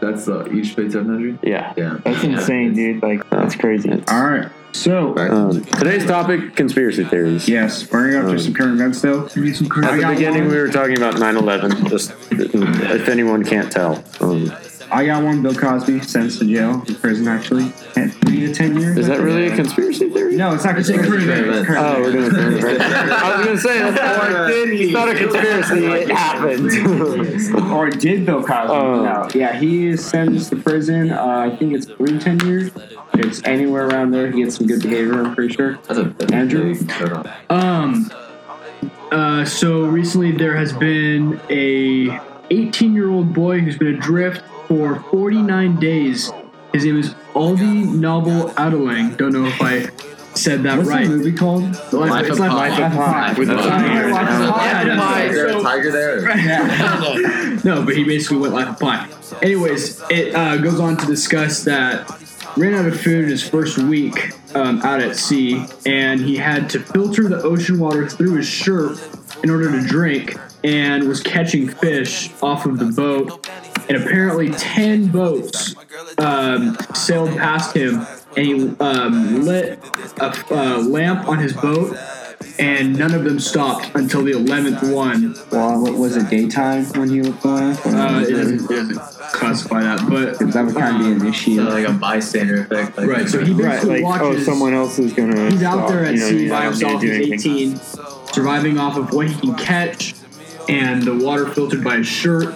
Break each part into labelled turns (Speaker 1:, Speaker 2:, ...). Speaker 1: huge space 700?
Speaker 2: Yeah.
Speaker 1: Yeah.
Speaker 2: That's
Speaker 1: Yeah,
Speaker 2: insane,
Speaker 1: it's-
Speaker 2: dude. Like, that's crazy.
Speaker 3: All right. So,
Speaker 1: Back to
Speaker 4: Uh,
Speaker 5: Um,
Speaker 1: the-
Speaker 5: today's topic: conspiracy theories.
Speaker 3: yes, we're going to go through
Speaker 5: Um,
Speaker 3: some current events still. Some current
Speaker 5: At the beginning, we were talking about 9/11. Just if anyone can't tell, um,
Speaker 3: I got one. Bill Cosby sentenced to jail, in prison actually, at three to ten years.
Speaker 5: is that really a conspiracy theory?
Speaker 3: No, it's not. It's a current event. It's a current
Speaker 5: Oh, we're
Speaker 3: event.
Speaker 5: doing current events. I was gonna say that's not a, it's not a conspiracy. It happened.
Speaker 3: or did Bill Cosby?
Speaker 5: Oh.
Speaker 3: no. Yeah, he is sentenced to prison. Uh, I think it's three to ten years. It's anywhere around there. He had some good behavior. I'm pretty sure.
Speaker 1: That's a that's a
Speaker 3: Andrew?
Speaker 1: big- hold on.
Speaker 6: Um. Uh, so recently, there has been a 18 year old boy who's been adrift for 49 days. His name is Aldi Nobel Adelang. Don't know if I said that
Speaker 3: What's
Speaker 6: right.
Speaker 3: the movie called?
Speaker 1: Life
Speaker 6: It's
Speaker 1: of
Speaker 6: like-
Speaker 1: Pi.
Speaker 3: Life of Pi.
Speaker 1: With
Speaker 5: Yeah,
Speaker 1: the
Speaker 3: I watched
Speaker 1: tiger.
Speaker 3: Pi.
Speaker 1: Yeah,
Speaker 6: Yeah, no,
Speaker 1: Pi. Is there a
Speaker 6: so-
Speaker 1: tiger there?
Speaker 6: no, but he basically went life of Pi. Anyways, it uh, goes on to discuss that ran out of food in his first week um, out at sea, and he had to filter the ocean water through his shirt in order to drink, and was catching fish off of the boat. And apparently, ten boats um, sailed past him, and he um, lit a uh, lamp on his boat, and none of them stopped until the eleventh one
Speaker 3: Well, what was it? Daytime when he was going?
Speaker 6: uh, it, doesn't, it doesn't classify that, but
Speaker 3: that would kind of be an issue.
Speaker 1: So like a bystander effect. Like
Speaker 6: right. So he
Speaker 2: Right,
Speaker 6: basically
Speaker 2: like, oh,
Speaker 6: watches.
Speaker 2: someone else is gonna.
Speaker 6: he's out there at
Speaker 5: you know,
Speaker 6: sea
Speaker 5: you
Speaker 6: by
Speaker 5: don't need to
Speaker 6: himself.
Speaker 5: do
Speaker 6: He's
Speaker 5: anything.
Speaker 6: 18, surviving off of what he can catch, and the water filtered by his shirt.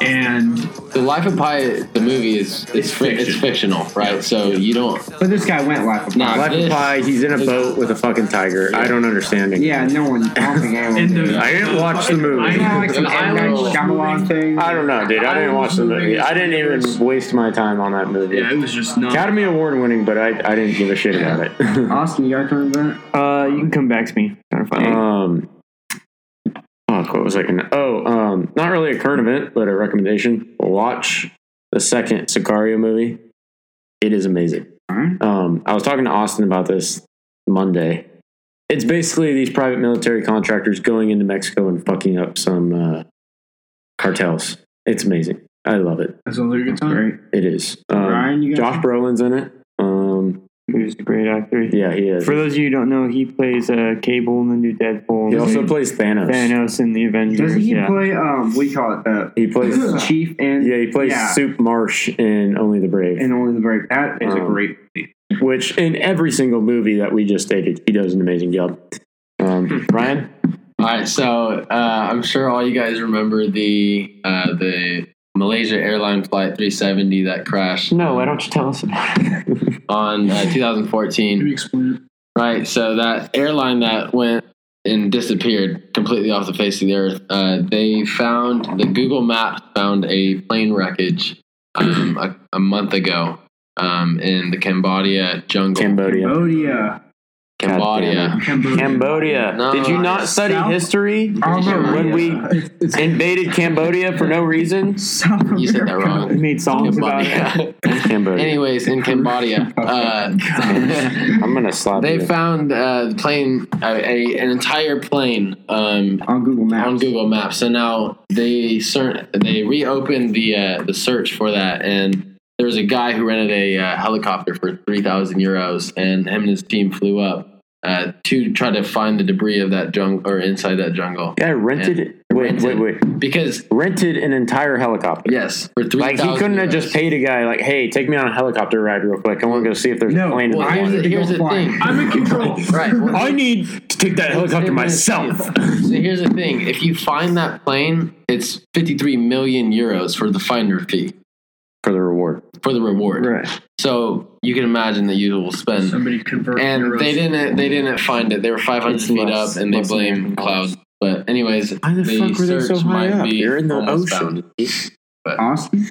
Speaker 6: And
Speaker 4: The Life of Pi, the movie is it's, fi- it's fictional, right? So you don't.
Speaker 3: But this guy went life of Pi.
Speaker 4: Nah,
Speaker 5: Life of
Speaker 4: this-
Speaker 5: Pi. He's in a boat with a fucking tiger. I don't understand it.
Speaker 3: Yeah, no one. I don't think anyone.
Speaker 6: and
Speaker 3: did.
Speaker 6: the
Speaker 5: I didn't watch the movie.
Speaker 3: Isn't that like some
Speaker 4: I
Speaker 3: M. Night
Speaker 4: don't-
Speaker 3: Shyamalan thing?
Speaker 5: I don't know, dude. I didn't watch the movie. I didn't even waste my time on that movie.
Speaker 6: yeah, it was just not.
Speaker 5: Academy Award winning, but I, I didn't give a shit about it.
Speaker 3: Austin, you got a current event?
Speaker 2: Uh, you can come back to me. Trying to find it.
Speaker 5: um, fuck, what was I gonna? Oh, um, not really a current event, but a recommendation. Watch the second Sicario movie. It is amazing.
Speaker 3: Alright.
Speaker 5: Um, I was talking to Austin about this Monday. It's basically these private military contractors going into Mexico and fucking up some uh, cartels. It's amazing. I love it.
Speaker 6: That sounds like a good time.
Speaker 3: Great.
Speaker 5: It is. Um,
Speaker 3: Ryan, you got
Speaker 5: Josh Brolin's in it. Um,
Speaker 2: Who's a great actor?
Speaker 5: yeah, he is.
Speaker 2: For those of you who don't know, he plays uh, Cable in the new Deadpool.
Speaker 5: he
Speaker 2: and
Speaker 5: also plays Thanos.
Speaker 2: Thanos in the Avengers.
Speaker 3: Doesn't he
Speaker 2: yeah.
Speaker 3: play? Um, we call it the
Speaker 5: He plays.
Speaker 3: Chief and
Speaker 5: Yeah, he plays
Speaker 3: Yeah.
Speaker 5: Soup Marsh in Only the Brave,
Speaker 3: and only the break. That is a
Speaker 5: Um,
Speaker 3: great.
Speaker 5: which in every single movie that we just stated, he does an amazing job. Um, Ryan,
Speaker 4: All right, so uh, I'm sure all you guys remember the uh, the Malaysia airline flight 370 that crashed
Speaker 2: No, why don't you tell us about it?
Speaker 4: on uh, 2014.
Speaker 6: Let me explain it.
Speaker 4: Right. So that airline that went and disappeared completely off the face of the earth, uh, they found the Google Maps found a plane wreckage um, a, a month ago um, in the Cambodia jungle.
Speaker 5: Cambodia,
Speaker 3: Oh, Cambodia.
Speaker 4: Cambodia.
Speaker 5: Cambodia.
Speaker 4: No,
Speaker 5: Did you
Speaker 4: I-
Speaker 5: not study
Speaker 3: South-
Speaker 5: history? When we invaded Cambodia for no reason,
Speaker 4: You said that
Speaker 2: We
Speaker 4: wrong.
Speaker 2: made songs about it.
Speaker 4: Cambodia.
Speaker 5: Cambodia.
Speaker 4: Anyways, in Cambodia, uh,
Speaker 5: I'm gonna slap
Speaker 4: they
Speaker 5: you.
Speaker 4: found uh, the plane, uh, a, an entire plane um,
Speaker 3: on Google Maps.
Speaker 4: on Google Maps. So now they cer- they reopened the uh, the search for that, and there was a guy who rented a uh, helicopter for three thousand euros, and him and his team flew up uh, to try to find the debris of that jungle or inside that jungle
Speaker 5: yeah, rented. it. Wait, wait,
Speaker 4: Rented.
Speaker 5: wait.
Speaker 4: because.
Speaker 5: Rented an entire helicopter.
Speaker 4: Yes, for three.
Speaker 5: Like he couldn't have just paid a guy like, hey, take me on a helicopter ride real quick. I want to go see if there's a
Speaker 3: No,
Speaker 5: plane. in the
Speaker 4: Well,
Speaker 5: water."
Speaker 4: here's the, here's the
Speaker 3: flying.
Speaker 4: thing.
Speaker 6: I'm in control.
Speaker 4: Right. well,
Speaker 5: I need to take that helicopter myself.
Speaker 4: So here's the thing: if you find that plane, it's 53 million euros for the finder fee
Speaker 5: For the reward.
Speaker 4: for the reward.
Speaker 3: Right.
Speaker 4: So you can imagine that you will spend.
Speaker 6: Somebody convert.
Speaker 4: and
Speaker 6: euros.
Speaker 4: they didn't they didn't find it. They were 500
Speaker 5: It's
Speaker 4: feet
Speaker 5: less-
Speaker 4: up, and they
Speaker 5: less than
Speaker 4: blame
Speaker 5: American
Speaker 4: cloud. But anyways,
Speaker 5: Why the fuck were they so
Speaker 4: search
Speaker 5: high
Speaker 4: might
Speaker 5: up?
Speaker 4: be
Speaker 5: You're in the
Speaker 4: almost
Speaker 5: ocean.
Speaker 4: found.
Speaker 3: Austin.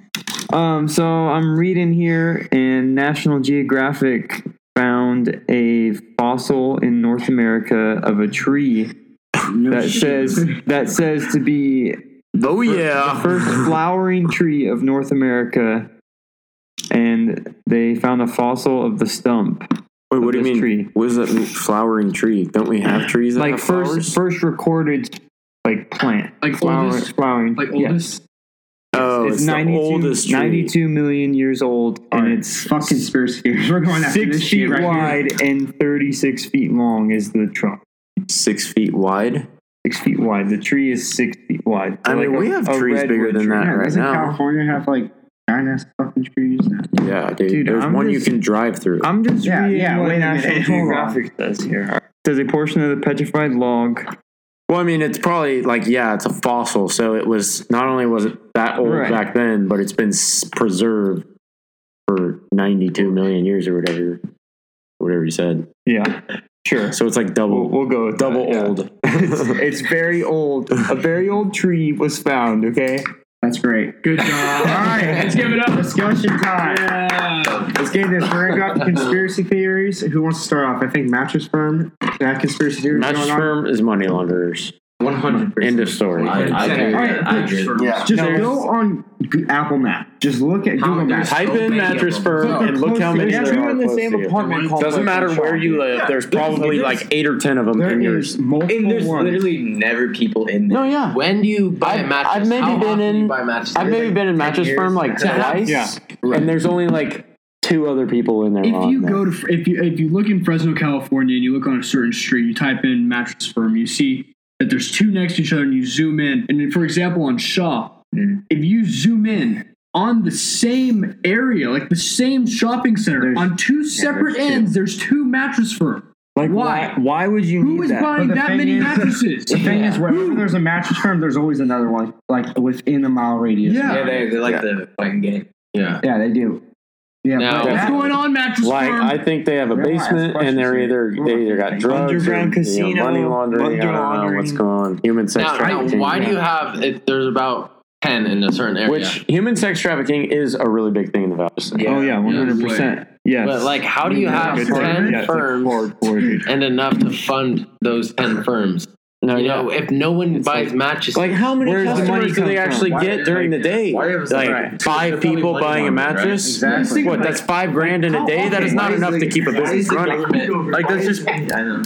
Speaker 2: Um, so I'm reading here, and National Geographic found a fossil in North America of a tree that says that says to be
Speaker 5: Oh
Speaker 2: the first flowering tree of North America, and they found a fossil of the stump.
Speaker 5: Wait, what do you
Speaker 2: this
Speaker 5: mean?
Speaker 2: tree.
Speaker 5: What does that mean? Flowering tree? Don't we have trees that
Speaker 2: like
Speaker 5: have
Speaker 2: first
Speaker 5: flowers?
Speaker 2: first recorded like plant
Speaker 6: Like
Speaker 2: flower,
Speaker 6: oldest-
Speaker 2: flowering
Speaker 6: Like
Speaker 2: yeah.
Speaker 6: oldest.
Speaker 5: oh, it's, the oldest tree.
Speaker 2: 92 million years old, and
Speaker 6: Alright,
Speaker 2: it's
Speaker 6: Fuck conspiracy theories. We're going after
Speaker 2: six
Speaker 6: this shit
Speaker 2: feet
Speaker 6: right here.
Speaker 2: wide and 36 feet long is the trunk.
Speaker 5: six feet wide.
Speaker 2: Six feet wide. The tree is six feet wide.
Speaker 5: I mean, we have trees
Speaker 2: redwood
Speaker 5: bigger than
Speaker 2: tree.
Speaker 5: that
Speaker 6: Yeah,
Speaker 5: right
Speaker 6: doesn't
Speaker 5: now.
Speaker 6: California have like giant ass fucking trees?
Speaker 5: Yeah, dude.
Speaker 2: Dude,
Speaker 5: There's
Speaker 2: I'm
Speaker 5: one
Speaker 2: just-
Speaker 5: you can drive through.
Speaker 2: I'm just
Speaker 6: Yeah,
Speaker 2: reading
Speaker 6: yeah,
Speaker 2: what
Speaker 6: wait a
Speaker 2: National
Speaker 6: minute, hold on.
Speaker 2: Geographic says here. Does a portion of the petrified log
Speaker 5: well, I mean, it's probably like yeah, it's a fossil. So it was not only was it that old
Speaker 2: Right.
Speaker 5: back then, but it's been s- preserved for 92 million years or whatever, whatever you said.
Speaker 2: Yeah, sure.
Speaker 5: So it's like
Speaker 2: We'll,
Speaker 5: double,
Speaker 2: we'll go with
Speaker 5: double
Speaker 2: that, yeah.
Speaker 5: old.
Speaker 2: It's very old. A very old tree was found. Okay,
Speaker 6: That's great. Good job. All right, let's give it up. Discussion time. Let's get this. We're gonna go out to conspiracy theories. Who wants to start off? I think mattress firm. That conspiracy theories
Speaker 5: Mattress
Speaker 6: going on.
Speaker 5: firm is money launderers.
Speaker 4: One hundred
Speaker 5: End of story.
Speaker 4: I, I agree.
Speaker 6: All right,
Speaker 4: I
Speaker 6: mattress
Speaker 4: agree.
Speaker 6: firm. Just go on G- Apple Map. Just look at Google Maps.
Speaker 5: Type in mattress firm
Speaker 6: Look,
Speaker 5: and look how
Speaker 6: close
Speaker 5: many
Speaker 6: to-
Speaker 5: there
Speaker 6: they're
Speaker 5: are
Speaker 6: in
Speaker 5: close to you. Doesn't matter where you live. There's probably like eight or ten of them in
Speaker 6: There
Speaker 5: yours.
Speaker 6: is multiple
Speaker 1: And there's
Speaker 6: ones.
Speaker 1: literally never people in there.
Speaker 5: No, yeah.
Speaker 4: When do you buy a mattress?
Speaker 5: I've maybe
Speaker 4: How
Speaker 5: been
Speaker 4: often do
Speaker 5: in-
Speaker 4: You buy mattresses?
Speaker 5: I've maybe been in mattress
Speaker 1: years.
Speaker 5: firm like
Speaker 4: Yeah.
Speaker 5: twice,
Speaker 2: Yeah.
Speaker 5: and there's only like two other people in there.
Speaker 6: If
Speaker 5: on
Speaker 6: you
Speaker 5: there.
Speaker 6: go to if you if you look in Fresno, California, and you look on a certain street, you type in mattress firm, you see that there's two next to each other, and you zoom in. And then, for example, on Shaw,
Speaker 1: Mm.
Speaker 6: if you zoom in on the same area, like the same shopping center,
Speaker 3: There's-
Speaker 6: on two
Speaker 3: there's
Speaker 6: separate
Speaker 3: two.
Speaker 6: ends, there's two mattress firm.
Speaker 2: like
Speaker 6: Why?
Speaker 2: why? Why would you
Speaker 6: Who
Speaker 2: need
Speaker 6: is
Speaker 2: that?
Speaker 6: buying
Speaker 3: But the
Speaker 6: that
Speaker 3: thing
Speaker 6: many
Speaker 3: is-
Speaker 6: mattresses?
Speaker 3: The thing is, whenever there's a mattress firm, there's always another one, like within a mile radius.
Speaker 6: Yeah.
Speaker 1: Yeah, they, they like the fucking game.
Speaker 4: Yeah.
Speaker 3: Yeah, they do. Yeah,
Speaker 4: Now-
Speaker 3: but
Speaker 6: What's
Speaker 3: that-
Speaker 6: going on, mattress
Speaker 5: like,
Speaker 6: firm?
Speaker 5: I think they have a
Speaker 3: Real ass
Speaker 5: basement,
Speaker 3: questions
Speaker 5: and they're
Speaker 3: here.
Speaker 5: either they either got drugs, or, you know,
Speaker 2: Underground casino,
Speaker 5: money laundering. I don't know
Speaker 2: laundering.
Speaker 5: what's going on. Human sex
Speaker 4: Now, now,
Speaker 5: trafficking.
Speaker 4: why do you have? It, there's about ten in a certain area.
Speaker 5: Which human sex trafficking is a really big thing in the Valley. City.
Speaker 2: Oh yeah, one hundred percent. Yes.
Speaker 4: but like, how do you have
Speaker 2: Good point.
Speaker 4: ten
Speaker 2: Yeah, it's like
Speaker 4: firms
Speaker 2: hardcore, dude.
Speaker 4: and enough to fund those ten firms?
Speaker 5: No,
Speaker 4: you
Speaker 5: yeah.
Speaker 4: know, if no one buys mattresses,
Speaker 5: Like how many
Speaker 2: Where's the
Speaker 5: customers
Speaker 2: money
Speaker 5: do
Speaker 2: come
Speaker 5: they
Speaker 2: from?
Speaker 5: actually
Speaker 4: Why-
Speaker 5: get during the day?
Speaker 4: why is-
Speaker 5: like
Speaker 4: right.
Speaker 5: five
Speaker 4: They're probably
Speaker 5: people
Speaker 4: money
Speaker 5: buying a
Speaker 4: laundering, right?
Speaker 5: mattress.
Speaker 3: Exactly.
Speaker 5: What? That's five grand in a day. That is not enough to keep a business running.
Speaker 1: Like that's just. I know.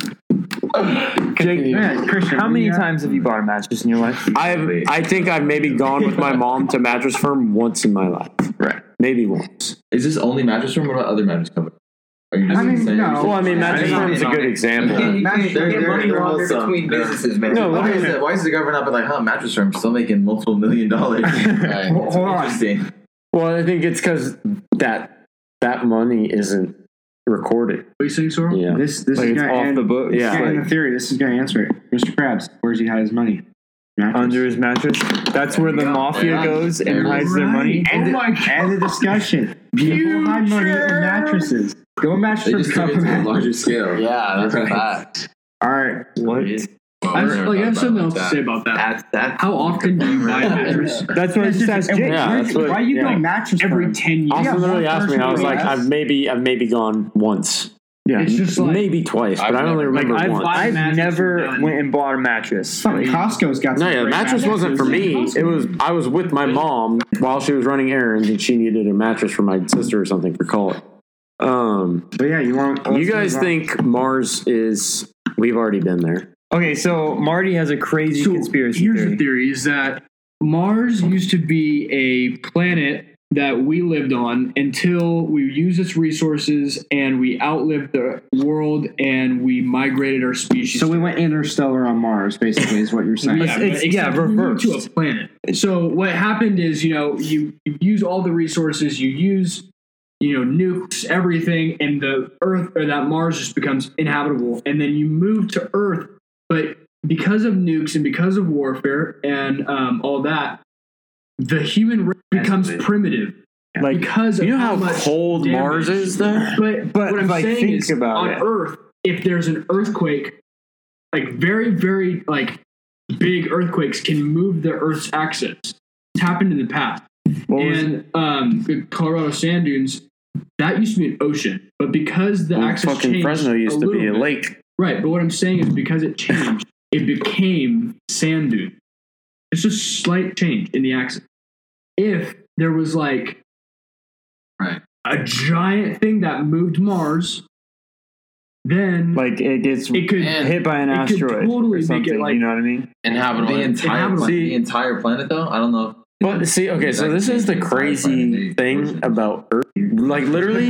Speaker 4: Continue.
Speaker 3: Yeah, Christian,
Speaker 2: How many
Speaker 3: yeah.
Speaker 2: times have you bought a mattress in your life?
Speaker 5: I've I think I've maybe gone with my mom to Mattress Firm once in my life.
Speaker 1: Right.
Speaker 5: Maybe once.
Speaker 1: Is this only mattress room? What about other mattress companies? Are you just
Speaker 3: I mean,
Speaker 1: saying-
Speaker 3: no.
Speaker 5: Well, I mean, Mattress
Speaker 1: I mean,
Speaker 5: Firm's a good example.
Speaker 3: Mattress-
Speaker 1: They're,
Speaker 3: they're-
Speaker 1: they're money
Speaker 3: they're
Speaker 1: laundering
Speaker 3: wholesome.
Speaker 1: between
Speaker 3: They're-
Speaker 1: businesses, man.
Speaker 5: No,
Speaker 1: why,
Speaker 5: okay.
Speaker 1: is it, why is the government up and like, huh, mattress firm still making multiple million dollars?
Speaker 4: Right.
Speaker 3: Hold hold on.
Speaker 1: Interesting.
Speaker 5: Well, I think it's because that that money isn't recorded.
Speaker 6: What you saying, Sorrel?
Speaker 5: Yeah.
Speaker 3: This this
Speaker 2: Like
Speaker 3: is
Speaker 2: it's
Speaker 3: gonna
Speaker 2: off
Speaker 3: end,
Speaker 2: the book.
Speaker 5: Yeah.
Speaker 3: yeah,
Speaker 2: Like,
Speaker 3: in the theory. This is gonna answer it. Mr. Krabs, where's he hide his money? Mattress.
Speaker 2: under his mattress. That's where the
Speaker 1: Yeah,
Speaker 2: mafia
Speaker 1: yeah.
Speaker 2: goes and
Speaker 1: Right.
Speaker 2: hides their money.
Speaker 6: Oh my god.
Speaker 3: End of discussion. People hide money in mattresses. Go
Speaker 1: They
Speaker 3: mattress
Speaker 1: just
Speaker 3: for
Speaker 1: took it to a
Speaker 3: cover.
Speaker 1: larger scale.
Speaker 4: yeah, that's a
Speaker 1: Right.
Speaker 4: fact.
Speaker 3: All right.
Speaker 2: What?
Speaker 4: Well,
Speaker 6: I
Speaker 4: we're
Speaker 6: just-
Speaker 4: gonna
Speaker 6: like, I
Speaker 4: talk
Speaker 6: have
Speaker 4: about
Speaker 6: something
Speaker 4: it
Speaker 6: else
Speaker 4: like
Speaker 6: to say about that.
Speaker 1: That's that's
Speaker 6: How often do you buy mattress?
Speaker 2: That's what I just asked Jake.
Speaker 5: Yeah,
Speaker 3: Why
Speaker 5: that's what-
Speaker 3: why you
Speaker 5: yeah.
Speaker 3: go mattress
Speaker 6: Every
Speaker 3: firm?
Speaker 6: ten years.
Speaker 5: Austin
Speaker 3: Yeah,
Speaker 5: literally
Speaker 3: one
Speaker 5: asked me.
Speaker 3: person
Speaker 5: I was
Speaker 3: who
Speaker 5: like,
Speaker 3: asked.
Speaker 5: I've maybe I've maybe gone once.
Speaker 2: Yeah.
Speaker 6: It's just like
Speaker 5: maybe twice, but
Speaker 4: I've
Speaker 5: I only
Speaker 4: never-
Speaker 5: remember
Speaker 2: I've,
Speaker 5: once.
Speaker 6: Buy a
Speaker 2: I've
Speaker 6: mattress
Speaker 2: never
Speaker 6: and done.
Speaker 2: went and bought a mattress.
Speaker 3: Fucking Costco's got
Speaker 5: No,
Speaker 3: some
Speaker 5: yeah, the
Speaker 3: great
Speaker 5: mattress
Speaker 3: mattresses.
Speaker 5: wasn't for me. It was I was with my mom while she was running errands, and she needed a mattress for my sister or something for college. Um,
Speaker 3: But yeah, you want
Speaker 5: you guys think Mars is? We've already been there.
Speaker 2: Okay, so Marty has a crazy
Speaker 6: So,
Speaker 2: conspiracy
Speaker 6: here's
Speaker 2: theory.
Speaker 6: the theory: is that Mars used to be a planet that we lived on until we used its resources and we outlived the world and we migrated our species.
Speaker 3: So we went interstellar on Mars, basically, is what you're saying.
Speaker 6: yeah,
Speaker 2: It's-
Speaker 6: but
Speaker 2: it's- yeah,
Speaker 6: except we moved to a
Speaker 2: reversed.
Speaker 6: planet. So what happened is, you know, you, you use all the resources, you use, you know, nukes, everything, and the Earth or that Mars just becomes inhabitable, and then you move to Earth, but because of nukes and because of warfare and um, all that, the human race becomes
Speaker 1: Escalated.
Speaker 6: primitive.
Speaker 2: Like,
Speaker 6: because of
Speaker 5: You know how
Speaker 6: much
Speaker 5: cold
Speaker 6: damage-
Speaker 5: Mars is, though.
Speaker 6: But,
Speaker 2: But,
Speaker 6: what I'm
Speaker 2: like,
Speaker 6: saying
Speaker 2: think
Speaker 6: is,
Speaker 2: about
Speaker 6: on
Speaker 2: it.
Speaker 6: Earth, if there's an earthquake, like very, very like big earthquakes can move the Earth's axis. It's happened in the past.
Speaker 2: What was-
Speaker 6: and um, the Colorado sand dunes, that used to be an ocean, but because the axis
Speaker 5: Fucking
Speaker 6: changed
Speaker 5: Fresno used to
Speaker 6: little
Speaker 5: be a
Speaker 6: bit-
Speaker 5: lake.
Speaker 6: right? But what I'm saying is because it changed, it became sand dune. It's just slight change in the axis. If there was like
Speaker 4: Right.
Speaker 6: a giant thing that moved Mars, then
Speaker 2: like it gets
Speaker 6: it could
Speaker 4: And-
Speaker 2: hit by an
Speaker 6: it could
Speaker 2: asteroid
Speaker 6: totally
Speaker 2: or
Speaker 6: make it,
Speaker 2: something.
Speaker 6: like-
Speaker 2: you know what I mean?
Speaker 4: Inhabitable.
Speaker 1: the entire
Speaker 6: Inhabitable.
Speaker 1: the entire planet though. I don't know.
Speaker 5: But see, okay, so this is the crazy thing about Earth. Like literally,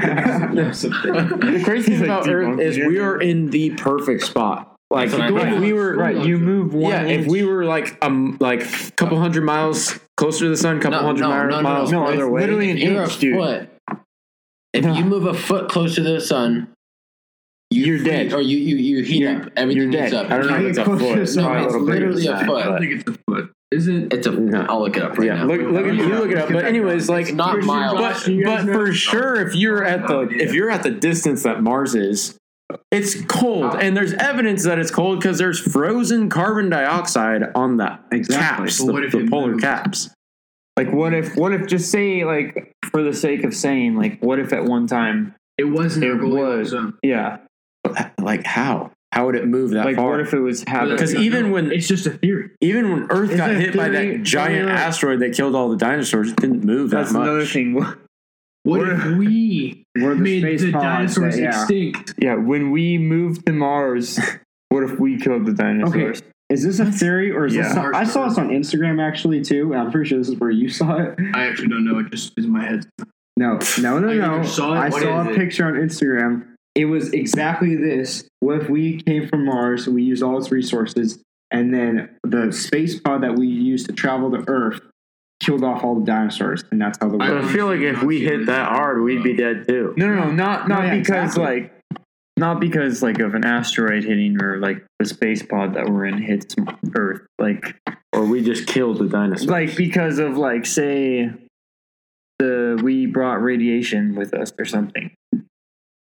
Speaker 5: the crazy thing about Earth is we are in the perfect spot. Like
Speaker 4: That's what I
Speaker 5: if
Speaker 4: mean.
Speaker 5: we were
Speaker 2: Right, you move one.
Speaker 5: yeah, if
Speaker 2: inch.
Speaker 5: we were like um like a couple hundred miles closer to the sun, couple
Speaker 4: No,
Speaker 5: hundred
Speaker 4: no,
Speaker 5: mi-
Speaker 4: no, no,
Speaker 5: miles
Speaker 4: no.
Speaker 5: farther away.
Speaker 2: literally an
Speaker 4: If you're a
Speaker 2: inch, dude.
Speaker 4: foot, if you move a foot closer to the sun, you
Speaker 5: You're
Speaker 4: freeze-
Speaker 5: dead.
Speaker 4: Or you you, you heat
Speaker 5: You're-
Speaker 4: up everything
Speaker 5: you're dead.
Speaker 4: heats up.
Speaker 5: I don't know if it's a
Speaker 6: Close
Speaker 5: foot.
Speaker 6: to
Speaker 5: It's
Speaker 6: the
Speaker 5: probably
Speaker 4: No,
Speaker 5: a
Speaker 4: it's
Speaker 5: little bigger
Speaker 4: literally
Speaker 5: than
Speaker 4: a
Speaker 5: that,
Speaker 4: foot.
Speaker 5: but-
Speaker 6: I think it's a foot. Is it?
Speaker 4: It's a.
Speaker 5: No.
Speaker 4: will look it up right
Speaker 5: yeah,
Speaker 4: now.
Speaker 5: look, look at you look it up. But anyways, like
Speaker 4: it's not
Speaker 6: Here's your
Speaker 4: miles.
Speaker 5: but but for sure, if you're at the if you're at the distance that Mars is, it's cold, and there's evidence that it's cold because there's frozen carbon dioxide on the
Speaker 6: Exactly.
Speaker 5: caps,
Speaker 6: But
Speaker 5: the,
Speaker 6: what if
Speaker 5: the
Speaker 6: it
Speaker 5: polar
Speaker 6: moves?
Speaker 5: caps.
Speaker 2: Like, what if, what if, just say, like, for the sake of saying, like, what if at one time,
Speaker 6: It wasn't.
Speaker 2: It
Speaker 6: a goal,
Speaker 2: was.
Speaker 6: so-
Speaker 2: yeah,
Speaker 5: But, Like how? How would it move that
Speaker 2: like,
Speaker 5: far?
Speaker 2: what if it was happening?
Speaker 5: Because even when
Speaker 6: It's just a theory.
Speaker 5: even when Earth
Speaker 2: Is
Speaker 5: got
Speaker 2: that
Speaker 5: hit by
Speaker 2: theory-
Speaker 5: that giant
Speaker 2: theory-
Speaker 5: asteroid that killed all the dinosaurs, it didn't move
Speaker 2: that's
Speaker 5: that much.
Speaker 2: another thing.
Speaker 6: What if we
Speaker 3: We're the
Speaker 6: made
Speaker 3: space
Speaker 6: the
Speaker 3: pods that-
Speaker 6: dinosaurs
Speaker 3: yeah.
Speaker 6: extinct?
Speaker 2: Yeah, when we moved to Mars, what if we killed the dinosaurs?
Speaker 3: Is this a theory or is this?
Speaker 6: Yeah.
Speaker 3: I saw this on Instagram actually too, and I'm pretty sure this is where you saw it.
Speaker 6: I actually don't know. It just is in my head.
Speaker 3: No, no, no,
Speaker 6: I either
Speaker 3: no.
Speaker 6: saw it-
Speaker 3: I
Speaker 6: what
Speaker 3: saw
Speaker 6: is
Speaker 3: a
Speaker 6: it?
Speaker 3: picture on Instagram. It was exactly this. What if we came from Mars and we used all its resources, and then the space pod that we used to travel to Earth killed off all the dinosaurs, and that's how the
Speaker 6: I
Speaker 3: world.
Speaker 6: don't-
Speaker 5: I feel like if we hit that hard, we'd be dead too.
Speaker 2: No, no, no, not not
Speaker 3: No, yeah,
Speaker 2: because
Speaker 3: exactly.
Speaker 2: like not because like of an asteroid hitting or like the space pod that we're in hits Earth, like
Speaker 5: Or we just killed the dinosaurs.
Speaker 2: like because of like say the we brought radiation with us or something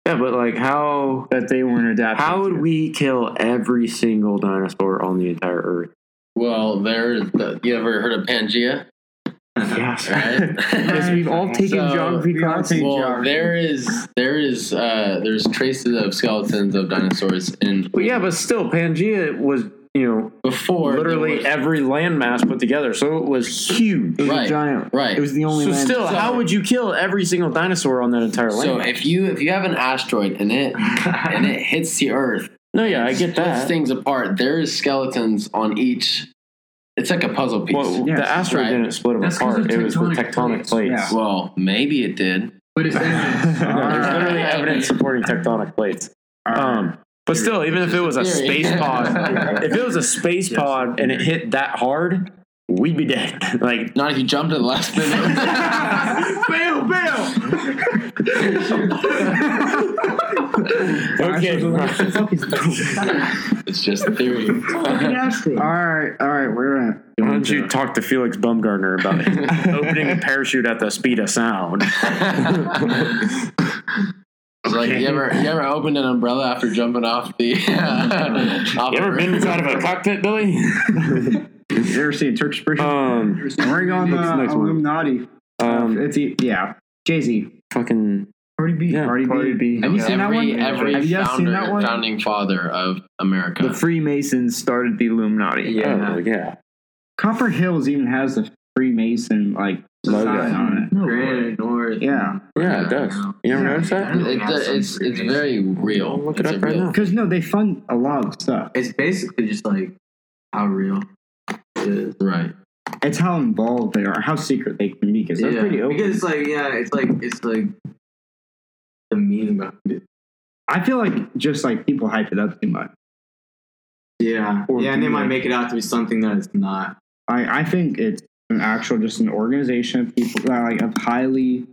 Speaker 5: yeah, but like how
Speaker 2: that they weren't adapted.
Speaker 5: How would
Speaker 2: to.
Speaker 5: we kill every single dinosaur on the entire Earth?
Speaker 4: Well, there. The, you ever heard of Pangea?
Speaker 5: Yes.
Speaker 4: Right.
Speaker 2: Because we've all taken
Speaker 4: So-
Speaker 2: geography
Speaker 3: We all
Speaker 2: classes.
Speaker 3: take-
Speaker 4: well,
Speaker 3: geography.
Speaker 4: there is there is uh, there's traces of skeletons of dinosaurs in
Speaker 5: But yeah, but still, Pangea was you know
Speaker 4: before there
Speaker 5: literally
Speaker 4: was-
Speaker 5: every landmass put together, so it was huge.
Speaker 2: It was
Speaker 4: Right,
Speaker 2: a giant.
Speaker 4: right.
Speaker 2: It was the only
Speaker 5: So
Speaker 2: land.
Speaker 5: still, how would you kill every single dinosaur on that entire
Speaker 4: So
Speaker 5: land?
Speaker 4: if you if you have an asteroid and it and it hits the Earth,
Speaker 5: no, yeah, I get
Speaker 4: splits
Speaker 5: that.
Speaker 4: things apart. There is skeletons on each. It's like a puzzle piece.
Speaker 5: Well,
Speaker 4: Well,
Speaker 5: the asteroid
Speaker 4: Right.
Speaker 5: didn't split them
Speaker 6: That's 'cause
Speaker 5: apart.
Speaker 6: of
Speaker 5: It was the
Speaker 6: tectonic
Speaker 5: tectonic
Speaker 6: plates.
Speaker 5: plates.
Speaker 3: Yeah.
Speaker 4: maybe it did.
Speaker 6: But it's evidence.
Speaker 5: No, there's
Speaker 4: Alright.
Speaker 5: literally evidence supporting tectonic plates. Um, but still, even if it was a
Speaker 4: Theory.
Speaker 5: space pod, if it was a space pod and it hit that hard, we'd be dead. Like,
Speaker 4: Not if you jumped at the last minute.
Speaker 6: bail, bail.
Speaker 5: okay,
Speaker 4: it's just theory.
Speaker 3: All right, all right, we're at.
Speaker 5: why don't you talk to Felix Bumgarner about it? opening a parachute at the speed of sound?
Speaker 4: It's like you ever you ever opened an umbrella after jumping off the off
Speaker 5: You
Speaker 4: a
Speaker 5: ever been
Speaker 4: roof?
Speaker 5: inside of a cockpit, Billy?
Speaker 3: You ever seen Turkish Spirit?
Speaker 5: Um,
Speaker 3: we're going
Speaker 5: Next-
Speaker 3: uh,
Speaker 5: next one.
Speaker 3: Illuminati.
Speaker 5: um,
Speaker 3: it's e- yeah, Jay Z,
Speaker 5: fucking
Speaker 3: Cardi B,
Speaker 5: Yeah,
Speaker 3: Cardi,
Speaker 2: Cardi
Speaker 3: B.
Speaker 2: B.
Speaker 3: Have you
Speaker 4: every,
Speaker 3: seen that one?
Speaker 4: Every
Speaker 3: Have you guys
Speaker 4: founder,
Speaker 3: seen that one?
Speaker 4: founding father of America.
Speaker 2: the Freemasons started the Illuminati.
Speaker 5: yeah, Oh, yeah.
Speaker 3: Copper Hills even has the Freemason like
Speaker 5: Logo.
Speaker 3: sign on it.
Speaker 1: Grand North.
Speaker 3: Yeah.
Speaker 5: Yeah, it does. You ever notice that?
Speaker 4: It- it's it's very real.
Speaker 5: I'll look it
Speaker 4: it's
Speaker 5: up
Speaker 4: a
Speaker 5: right
Speaker 4: real
Speaker 5: now.
Speaker 3: Because no, they fund a lot of stuff.
Speaker 1: It's basically just like how real it is.
Speaker 4: Right.
Speaker 3: It's how involved they are, how secret they can be. Because they're
Speaker 1: yeah.
Speaker 3: pretty open.
Speaker 1: Because it's like yeah, it's like it's like the meaning behind it.
Speaker 3: I feel like just like people hype it up too much.
Speaker 1: Yeah.
Speaker 3: Or
Speaker 1: yeah, and
Speaker 3: do
Speaker 1: they might
Speaker 3: like-
Speaker 1: make it out to be something that it's not.
Speaker 3: I I think it's an actual just an organization of people that like of highly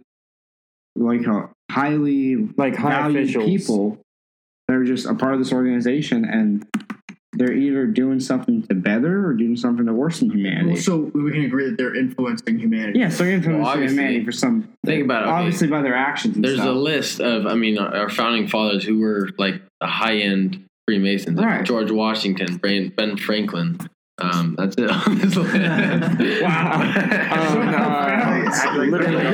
Speaker 3: like a highly
Speaker 2: Like high
Speaker 3: valued
Speaker 2: officials.
Speaker 3: people that are just a part of this organization and they're either doing something to better or doing something to worsen humanity.
Speaker 6: Also, we can agree that they're influencing humanity.
Speaker 3: yeah, so you're influencing
Speaker 4: Well, obviously-
Speaker 3: humanity for some
Speaker 4: Think about it. okay,
Speaker 3: obviously by their actions. And
Speaker 4: There's a
Speaker 3: stuff.
Speaker 4: list of, I mean, our our founding fathers who were like the high end Freemasons. Like
Speaker 3: Right.
Speaker 4: George Washington, Brain- Ben Franklin. Um, that's it on this list. Oh,
Speaker 5: Um, uh, literally.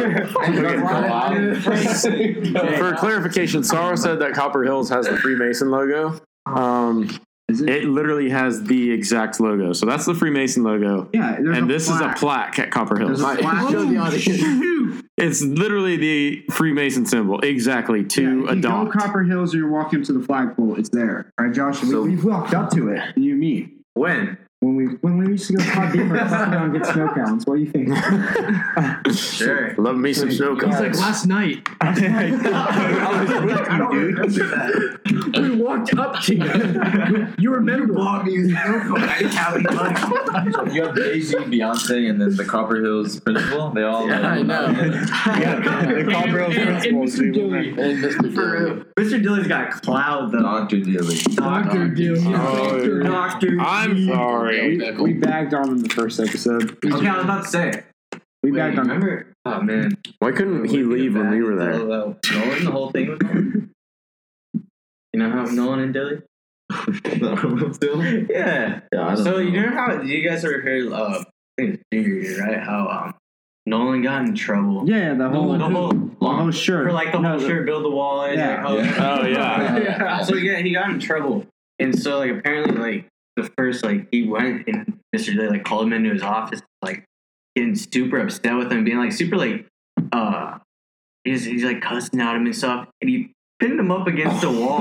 Speaker 5: For clarification, Sorrow said that Copper Hills has the Freemason logo. Um,
Speaker 3: it?
Speaker 5: it? literally has the exact logo. So that's the Freemason logo.
Speaker 3: yeah, there's
Speaker 5: and this
Speaker 3: plaque.
Speaker 5: is a plaque at Copper Hills.
Speaker 3: There's a plaque.
Speaker 5: It's literally the Freemason symbol, exactly to
Speaker 3: Yeah, if you go
Speaker 5: adopt.
Speaker 3: Copper Hills or you're walking to the flagpole, it's there. All right, Josh, we,
Speaker 1: So-
Speaker 3: we walked up to it. You mean?
Speaker 1: When?
Speaker 3: when we when we used to go pot deep and get snow cones. What do you think?
Speaker 1: Sure.
Speaker 5: Love me some snow cones.
Speaker 6: He's like last night.
Speaker 1: I don't remember that.
Speaker 6: We walked up to you. You remember?
Speaker 7: You have Jay Z, Beyonce, and then the Copper Hills principal. They all.
Speaker 4: Yeah, I know.
Speaker 2: the Caldwell
Speaker 6: And- and- and
Speaker 2: principles,
Speaker 6: Mr.
Speaker 2: we
Speaker 6: Dilly.
Speaker 2: remember.
Speaker 4: And Mr. Gilliam.
Speaker 7: Mr. Dilly's got cloud though. Doctor Dilly.
Speaker 6: Doctor Doom.
Speaker 5: Oh,
Speaker 6: Doctor.
Speaker 7: Doctor.
Speaker 5: I'm sorry.
Speaker 4: Bill Beckle.
Speaker 3: We bagged on in the first episode.
Speaker 7: Okay, I was about to say.
Speaker 3: We
Speaker 1: Wait,
Speaker 3: bagged on.
Speaker 1: remember? Oh man.
Speaker 5: Why couldn't he leave when we were there?
Speaker 1: Nolan, the whole thing was Nolan. You know how Nolan and Dilly? yeah. So you know how you guys ever heard uh, I think it's junior year, right? How um, Nolan got in trouble.
Speaker 3: Yeah, the whole
Speaker 1: The
Speaker 3: the
Speaker 1: whole,
Speaker 3: whole shirt.
Speaker 1: for like the
Speaker 3: No,
Speaker 1: whole shirt, build the wall, and
Speaker 3: Yeah.
Speaker 1: like, oh,
Speaker 5: Oh yeah.
Speaker 1: so yeah, he got in trouble, and so like apparently like the first like he went and Mr. Day like called him into his office, like getting super upset with him, being like super like uh he's he's like cussing at him and stuff, and he pinned him up against the wall.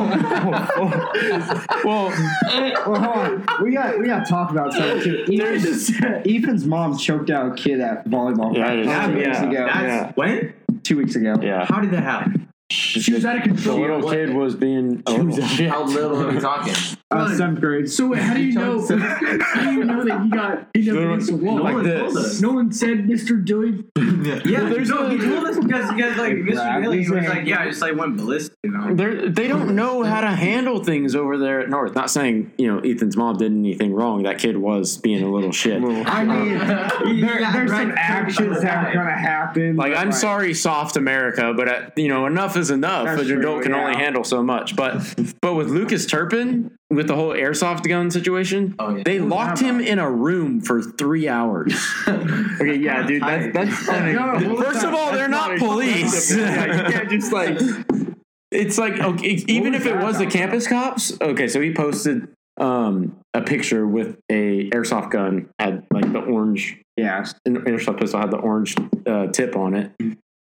Speaker 2: Well,
Speaker 3: Well, hold on. We got we got to talk about something too. Ethan's, Ethan's mom choked out a kid at volleyball
Speaker 5: Yeah, I
Speaker 3: practice
Speaker 5: just-
Speaker 3: two
Speaker 2: yeah,
Speaker 3: weeks ago.
Speaker 2: yeah.
Speaker 1: When?
Speaker 3: Two weeks ago.
Speaker 5: Yeah.
Speaker 1: How did that happen?
Speaker 6: She was out of
Speaker 5: The
Speaker 6: control.
Speaker 5: little kid was being a little shit.
Speaker 7: How little are we talking?
Speaker 3: Uh, seventh grade.
Speaker 6: So wait, how do you know? how do you know that he got he never
Speaker 5: Literally,
Speaker 6: against the wall?
Speaker 5: like this.
Speaker 6: No one said Mr. Dilly.
Speaker 1: Yeah, there's no. He told us because because like Mr.
Speaker 3: grabbed
Speaker 1: Dilly
Speaker 3: his
Speaker 1: was
Speaker 3: hand.
Speaker 1: like, yeah, I just like went ballistic. You know?
Speaker 5: They're, they don't know how to handle things over there at North. Not saying you know Ethan's mom did anything wrong. That kid was being a little shit.
Speaker 3: I mean, there, there's some Uh, actions that are gonna happen.
Speaker 5: Like
Speaker 3: but,
Speaker 5: I'm sorry, soft America, but uh, you know enough is enough.
Speaker 3: That's
Speaker 5: an adult
Speaker 3: true,
Speaker 5: can
Speaker 3: yeah.
Speaker 5: only handle so much. But but with Lucas Turpin, with the whole airsoft gun situation,
Speaker 1: Oh, yeah.
Speaker 5: they locked him in a room for three hours. okay, yeah, dude, that's that's First of all, they're not police.
Speaker 2: yeah, you can't just like
Speaker 5: It's like okay, e-, even
Speaker 3: was
Speaker 5: if it
Speaker 3: that
Speaker 5: was the
Speaker 3: about?
Speaker 5: campus cops. Okay, so he posted um, a picture with a airsoft gun had like the orange
Speaker 3: yeah,
Speaker 5: an airsoft pistol had the orange uh, tip on it,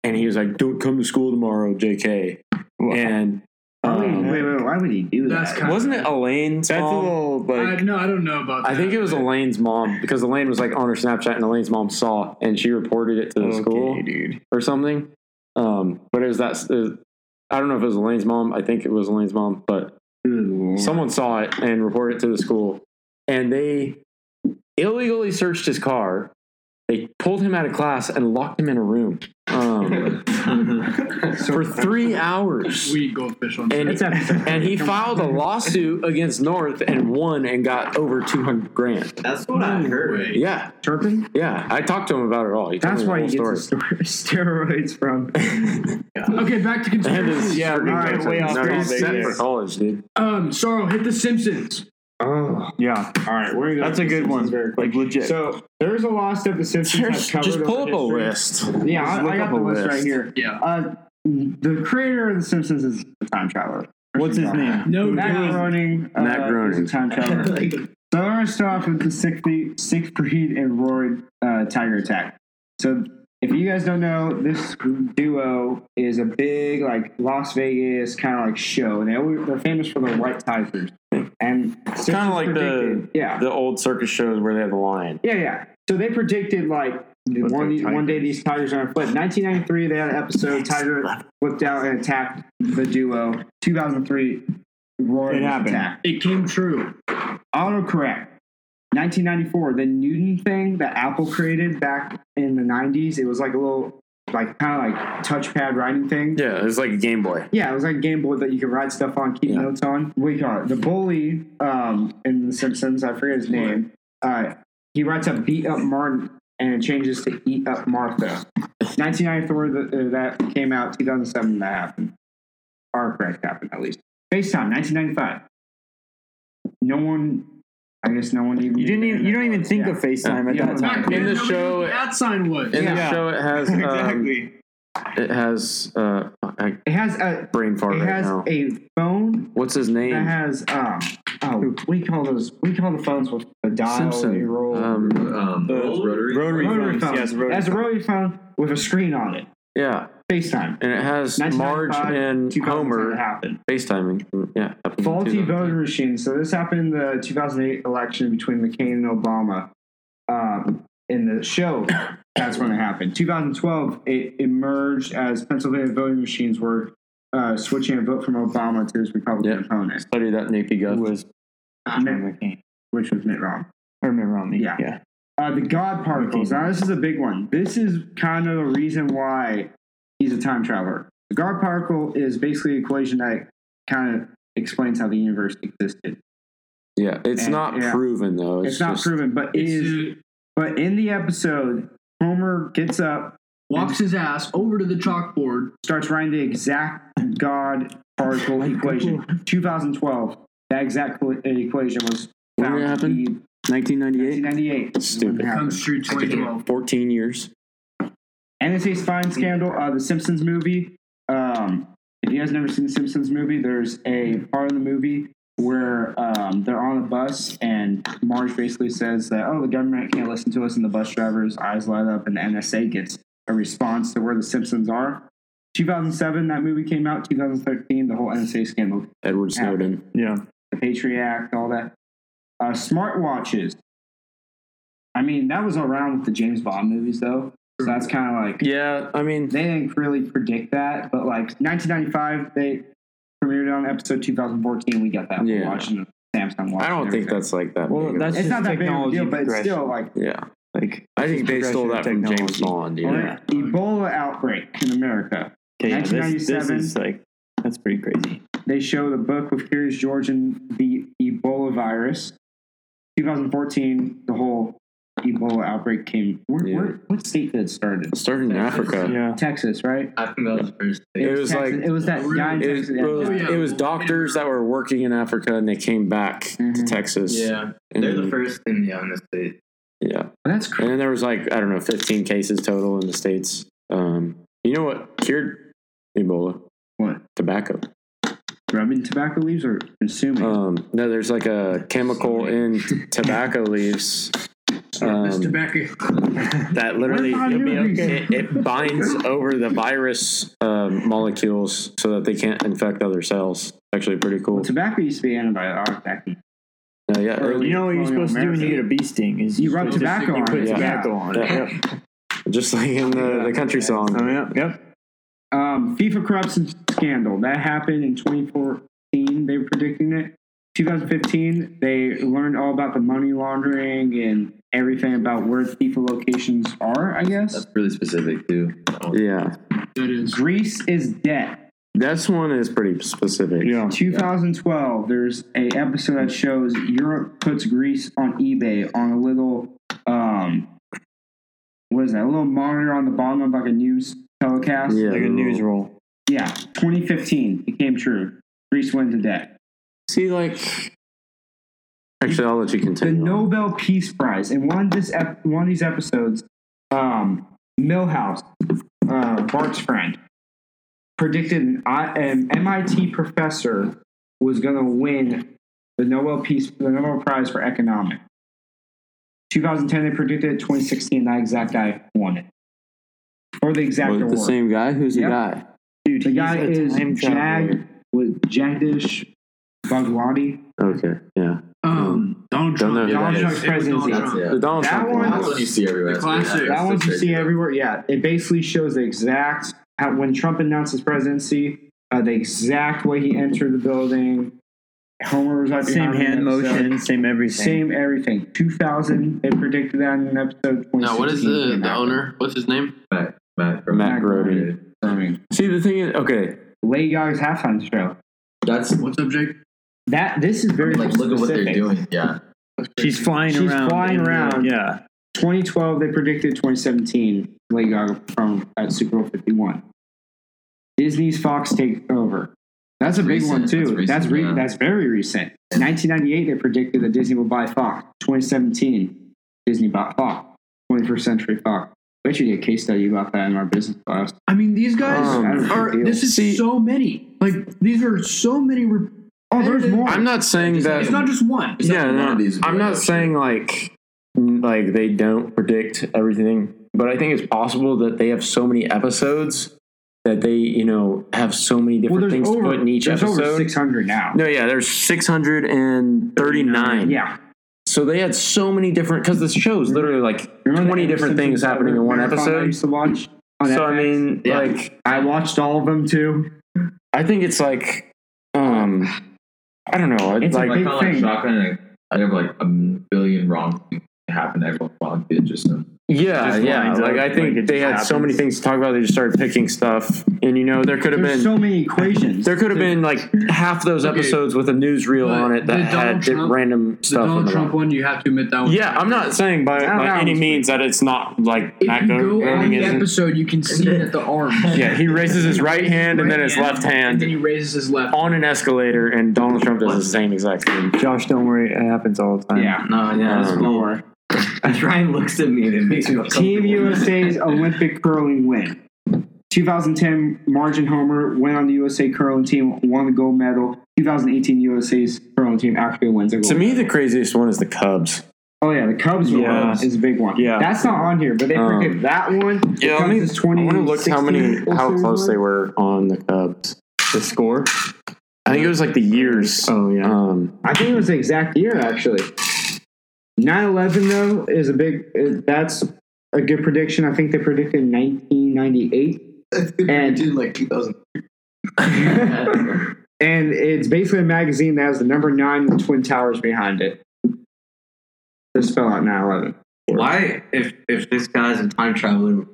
Speaker 5: and he was like, "Don't come to school tomorrow, J.K." And um,
Speaker 3: wait, wait, wait, why would he do
Speaker 6: That's
Speaker 3: that?
Speaker 6: kind
Speaker 5: wasn't it Elaine's
Speaker 2: that's a
Speaker 5: mom?
Speaker 2: little
Speaker 6: I,
Speaker 2: like
Speaker 6: no, I don't know about.
Speaker 5: I think
Speaker 6: that.
Speaker 5: it was Elaine's mom because Elaine was like on her Snapchat, and Elaine's mom saw, and she reported it to the school
Speaker 2: okay, dude.
Speaker 5: or something. Um, but it was that. it was- I don't know if it was Elaine's mom. I think it was Elaine's mom, but
Speaker 3: Good lord.
Speaker 5: someone saw it and reported it to the school and they illegally searched his car they pulled him out of class and locked him in a room um, for three hours
Speaker 6: we goldfish on.
Speaker 5: and,
Speaker 3: That's a-
Speaker 5: and he filed a lawsuit against north and won and got over 200 grand
Speaker 1: That's what I heard.
Speaker 6: Wait.
Speaker 5: yeah
Speaker 3: Turpin?
Speaker 5: yeah i talked to him about it all he told
Speaker 3: That's
Speaker 5: me the
Speaker 3: why he
Speaker 5: whole
Speaker 3: gets
Speaker 5: story
Speaker 3: his stor- steroids from.
Speaker 6: Okay, back to
Speaker 5: and his,
Speaker 6: conspiracy.
Speaker 5: yeah,
Speaker 3: All right,
Speaker 5: he's
Speaker 3: way
Speaker 2: off
Speaker 5: not
Speaker 2: topic
Speaker 5: set
Speaker 2: there.
Speaker 5: for college, dude.
Speaker 6: Um, Sorrow hit the Simpsons.
Speaker 3: Oh,
Speaker 2: Yeah,
Speaker 3: all right. Where are you
Speaker 2: that's a
Speaker 3: going?
Speaker 2: good one.
Speaker 3: Very quick.
Speaker 2: Like legit.
Speaker 3: So there's a lot of stuff the Simpsons have covered.
Speaker 5: Just pull up
Speaker 3: over
Speaker 5: a
Speaker 3: history.
Speaker 5: list.
Speaker 3: Yeah,
Speaker 5: Just
Speaker 3: I,
Speaker 5: look
Speaker 3: I
Speaker 5: up
Speaker 3: got the
Speaker 5: a
Speaker 3: list,
Speaker 5: list.
Speaker 3: right here.
Speaker 6: Yeah.
Speaker 3: Uh, the creator of The Simpsons is a time traveler.
Speaker 2: What's his name?
Speaker 6: No,
Speaker 3: Matt
Speaker 6: doubt.
Speaker 3: Groening. Uh,
Speaker 5: Matt Groening.
Speaker 3: is a time traveler. so
Speaker 1: Like,
Speaker 3: we're going to start off with the Siegfried, Siegfried and Roy uh, Tiger Attack. So if you guys don't know, this duo is a big like Las Vegas kind of like show, and they always, they're famous for their white tigers. And it's
Speaker 5: Kind of like the
Speaker 3: yeah
Speaker 5: the old circus shows where they have the lion.
Speaker 3: Yeah, yeah. So they predicted like
Speaker 5: But
Speaker 3: one,
Speaker 5: they're
Speaker 3: one day
Speaker 5: tigers.
Speaker 3: these tigers are gonna flip. 1993, they had an episode Tiger flipped out and attacked the duo. 2003, Roy
Speaker 2: It
Speaker 3: was
Speaker 2: happened.
Speaker 3: attacked.
Speaker 6: It came true.
Speaker 3: Autocorrect. 1994, the Newton thing that Apple created back in the 90s. It was like a little, like kind of like touchpad writing thing.
Speaker 5: Yeah, it's like a Game Boy.
Speaker 3: Yeah, it was like a game board that you could write stuff on, keep
Speaker 5: Yeah.
Speaker 3: notes on. We call it the bully um, in The Simpsons. I forget his name. Uh, he writes up "beat up Martin" and it changes to "eat up Martha." 1994 the, uh, that came out. 2007 that happened. Our correct happened at least. FaceTime 1995. No one. I guess no one even.
Speaker 2: You didn't. Even, you don't even think
Speaker 3: Yeah.
Speaker 2: of FaceTime
Speaker 3: Yeah.
Speaker 2: at that time.
Speaker 6: Man,
Speaker 5: In the
Speaker 6: nobody
Speaker 5: show-
Speaker 6: knew what that sign was.
Speaker 5: In the
Speaker 3: Yeah.
Speaker 5: show, it has um,
Speaker 2: Exactly.
Speaker 5: It has uh, I
Speaker 3: It has a.
Speaker 5: brain fart
Speaker 3: It
Speaker 5: right
Speaker 3: has
Speaker 5: now.
Speaker 3: a phone
Speaker 5: What's his
Speaker 3: that
Speaker 5: name?
Speaker 3: has um oh we call those we call the phones with the dial
Speaker 5: Simpson.
Speaker 3: you roll
Speaker 5: Um,
Speaker 7: Um,
Speaker 2: The
Speaker 7: rotary.
Speaker 2: rotary
Speaker 3: rotary
Speaker 2: phones.
Speaker 3: phone.
Speaker 2: Yes, rotary
Speaker 3: That's a rotary phone with a screen on it.
Speaker 5: yeah,
Speaker 3: FaceTime.
Speaker 5: And it has Marge
Speaker 3: 1995,
Speaker 5: and
Speaker 3: 2000
Speaker 5: Homer
Speaker 3: happened.
Speaker 5: FaceTiming. Yeah. happened
Speaker 3: Faulty
Speaker 5: too, though.
Speaker 3: voting machines. So this happened in the 2008 election between McCain and Obama. Um, in the show, that's when it happened. 2012, it emerged as Pennsylvania voting machines were uh, switching a vote from Obama to his Republican
Speaker 5: Yep.
Speaker 3: opponent,
Speaker 5: Study that Nate Gov.
Speaker 2: was
Speaker 3: Mitt-
Speaker 2: McCain.
Speaker 3: which was Mitt Romney.
Speaker 2: Um, Or Mitt Romney.
Speaker 3: Yeah.
Speaker 2: yeah.
Speaker 3: Uh, the God particles. Now, this is a big one. This is kind of the reason why he's a time traveler. The God particle is basically an equation that kind of explains how the universe existed.
Speaker 5: Yeah, it's
Speaker 3: And-
Speaker 5: not
Speaker 3: yeah.
Speaker 5: proven though.
Speaker 3: It's,
Speaker 5: It's,
Speaker 3: not
Speaker 5: just,
Speaker 3: proven, but it is. But in the episode, Homer gets up,
Speaker 6: Walks his ass over to the chalkboard.
Speaker 3: starts writing the exact God particle equation. 2012. That exact equa- equation was
Speaker 5: When did
Speaker 3: found
Speaker 5: it
Speaker 3: to
Speaker 5: happen?
Speaker 3: be
Speaker 5: 1998.
Speaker 3: 1998. is when it
Speaker 5: Stupid.
Speaker 3: happened.
Speaker 6: Comes through 2012.
Speaker 5: 14 years.
Speaker 3: NSA Spine Scandal, uh, the Simpsons movie. Um, if you guys never seen the Simpsons movie, there's a part of the movie where um, they're on a bus and Marge basically says that, oh, the government can't listen to us, and the bus driver's eyes light up, and the NSA gets a response to where the Simpsons are. 2007, that movie came out. 2013, the whole NSA scandal,
Speaker 5: Edward Snowden.
Speaker 2: Yeah.
Speaker 3: the Patriot Act, all that. Uh, smartwatches. I mean, that was around with the James Bond movies, though. So that's kind of like
Speaker 5: Yeah, I mean,
Speaker 3: they didn't really predict that, but like 1995, they premiered on episode 2014. We got that
Speaker 5: Yeah.
Speaker 3: watching the Samsung watch.
Speaker 5: I don't
Speaker 3: and
Speaker 5: think
Speaker 3: everything.
Speaker 5: that's like that.
Speaker 2: Well,
Speaker 5: big of a-
Speaker 2: that's-
Speaker 3: it's not that big of a
Speaker 2: Technology
Speaker 3: deal, but it's
Speaker 2: progression.
Speaker 3: still like
Speaker 5: yeah.
Speaker 2: Like
Speaker 5: I think they stole that
Speaker 2: progression
Speaker 5: from
Speaker 2: of
Speaker 5: James
Speaker 2: technology.
Speaker 5: Bond.
Speaker 3: or
Speaker 5: Yeah.
Speaker 3: Ebola outbreak in America.
Speaker 2: Okay, yeah, this, this
Speaker 3: 1997.
Speaker 2: is like that's pretty crazy.
Speaker 3: They show the book with Curious George and the Ebola virus. 2014, the whole Ebola outbreak came. Where,
Speaker 5: Yeah.
Speaker 3: where, what state did it start in?
Speaker 5: Starting in Africa.
Speaker 2: Yeah.
Speaker 3: Texas, right?
Speaker 1: I think that was the first thing.
Speaker 5: It was
Speaker 3: Texas.
Speaker 5: like-
Speaker 3: it was that guy in
Speaker 5: It was,
Speaker 3: Texas.
Speaker 5: it was-
Speaker 6: Oh, yeah.
Speaker 5: it was doctors that were working in Africa and they came back to
Speaker 3: Mhm.
Speaker 5: Texas.
Speaker 1: Yeah,
Speaker 5: And,
Speaker 1: they're the first in the on the state.
Speaker 5: Yeah.
Speaker 3: That's crazy.
Speaker 5: And then there was like, I don't know, 15 cases total in the States. Um, you know what cured Ebola?
Speaker 3: What?
Speaker 5: Tobacco.
Speaker 3: Rubbing tobacco leaves or consuming?
Speaker 5: Um, no, there's like a chemical in t- tobacco leves
Speaker 6: This
Speaker 5: um,
Speaker 6: tobacco.
Speaker 5: that literally
Speaker 3: Where's my movies?
Speaker 5: it, it binds over the virus um, molecules so that they can't infect other cells. Actually, pretty cool.
Speaker 3: Well, tobacco used to be antibiotic back in
Speaker 5: Uh, yeah,
Speaker 3: or-
Speaker 5: it-
Speaker 2: You know what you're supposed to do when you get a bee sting is
Speaker 3: You rub
Speaker 2: supposed to-
Speaker 3: tobacco
Speaker 2: you
Speaker 3: on
Speaker 2: put
Speaker 3: it.
Speaker 2: tobacco
Speaker 3: Yeah.
Speaker 2: on it.
Speaker 5: yeah, yeah. just like in the, the country
Speaker 2: Oh,
Speaker 5: song.
Speaker 2: yeah. Yep.
Speaker 3: Um, FIFA corruption scandal that happened in 2014. They were predicting it. 2015, they learned all about the money laundering and everything about where FIFA locations are. I guess
Speaker 7: That's really specific too.
Speaker 5: Yeah,
Speaker 6: That is.
Speaker 3: Greece is debt.
Speaker 5: that's one is pretty specific.
Speaker 2: Yeah.
Speaker 3: 2012, there's a episode that shows Europe puts Greece on eBay on a little um, what is that? A little monitor on the bottom of like a news telecast.
Speaker 5: yeah.
Speaker 2: Like a news roll.
Speaker 3: Yeah, 2015 it came true. Greece went to debt.
Speaker 5: See, like actually, I'll let you
Speaker 3: The
Speaker 5: continue.
Speaker 3: Nobel Peace Prize in one of this ep- one of these episodes, um, Millhouse, uh, Bart's friend, predicted an, I, an MIT professor was going to win the Nobel Peace the Nobel Prize for Economics. 2010 they predicted it. 2016 that exact guy won it, or the exact
Speaker 5: Was it
Speaker 3: award.
Speaker 5: the same guy? Who's the
Speaker 3: Yep.
Speaker 5: guy?
Speaker 2: Dude,
Speaker 3: the
Speaker 2: he's
Speaker 3: guy
Speaker 2: a
Speaker 3: is
Speaker 2: time traveler.
Speaker 3: Jag with Jagdish Bhagwati.
Speaker 5: Okay, yeah.
Speaker 6: Um, Donald
Speaker 5: Don't know
Speaker 6: Trump.
Speaker 5: who
Speaker 6: yeah.
Speaker 5: that is.
Speaker 6: It was Donald
Speaker 7: That's,
Speaker 6: Trump.
Speaker 7: yeah.
Speaker 5: The Donald
Speaker 3: That
Speaker 5: Trump
Speaker 3: one-
Speaker 7: That's one you see everywhere.
Speaker 6: The classic.
Speaker 3: That one you see
Speaker 7: everywhere.
Speaker 3: everywhere. Yeah, it basically shows the exact how when Trump announced his presidency, uh, the exact way he entered the building. Homer was right
Speaker 2: Same
Speaker 3: behind him,
Speaker 2: hand
Speaker 3: so-
Speaker 2: motion, same everything.
Speaker 3: same everything. Two thousand, they predicted that in an episode.
Speaker 4: Now, what is
Speaker 3: 2016,
Speaker 4: the,
Speaker 3: came
Speaker 4: the
Speaker 3: out.
Speaker 4: owner? What's his name?
Speaker 7: Matt, Matt, from-
Speaker 5: Matt Groening.
Speaker 3: I mean,
Speaker 5: See, the thing is, okay,
Speaker 3: Lady Gaga's halftime show.
Speaker 7: That's
Speaker 6: What subject?
Speaker 3: That this is very
Speaker 7: like look at what they're
Speaker 3: specific.
Speaker 7: doing. Yeah.
Speaker 2: She's flying
Speaker 3: She's
Speaker 2: around.
Speaker 3: flying
Speaker 2: and, uh,
Speaker 3: around.
Speaker 2: Yeah.
Speaker 3: 2012, they predicted 2017, Lady Gaga performed at Super Bowl 51. Disney's Fox take over. That's a big
Speaker 7: Recent.
Speaker 3: one too. That's that's,
Speaker 7: That's recent,
Speaker 3: re-
Speaker 7: yeah.
Speaker 3: that's very recent. 1998, they predicted that Disney will buy Fox. 2017, Disney bought Fox. 21st Century Fox. We actually did a case study about that in our business class.
Speaker 6: I mean, these guys
Speaker 3: Um,
Speaker 6: are. This is
Speaker 5: see-
Speaker 6: so many. Like these are so many. Re-
Speaker 3: Oh, there's more.
Speaker 5: I'm not saying that.
Speaker 6: it's not just one.
Speaker 5: yeah,
Speaker 7: one
Speaker 5: no,
Speaker 7: of these
Speaker 5: I'm not
Speaker 7: videos.
Speaker 5: saying like like they don't predict everything, but I think it's possible that they have so many episodes that they you know have so many
Speaker 3: Well,
Speaker 5: different
Speaker 3: there's
Speaker 5: things to
Speaker 3: over
Speaker 5: put in each
Speaker 3: there's
Speaker 5: episode.
Speaker 3: over 600 now.
Speaker 5: no, yeah, there's 639.
Speaker 3: Yeah,
Speaker 5: So they had so many different because this show's literally like
Speaker 3: remember the
Speaker 5: 20 different
Speaker 3: Simpsons
Speaker 5: things happening in one
Speaker 3: marathon I
Speaker 5: episode.
Speaker 3: used to watch. on
Speaker 5: So I
Speaker 3: FX?
Speaker 5: mean,
Speaker 4: Yeah.
Speaker 5: like
Speaker 3: I watched all of them too.
Speaker 5: I think it's like um I don't know. It's
Speaker 3: It's
Speaker 5: like
Speaker 3: like-
Speaker 7: Like, kind of like
Speaker 3: thing.
Speaker 7: shotgun, and I have like a billion wrong things that happen to everyone while it just
Speaker 5: yeah,
Speaker 3: just
Speaker 5: yeah.
Speaker 3: lines
Speaker 5: Like
Speaker 3: up,
Speaker 5: I think
Speaker 3: like, it
Speaker 5: they had
Speaker 3: just
Speaker 5: so many
Speaker 3: happens.
Speaker 5: things to talk about. They just started picking stuff, and you know there could have been
Speaker 3: There's so many equations.
Speaker 5: there could have been like half those
Speaker 6: Okay.
Speaker 5: episodes with a newsreel
Speaker 6: But
Speaker 5: on it that
Speaker 6: the Donald
Speaker 5: had di-
Speaker 6: Trump-
Speaker 5: random
Speaker 6: The
Speaker 5: stuff. in
Speaker 6: Donald
Speaker 5: the
Speaker 6: Trump one, you have to admit that one.
Speaker 5: Yeah, I'm not saying by,
Speaker 3: don't know.
Speaker 5: by any means that it's not like
Speaker 6: If
Speaker 5: Matt
Speaker 6: you go on
Speaker 5: Groening
Speaker 6: the
Speaker 5: isn't.
Speaker 6: episode, you can see that the arms.
Speaker 5: Yeah, he raises his right hand and then his
Speaker 6: Right
Speaker 5: left
Speaker 6: And then
Speaker 5: hand
Speaker 6: he raises his left.
Speaker 5: on an escalator, and Donald Trump does the same exact thing.
Speaker 2: Josh, don't worry, it happens all the time.
Speaker 3: Yeah.
Speaker 1: No, yeah, that's
Speaker 5: Um,
Speaker 1: cool. Ryan looks at me and it makes me feel
Speaker 3: Team
Speaker 1: comfortable.
Speaker 3: USA's Olympic curling win. 2010 Margin Homer went on the USA curling team, won the gold medal. 2018 USA's curling team actually wins a gold.
Speaker 5: To me, the craziest one is the Cubs.
Speaker 3: oh yeah, the Cubs
Speaker 5: Yeah.
Speaker 3: one is a big one.
Speaker 5: Yeah.
Speaker 3: that's not on here, but they
Speaker 5: Um,
Speaker 3: forget that one.
Speaker 5: Yeah,
Speaker 3: Cubs
Speaker 5: let me.
Speaker 3: is
Speaker 5: I want to look how many,
Speaker 3: 2016
Speaker 5: how
Speaker 3: All-Star
Speaker 5: close they
Speaker 3: one.
Speaker 5: were on the Cubs.
Speaker 2: The score?
Speaker 5: I think it was like the years.
Speaker 2: Oh, yeah.
Speaker 5: Um,
Speaker 3: I think it was the exact year actually. 9/11 though is a big. uh, That's a good prediction. I think they predicted 1998. And
Speaker 1: Dude, like 2000.
Speaker 3: and it's basically a magazine that has the number nine with twin towers behind it. Just spell out 9/11.
Speaker 1: Why, if if this guy's a time traveler,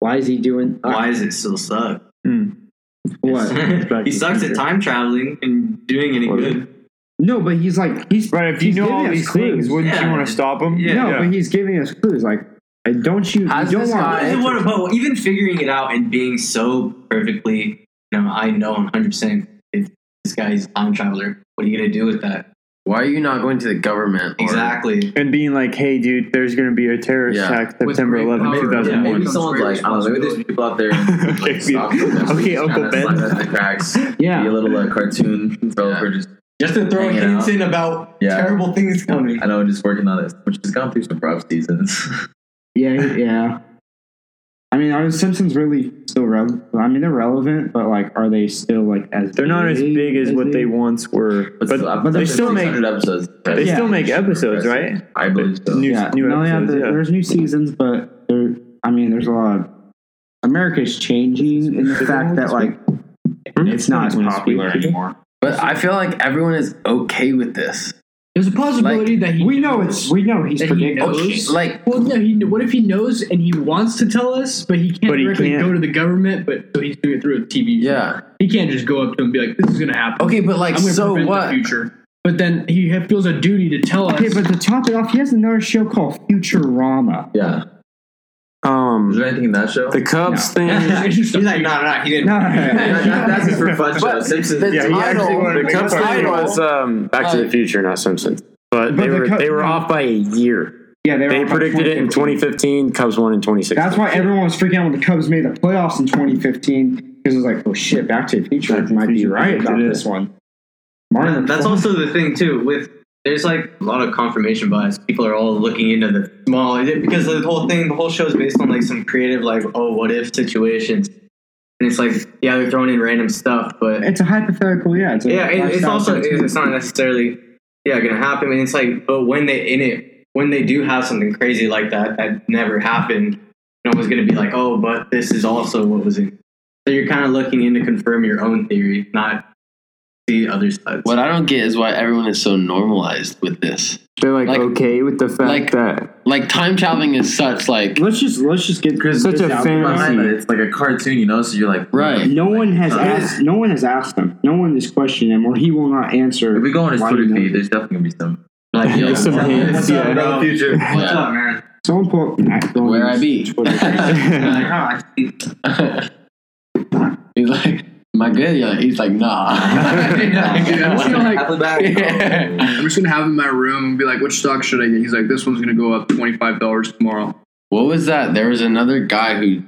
Speaker 3: Why is he doing uh,
Speaker 1: why is it still suck?
Speaker 3: what?
Speaker 1: he sucks at time traveling and doing any good.
Speaker 3: No, but he's like he's
Speaker 2: Right, if you
Speaker 3: He's
Speaker 2: know
Speaker 3: giving
Speaker 2: all
Speaker 3: us
Speaker 2: these
Speaker 3: clues.
Speaker 2: things, wouldn't you
Speaker 1: Yeah.
Speaker 2: want to stop them?
Speaker 1: Yeah.
Speaker 3: no, but he's giving us clues. Like, uh, don't you?
Speaker 7: How's
Speaker 3: you don't
Speaker 7: this
Speaker 3: want.
Speaker 7: guy-
Speaker 1: Even what about even figuring it out and being so perfectly, you know, I know 100 percent this guy's a time traveler. What are you gonna do with that?
Speaker 4: Why are you not going to the government? or-
Speaker 1: Exactly.
Speaker 2: And being like, hey, dude, there's going to be a terrorist
Speaker 4: Yeah.
Speaker 2: attack
Speaker 6: With
Speaker 2: September
Speaker 6: great
Speaker 2: 11th,
Speaker 6: power,
Speaker 1: Yeah,
Speaker 2: 2001.
Speaker 7: Maybe
Speaker 1: Someone's
Speaker 7: someone's
Speaker 1: great
Speaker 7: like, I don't
Speaker 6: "Oh,
Speaker 7: know, maybe there's people out there.
Speaker 2: Okay,
Speaker 7: Like, stop them. That's
Speaker 2: okay,
Speaker 7: just
Speaker 2: Uncle
Speaker 7: kinda
Speaker 2: Ben.
Speaker 7: slide that in the cracks. Be a
Speaker 3: Yeah,
Speaker 7: little uh, cartoon developer. Just
Speaker 1: Just to
Speaker 7: throw Hanging hints out.
Speaker 1: in about
Speaker 7: Yeah.
Speaker 1: terrible things coming.
Speaker 7: I know, just working on this, which has gone through some rough seasons.
Speaker 3: yeah, yeah. I mean, are the Simpsons really still relevant? I mean, they're relevant, but like, are they still like as?
Speaker 2: They're not as big as what they once were, but,
Speaker 7: I've
Speaker 2: but they
Speaker 7: done
Speaker 2: still make
Speaker 7: 600 episodes.
Speaker 2: they still make episodes, right?
Speaker 7: I believe so.
Speaker 2: New,
Speaker 3: Yeah,
Speaker 2: new
Speaker 3: no, yeah,
Speaker 2: episodes,
Speaker 3: there-
Speaker 2: yeah.
Speaker 3: There's new seasons, but there. I mean, there's a lot. Of, America's changing in the fact that like it's not as popular anymore.
Speaker 4: But I feel like everyone is okay with this.
Speaker 6: There's a possibility that he
Speaker 3: We know it's. We know he's
Speaker 6: that he
Speaker 3: predicting.
Speaker 6: knows.
Speaker 4: Like
Speaker 6: Well, no. He, what if he knows and he wants to tell us, but he can't
Speaker 2: But he
Speaker 6: directly
Speaker 2: can't.
Speaker 6: go to the government? But so he's doing it through a TV. show.
Speaker 4: yeah.
Speaker 6: He can't just go up to him and be like, "This is gonna happen."
Speaker 4: Okay, but like
Speaker 6: I'm gonna
Speaker 4: so
Speaker 6: prevent
Speaker 4: what?
Speaker 6: the future. But then he ha- feels a duty to tell us.
Speaker 3: Okay, but to top it off, he has another show called Futurama.
Speaker 7: Yeah. Is
Speaker 5: um,
Speaker 7: there anything in that show?
Speaker 5: the Cubs thing.
Speaker 6: He's like,
Speaker 1: no, no, he didn't.
Speaker 3: No,
Speaker 7: That- that- that's just for fun show. Simpsons.
Speaker 4: the
Speaker 2: Yeah, he actually
Speaker 4: title,
Speaker 2: wanted to
Speaker 4: the
Speaker 2: make a
Speaker 4: Cubs
Speaker 2: part
Speaker 4: title
Speaker 5: was um, Back to the Future, not Simpsons. But,
Speaker 3: But
Speaker 5: they
Speaker 3: the
Speaker 5: were
Speaker 3: Cubs-
Speaker 5: they were
Speaker 3: no.
Speaker 5: off by a year.
Speaker 3: yeah, were
Speaker 5: They
Speaker 3: up by
Speaker 5: predicted it in 2015. Cubs won in 2016.
Speaker 3: That's why everyone was freaking out when the Cubs made the playoffs in 2015 because it was like, oh shit, Back to the Future
Speaker 2: Back to the
Speaker 3: might be
Speaker 2: Future
Speaker 3: right about
Speaker 2: predicted it.
Speaker 3: this one. Martin,
Speaker 1: That's also the thing too. With there's like a lot of confirmation bias. People are all looking into the small because the whole thing, the whole show is based on like some creative, like oh, what if situations, and it's like yeah, they're throwing in random stuff, but
Speaker 3: it's a hypothetical. Yeah, it's a
Speaker 1: yeah, it, it's
Speaker 3: lifestyle
Speaker 1: also
Speaker 3: choice.
Speaker 1: it's not necessarily yeah gonna happen. And it's like, but when they in it, when they do have something crazy like that that never happened, no one's gonna be like, oh, but this is also what was in. So you're kind of looking in to confirm your own theory, not the other side.
Speaker 4: What I don't get is why everyone is so normalized with this.
Speaker 2: They're like,
Speaker 4: Like-
Speaker 2: okay with the fact
Speaker 4: like-
Speaker 2: that
Speaker 4: Like time traveling is such like
Speaker 3: Let's just let's just get
Speaker 7: Because
Speaker 2: such a
Speaker 3: out
Speaker 7: in my mind,
Speaker 2: fantasy.
Speaker 7: it's like a cartoon, you know. So you're like,
Speaker 4: Right.
Speaker 3: No one has
Speaker 7: Uh,
Speaker 3: asked. No one has asked him. No one has questioned him, or he will not answer.
Speaker 7: If we go on his
Speaker 3: Why do you
Speaker 7: Twitter
Speaker 3: know
Speaker 7: feed, there's definitely gonna be some.
Speaker 4: like yo,
Speaker 2: There's some hints,
Speaker 1: What's up,
Speaker 2: yeah.
Speaker 1: bro?
Speaker 7: future.
Speaker 1: What's up, man?
Speaker 3: Someone pull. I don't
Speaker 4: where I
Speaker 3: use
Speaker 4: be.
Speaker 3: Twitter.
Speaker 1: Like, oh, I-
Speaker 4: he's like, Am I good? Yeah, he's like, nah.
Speaker 6: I'm just gonna like,
Speaker 4: Yeah.
Speaker 6: I'm just gonna have him in my room and be like, "Which stock should I get?" He's like, "This one's gonna go up twenty five dollars tomorrow."
Speaker 4: What was that? There was another guy who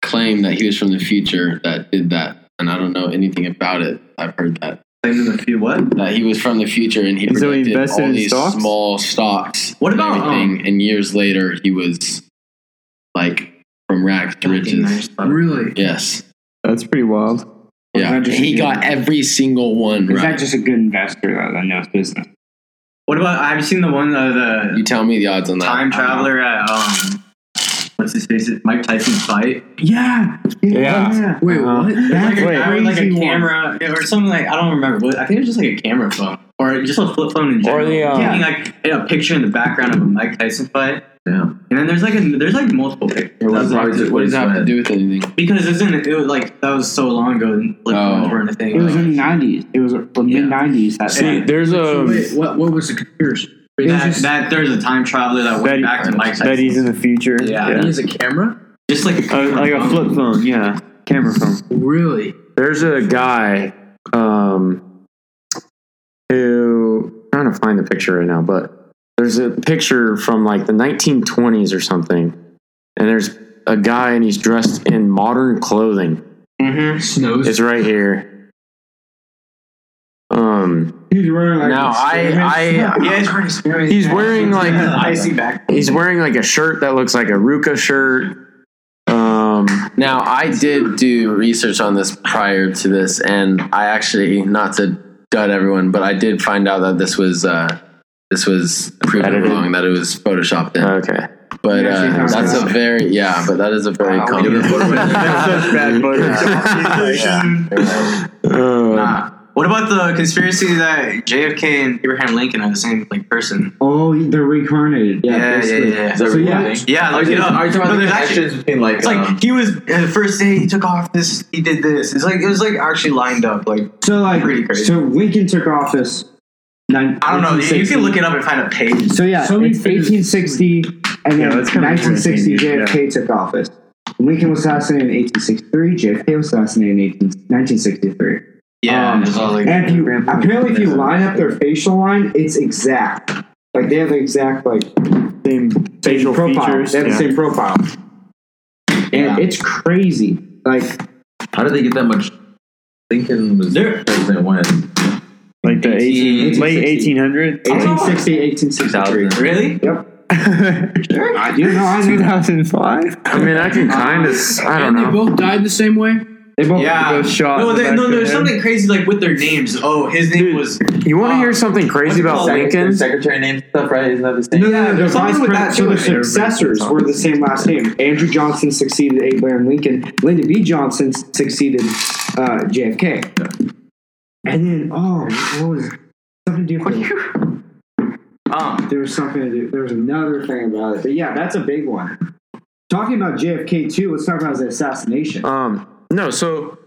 Speaker 4: claimed that he was from the future that did that, and I don't know anything about it. I've heard that
Speaker 1: Claiming the few what?
Speaker 4: that he was from the future and he
Speaker 2: And so he
Speaker 4: predicted
Speaker 2: invested
Speaker 4: all
Speaker 2: in
Speaker 4: these
Speaker 2: stocks?
Speaker 4: small stocks.
Speaker 1: What
Speaker 4: and
Speaker 1: about, um,
Speaker 4: everything? and years later, he was like from rags to riches.
Speaker 6: Really?
Speaker 4: Yes,
Speaker 2: That's pretty wild.
Speaker 4: Yeah,
Speaker 3: that just
Speaker 4: he
Speaker 3: a good-
Speaker 4: got every single one
Speaker 3: Is
Speaker 4: right.
Speaker 3: that just a good investor though that knows business?
Speaker 1: What about have you seen the one uh, the
Speaker 4: you tell me the odds on that.
Speaker 1: time traveler at um what's his face? Mike Tyson's fight?
Speaker 3: Yeah.
Speaker 2: Yeah.
Speaker 6: Wait,
Speaker 2: Uh-huh.
Speaker 6: what?
Speaker 1: Like
Speaker 3: That's
Speaker 1: a guy with like a
Speaker 3: crazy one.
Speaker 1: camera or something like I don't remember. But I think it was just like a camera phone or just a flip phone in general.
Speaker 5: the, uh,
Speaker 1: Taking, like in a picture in the background of a Mike Tyson fight.
Speaker 7: Yeah.
Speaker 1: And then there's like a, there's like multiple pictures
Speaker 4: What does,
Speaker 7: That's
Speaker 4: that,
Speaker 7: always
Speaker 4: what does that have to
Speaker 7: what
Speaker 4: do with anything?
Speaker 1: because isn't it, it was like that was so long ago and flip
Speaker 4: Oh.
Speaker 1: phones weren't a thing.
Speaker 3: It was
Speaker 1: like,
Speaker 3: in the nineties. It was the
Speaker 1: Yeah.
Speaker 3: mid nineties that
Speaker 5: See, there's a
Speaker 2: Um,
Speaker 6: Wait, what? What was the comparison?
Speaker 3: was
Speaker 1: that,
Speaker 3: just-
Speaker 1: that there's a time traveler that
Speaker 2: That
Speaker 1: went
Speaker 2: he-
Speaker 1: back to Mike
Speaker 2: That he's
Speaker 1: Tyson.
Speaker 2: in the future.
Speaker 1: Yeah.
Speaker 6: He has a camera.
Speaker 1: Just like a
Speaker 2: Uh, like a
Speaker 1: phone.
Speaker 2: flip phone. Yeah. Camera phone.
Speaker 6: Really?
Speaker 5: there's a guy um who I'm trying to find the picture right now, but there's a picture from like the 1920s or something, and there's a guy and he's dressed in modern clothing.
Speaker 2: Mm-hmm.
Speaker 6: Snows.
Speaker 5: It's right here. Um,
Speaker 3: he's wearing like
Speaker 5: now I I
Speaker 1: Yeah, it's pretty scary.
Speaker 5: he's wearing like
Speaker 1: icy back.
Speaker 5: He's wearing like a shirt that looks like a Ruka shirt. Um,
Speaker 4: Now, I did do research on this prior to this, and I actually not to dud everyone, but I did find out that this was uh, this was proven
Speaker 5: Edited. Uh,
Speaker 4: wrong that it was photoshopped in.
Speaker 5: okay.
Speaker 4: but
Speaker 3: You actually
Speaker 4: uh,
Speaker 3: found
Speaker 4: that's
Speaker 3: that
Speaker 4: a
Speaker 3: out.
Speaker 4: very yeah, but that is a very
Speaker 1: Wow, we
Speaker 4: common.
Speaker 1: did a
Speaker 2: bad
Speaker 7: Um,
Speaker 5: Uh,
Speaker 1: Nah. What about the conspiracy that JFK and Abraham Lincoln are the same like person?
Speaker 3: oh they're reincarnated. Yeah, basically.
Speaker 1: yeah.
Speaker 7: So,
Speaker 3: So, yeah.
Speaker 7: yeah.
Speaker 1: Yeah,
Speaker 7: Are
Speaker 1: look
Speaker 7: you
Speaker 1: it up.
Speaker 7: are you talking
Speaker 1: No,
Speaker 7: about the
Speaker 1: there's actually-
Speaker 7: connections between like,
Speaker 1: It's like
Speaker 7: um,
Speaker 1: he was uh, the first day he took off this, he did this. It's like it was like actually lined up. Like
Speaker 3: So like
Speaker 1: Pretty crazy.
Speaker 3: so Lincoln took office. nine-
Speaker 1: I don't know. You
Speaker 3: 1960.
Speaker 1: can look it up and find a page.
Speaker 3: So yeah,
Speaker 6: So many
Speaker 3: it's
Speaker 6: figures.
Speaker 3: 1860, and
Speaker 2: Yeah,
Speaker 3: then
Speaker 2: that's kinda
Speaker 3: 1960
Speaker 2: interesting,
Speaker 3: JFK took office. Lincoln was assassinated in 1863. JFK was assassinated in 18, 1963.
Speaker 1: Yeah,
Speaker 3: Um,
Speaker 1: it's all like
Speaker 3: And if you apparently if you line up their facial line, it's exact. Like they have the exact like
Speaker 2: Same facial
Speaker 3: profile.
Speaker 2: features.
Speaker 3: They have the
Speaker 2: Yeah.
Speaker 3: same profile, and it's crazy. Like
Speaker 7: how did they get that much? Lincoln was
Speaker 1: There-
Speaker 7: president when?
Speaker 2: Like the 18,
Speaker 7: 1860.
Speaker 2: late 1800s.
Speaker 3: 1860, 1863.
Speaker 7: 2000.
Speaker 1: Oh. really.
Speaker 3: Yep.
Speaker 2: I
Speaker 3: You know, I knew that.
Speaker 2: 2005.
Speaker 5: I mean, I can kind of. I don't
Speaker 6: and they
Speaker 5: know.
Speaker 6: both died the same way.
Speaker 2: They both
Speaker 1: Yeah.
Speaker 2: shot.
Speaker 1: No,
Speaker 2: in the
Speaker 1: they,
Speaker 2: back
Speaker 1: no,
Speaker 2: of
Speaker 1: there's
Speaker 2: the head.
Speaker 1: something crazy like with their names. Oh, his name was
Speaker 5: You want to hear something crazy about Lincoln?
Speaker 7: secretary name stuff, right? Isn't that the same?
Speaker 3: No, no, no, the
Speaker 1: something
Speaker 3: vice
Speaker 1: with that
Speaker 3: president, so
Speaker 1: too.
Speaker 3: the successors were the same last name. Andrew Johnson succeeded Abraham Lincoln. Lyndon B. Johnson succeeded uh, JFK. And then, oh, what was something to do? with-
Speaker 1: um.
Speaker 3: There was something to do. There was another thing about it, but yeah, that's a big one. Talking about JFK too. Let's talk about the assassination.
Speaker 5: Um, no. So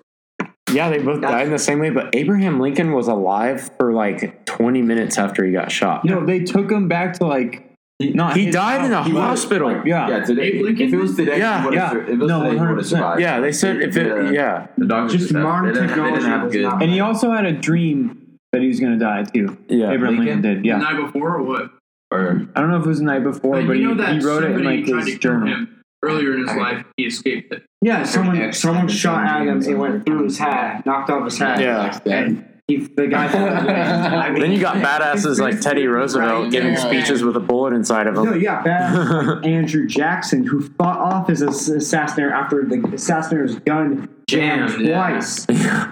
Speaker 5: yeah, they both died in the same way, but Abraham Lincoln was alive for like 20 minutes after he got shot.
Speaker 2: No, they took him back to like. Not
Speaker 5: He
Speaker 2: his
Speaker 5: died in a
Speaker 2: house. He was-
Speaker 5: hospital.
Speaker 2: Yeah.
Speaker 7: Yeah, today. If it was today,
Speaker 5: Yeah,
Speaker 7: he would've
Speaker 2: yeah.
Speaker 7: sur- if it was
Speaker 2: No,
Speaker 7: today, he would have
Speaker 2: 100%.
Speaker 7: survived.
Speaker 5: Yeah, they said if it. Yeah.
Speaker 7: The doctors
Speaker 3: Just
Speaker 7: just have-
Speaker 3: modern
Speaker 7: they didn't- they didn't have
Speaker 3: technology was
Speaker 7: good-
Speaker 3: not-
Speaker 2: And he also had a dream that he was going to die too.
Speaker 5: Yeah.
Speaker 2: Abraham Lincoln,
Speaker 7: Lincoln?
Speaker 2: did. Yeah.
Speaker 6: The night before or what?
Speaker 7: or-
Speaker 2: I don't know if it was the night before, but,
Speaker 6: you know that
Speaker 2: he, he wrote it in
Speaker 6: somebody
Speaker 2: like
Speaker 6: tried to
Speaker 2: his
Speaker 6: kill
Speaker 2: journal.
Speaker 6: him earlier in his life. He escaped it.
Speaker 3: yeah, someone
Speaker 7: Next,
Speaker 3: someone
Speaker 7: like,
Speaker 3: shot at him.
Speaker 7: James
Speaker 3: It went through his hat, knocked off his hat.
Speaker 5: Yeah.
Speaker 3: and he, the guy. I mean-
Speaker 5: Then you got badasses like Teddy Roosevelt giving speeches with a bullet inside of
Speaker 3: No,
Speaker 5: him.
Speaker 3: yeah, bad Andrew Jackson, who fought off his ass- assassinator after the assassinator's gun jammed
Speaker 1: Jammed, yeah.
Speaker 3: twice.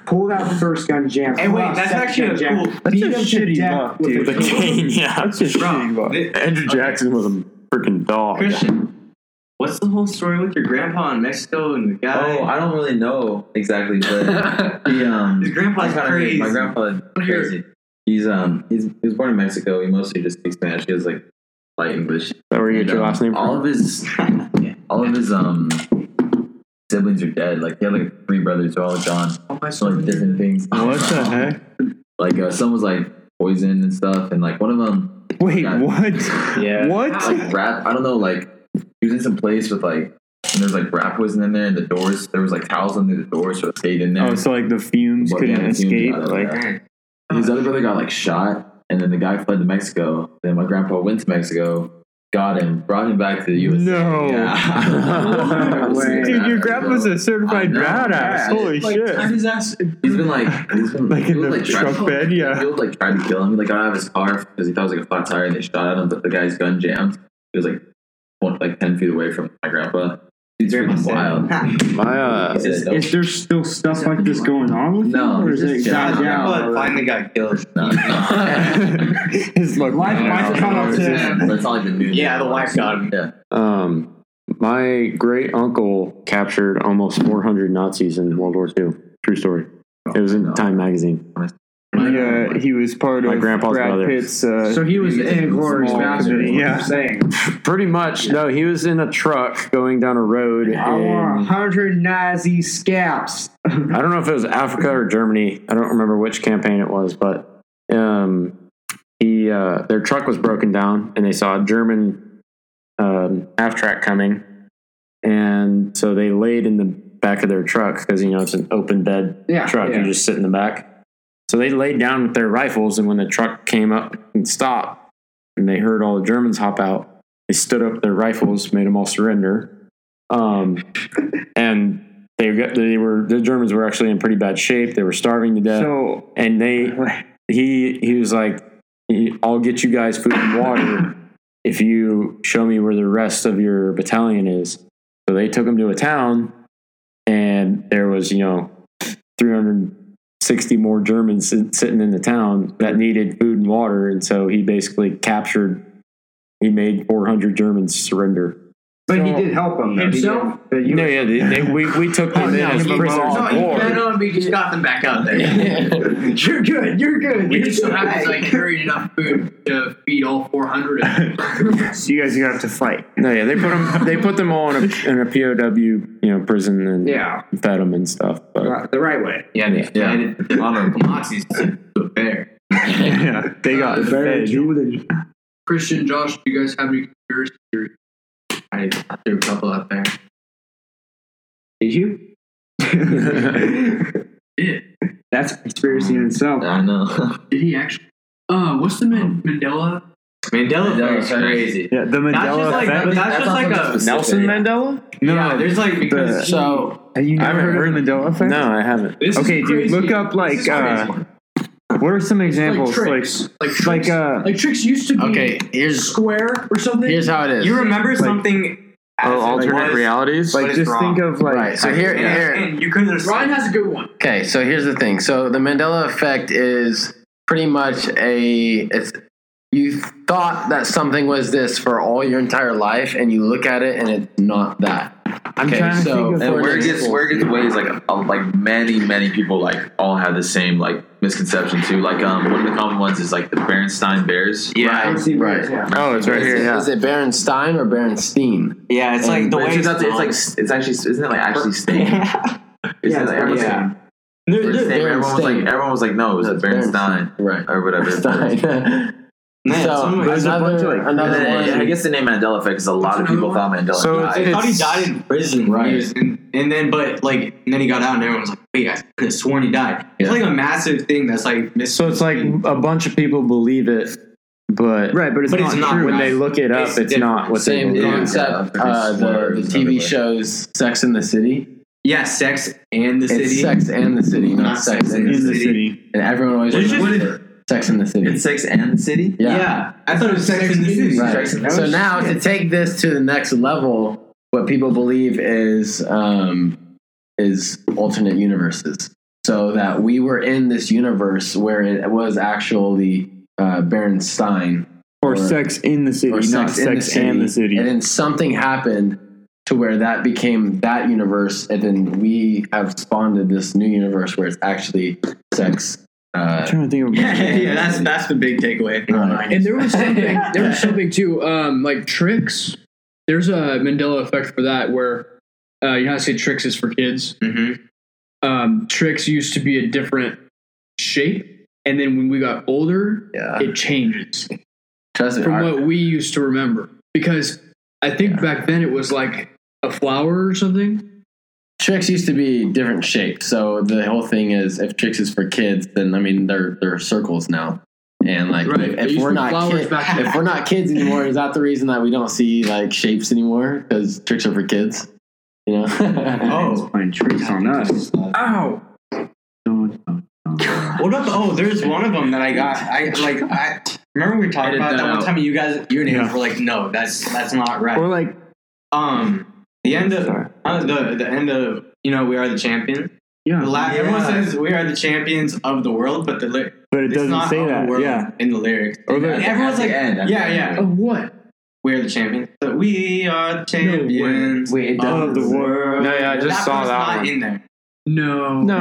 Speaker 3: Pulled out the first gun, jammed.
Speaker 1: And
Speaker 3: pulled
Speaker 1: wait,
Speaker 3: out
Speaker 1: that's
Speaker 3: second
Speaker 1: actually
Speaker 3: gun,
Speaker 1: a
Speaker 3: jammed,
Speaker 1: cool.
Speaker 2: That's
Speaker 3: beat
Speaker 2: a
Speaker 3: him to
Speaker 2: shitty
Speaker 3: death
Speaker 2: luck,
Speaker 3: with
Speaker 2: dude.
Speaker 3: a
Speaker 5: The cane, yeah.
Speaker 2: That's just shitty
Speaker 1: Bro,
Speaker 2: luck.
Speaker 1: thi-
Speaker 5: Andrew Jackson was a freaking dog.
Speaker 1: Christian, what's the whole story with your grandpa in Mexico and the guy?
Speaker 7: Oh, I don't really know exactly, but he, um,
Speaker 1: His grandpa's
Speaker 7: I kinda knew-
Speaker 1: crazy.
Speaker 7: My grandpa crazy. He's um he's he was born in Mexico. He mostly just speaks Spanish. He has like light English.
Speaker 5: That where you
Speaker 7: And,
Speaker 5: get your
Speaker 7: um,
Speaker 5: last name
Speaker 7: All
Speaker 5: from?
Speaker 7: of his all of his um siblings are dead. Like he had like three brothers, they're all gone.
Speaker 1: Oh
Speaker 7: So like different things.
Speaker 2: What the heck?
Speaker 7: Like uh, some was like poisoned and stuff, and like one of them
Speaker 2: Wait,
Speaker 7: Yeah.
Speaker 2: what?
Speaker 1: Yeah.
Speaker 2: What?
Speaker 7: like rap. I don't know. Like he was in some place with like and there's like rap was in there, and the doors there was like towels under the doors, so it stayed in there.
Speaker 2: Oh, so like the fumes
Speaker 7: Well,
Speaker 2: couldn't
Speaker 7: yeah, the fumes
Speaker 2: escape.
Speaker 7: got it,
Speaker 2: Like,
Speaker 7: yeah. And his other brother got like shot, and then the guy fled to Mexico. Then my grandpa went to Mexico, got him, brought him back to the U.S.
Speaker 2: No.
Speaker 7: Yeah.
Speaker 3: way.
Speaker 2: dude, your grandpa's a certified
Speaker 7: I know,
Speaker 2: badass.
Speaker 7: yeah.
Speaker 2: Holy shit!
Speaker 6: his ass.
Speaker 7: He's been like, he's been
Speaker 2: Like in
Speaker 7: people,
Speaker 2: the
Speaker 7: like, tried-
Speaker 2: truck bed, yeah.
Speaker 7: people, like tried to kill him. He like got out of his car because he thought it was like a flat tire, and they shot at him. But the guy's gun jammed. He was like, one, like ten feet away from my grandpa. It's
Speaker 1: Grandma
Speaker 7: freaking
Speaker 1: said.
Speaker 7: wild.
Speaker 1: Ha.
Speaker 5: My uh,
Speaker 7: He said, "Nope."
Speaker 3: Is there still stuff like this going on with
Speaker 7: No,
Speaker 3: him, or is
Speaker 7: it's
Speaker 3: it
Speaker 7: just-
Speaker 3: died
Speaker 7: no,
Speaker 3: down?
Speaker 1: Grandpa finally got killed.
Speaker 7: No, no.
Speaker 2: His luck.
Speaker 3: Life- life caught up to him.
Speaker 7: That's all I even knew.
Speaker 1: Yeah, the wife got him.
Speaker 7: Yeah.
Speaker 5: um, my great uncle captured almost 400 Nazis in World War II. True story. It was in
Speaker 7: Oh, No.
Speaker 5: Time magazine.
Speaker 2: He, uh, he was part
Speaker 5: My
Speaker 2: of
Speaker 5: grandpa's
Speaker 2: Brad
Speaker 5: brother.
Speaker 2: Pitt's. Uh,
Speaker 3: So he was
Speaker 7: Maybe
Speaker 3: in
Speaker 7: it's
Speaker 3: Glorious
Speaker 7: small
Speaker 3: Bastard.
Speaker 7: community.
Speaker 3: Yeah, saying
Speaker 5: Pretty much. No, he was in a truck going down a road.
Speaker 3: I want a
Speaker 5: in-
Speaker 3: hundred Nazi scalps.
Speaker 5: I don't know if it was Africa or Germany. I don't remember which campaign it was, but um, he uh, their truck was broken down, and they saw a German um, half track coming, and so they laid in the back of their truck because you know it's an open bed
Speaker 3: Yeah,
Speaker 5: truck.
Speaker 3: yeah.
Speaker 5: You just sit in the back. So they laid down with their rifles, and when the truck came up and stopped, and they heard all the Germans hop out, they stood up their rifles, made them all surrender. Um, and they got, they were the Germans were actually in pretty bad shape. They were starving to death,
Speaker 2: so
Speaker 5: and they he he was like, "I'll get you guys food and water if you show me where the rest of your battalion is." So they took him to a town, and there was you know 360 more Germans sit- sitting in the town that needed food and water, and so he basically captured. He made 400 Germans surrender.
Speaker 3: But he did help him though.
Speaker 6: Himself?
Speaker 3: He did, but you Oh,
Speaker 5: No, yeah, they, they, we, we took them in as prisoners of war.
Speaker 1: we just got them back out there.
Speaker 6: You're good. You're good.
Speaker 1: We
Speaker 6: You're
Speaker 1: just so happens I carried enough food to feed all 400 of them.
Speaker 2: so you guys are gonna have to fight.
Speaker 5: No, yeah, they put them. They put them all in a, in a POW, you know, prison and
Speaker 3: yeah,
Speaker 5: fed them and stuff. But
Speaker 3: right- the right way.
Speaker 1: Yeah, they
Speaker 7: Yeah.
Speaker 1: yeah. the Nazis to a bear.
Speaker 2: yeah, they got
Speaker 3: Very Julian.
Speaker 6: Christian, Josh, do you guys have any conspiracy theories?
Speaker 1: I threw a couple out there.
Speaker 3: Did you? That's a conspiracy in itself.
Speaker 7: I know.
Speaker 6: Did he actually? Uh, what's the Man- Mandela?
Speaker 1: Mandela
Speaker 7: Mandela
Speaker 1: effect is
Speaker 7: effect.
Speaker 1: crazy.
Speaker 2: Yeah, the
Speaker 1: Not just
Speaker 2: Mandela
Speaker 1: like
Speaker 2: effect.
Speaker 1: that's, just
Speaker 7: not
Speaker 1: like
Speaker 7: something
Speaker 1: a
Speaker 7: specific.
Speaker 5: Mandela?
Speaker 2: no,
Speaker 1: yeah. There's like because
Speaker 4: So
Speaker 2: have you never heard, of the Mandela effect?
Speaker 5: No, I haven't.
Speaker 6: This
Speaker 2: Okay,
Speaker 6: is
Speaker 2: dude,
Speaker 6: crazy.
Speaker 2: look up like
Speaker 6: This is crazy.
Speaker 2: uh, what are some examples?
Speaker 6: like
Speaker 2: Like,
Speaker 6: tricks, like tricks,
Speaker 2: like, uh,
Speaker 6: like tricks used to be
Speaker 4: okay, here's
Speaker 6: square or something.
Speaker 4: here's how it is.
Speaker 1: you remember something as it was,
Speaker 5: realities.
Speaker 1: but
Speaker 2: like
Speaker 1: it's
Speaker 2: just
Speaker 1: wrong.
Speaker 2: think of like
Speaker 4: right. So here,
Speaker 1: Yeah,
Speaker 4: here,
Speaker 1: and you could have
Speaker 6: Ryan has a good one.
Speaker 4: Okay, so here's the thing. So the Mandela effect is pretty much a it's you thought that something was this for all your entire life and you look at it and it's not that.
Speaker 2: I'm
Speaker 4: okay,
Speaker 2: trying to
Speaker 4: so-
Speaker 2: think of
Speaker 7: And
Speaker 2: like-
Speaker 7: where it gets where it gets away is like um, like many many people like all have the same like misconception too. Like um one of the common ones is like the Bernstein Bears.
Speaker 1: yeah,
Speaker 4: Um, right.
Speaker 3: Yeah.
Speaker 5: oh, it's right here. Yeah.
Speaker 4: Is it Berenstein or Berenstein?
Speaker 1: yeah. It's like
Speaker 7: And-
Speaker 1: the
Speaker 7: but
Speaker 1: way
Speaker 7: it turns out that it's like
Speaker 1: it's
Speaker 7: s- it's actually isn't it like actually stain? Isn't it like everyone's
Speaker 1: yeah.
Speaker 7: like,
Speaker 1: no,
Speaker 7: it's
Speaker 1: no,
Speaker 7: stain? Everyone was like
Speaker 4: Berenstain.
Speaker 7: everyone was like no, it was a
Speaker 4: That's Berenstain.
Speaker 7: Bernstein
Speaker 4: Right.
Speaker 7: or whatever.
Speaker 4: Stein.
Speaker 1: man,
Speaker 4: so
Speaker 1: someone-
Speaker 4: another,
Speaker 2: bunch of, like,
Speaker 7: And
Speaker 4: another
Speaker 7: then,
Speaker 4: one.
Speaker 7: I guess the name Mandela effect is a lot of people thought Mandela.
Speaker 5: So
Speaker 7: died.
Speaker 1: I thought he
Speaker 5: It's-
Speaker 1: died in prison,
Speaker 4: Right.
Speaker 1: He was in- and then, but like, and then he got out, and everyone was like, "Wait, I could have sworn he died." It's
Speaker 4: Yeah.
Speaker 1: like a massive thing that's like mis-
Speaker 5: So it's like a bunch of people believe it, but
Speaker 2: right, but it's
Speaker 1: But
Speaker 2: not
Speaker 1: it's not
Speaker 2: true.
Speaker 1: right.
Speaker 5: when they look it up,
Speaker 1: It's
Speaker 5: it's, not what
Speaker 4: Same
Speaker 5: they believe.
Speaker 4: concept.
Speaker 7: Yeah,
Speaker 4: uh, the, the
Speaker 7: it's
Speaker 4: TV
Speaker 7: everywhere.
Speaker 4: shows Sex in the City.
Speaker 1: yeah, sex and the
Speaker 4: It's
Speaker 1: city.
Speaker 4: Sex and the City, not, Sex in the City. And everyone always
Speaker 1: There's just-
Speaker 4: remembers Sex in the City.
Speaker 7: it's six and the city.
Speaker 1: Yeah. I thought it was sex, and the city.
Speaker 4: Right. So now to take this to the next level, what people believe is um, is alternate universes. So that we were in this universe where it was actually uh, Berenstein
Speaker 2: or
Speaker 4: or-
Speaker 2: sex in the city,
Speaker 4: or
Speaker 2: not
Speaker 4: sex, in
Speaker 2: sex and the city.
Speaker 4: and then something happened to where that became that universe, and then we have spawned this new universe where it's actually sex.
Speaker 2: I'm
Speaker 4: Uh,
Speaker 2: trying to think of
Speaker 1: yeah, yeah, that's that's the big takeaway.
Speaker 4: Right.
Speaker 6: And there was something. there was something too. Um, like tricks. There's a Mandela effect for that, where uh, you know how I say tricks is for kids.
Speaker 1: hmm
Speaker 6: Um, tricks used to be a different shape, and then when we got older,
Speaker 4: yeah,
Speaker 6: it changes
Speaker 4: trust me.
Speaker 6: from
Speaker 4: our-
Speaker 6: what we used to remember. Because I think back then it was like a flower or something.
Speaker 4: Tricks used to be different shapes, so the whole thing is if Tricks is for kids, then I mean they're they're circles now, and like
Speaker 6: Right, they
Speaker 4: if,
Speaker 6: used
Speaker 4: if we're
Speaker 6: to be
Speaker 4: not
Speaker 6: flowers
Speaker 4: kid,
Speaker 6: back then.
Speaker 4: if we're not kids anymore, is that the reason that we don't see like shapes anymore? Because Tricks are for kids, you know.
Speaker 1: Oh,
Speaker 3: Playing tricks on us.
Speaker 7: Oh.
Speaker 6: Ow!
Speaker 1: what about the? Oh, there's one of them that I got. I like. I remember we talked
Speaker 7: Edit
Speaker 1: about
Speaker 7: that
Speaker 1: that one
Speaker 7: out.
Speaker 1: time. and You guys, you and Andrew
Speaker 2: Yeah.
Speaker 1: were like, "No, that's that's not right."
Speaker 2: or like
Speaker 1: um, The end of
Speaker 2: Sorry.
Speaker 1: uh, the the end of you know we are the champions.
Speaker 2: Yeah.
Speaker 1: The la- Everyone says we are the champions of the world, but the ly-
Speaker 2: But it
Speaker 1: it's
Speaker 2: doesn't
Speaker 1: not
Speaker 2: say
Speaker 1: of the
Speaker 2: that.
Speaker 1: world
Speaker 2: Yeah.
Speaker 1: in the lyrics.
Speaker 2: Or the-
Speaker 1: And everyone's like,
Speaker 7: end,
Speaker 1: yeah, yeah,
Speaker 6: Of what?
Speaker 1: we are the champions. So we are the champions
Speaker 2: Wait, it doesn't.
Speaker 1: of the world.
Speaker 2: No, yeah, I just saw
Speaker 1: part's
Speaker 2: that
Speaker 1: not
Speaker 2: one.
Speaker 1: in there.
Speaker 6: No.
Speaker 2: No,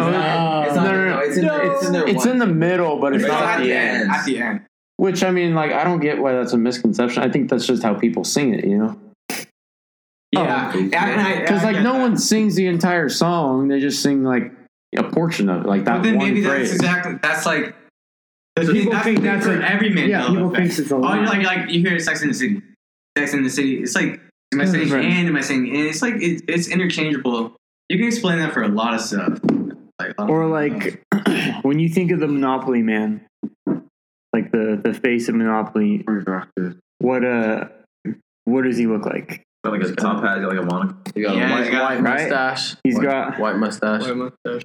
Speaker 7: It's
Speaker 2: no,
Speaker 7: not-
Speaker 2: no, no.
Speaker 7: it's in there- it's in there
Speaker 2: It's
Speaker 7: once.
Speaker 2: in the middle, but it's,
Speaker 1: It's
Speaker 2: not
Speaker 1: at the end.
Speaker 7: end.
Speaker 1: At the end.
Speaker 2: Which I mean, like, I don't get why that's a misconception. I think that's just how people sing it, you know?
Speaker 1: Yeah,
Speaker 7: okay.
Speaker 1: And I-
Speaker 2: Because
Speaker 1: I
Speaker 2: Oh, like,
Speaker 1: get
Speaker 2: no
Speaker 1: that.
Speaker 2: one sings the entire song; they just sing like a portion of it, like that
Speaker 1: But then
Speaker 2: one
Speaker 1: maybe
Speaker 2: phrase.
Speaker 1: that's exactly that's like. The
Speaker 6: So
Speaker 1: thing-
Speaker 6: people
Speaker 1: that's
Speaker 6: think
Speaker 1: the thing
Speaker 6: that's
Speaker 1: for
Speaker 6: a-
Speaker 1: every man.
Speaker 3: Yeah, people think it's a
Speaker 1: Oh,
Speaker 3: lie.
Speaker 1: you're like, like you hear Sex in the City. Sex in the City. It's like, am I
Speaker 2: Yeah,
Speaker 1: saying
Speaker 2: right.
Speaker 1: and? Am I saying and? It's like it, it's interchangeable. You can explain that for a lot of stuff. Like, a lot of-
Speaker 2: or like, when you think of the Monopoly man, like the the face of Monopoly, what uh, what does he look like?
Speaker 7: Got like a top hat, got like a monocle.
Speaker 4: You got
Speaker 1: Yeah,
Speaker 4: a
Speaker 1: he's
Speaker 4: white,
Speaker 1: got-
Speaker 4: white
Speaker 2: right?
Speaker 4: mustache.
Speaker 2: He's
Speaker 4: white,
Speaker 2: got-
Speaker 4: white mustache.
Speaker 2: But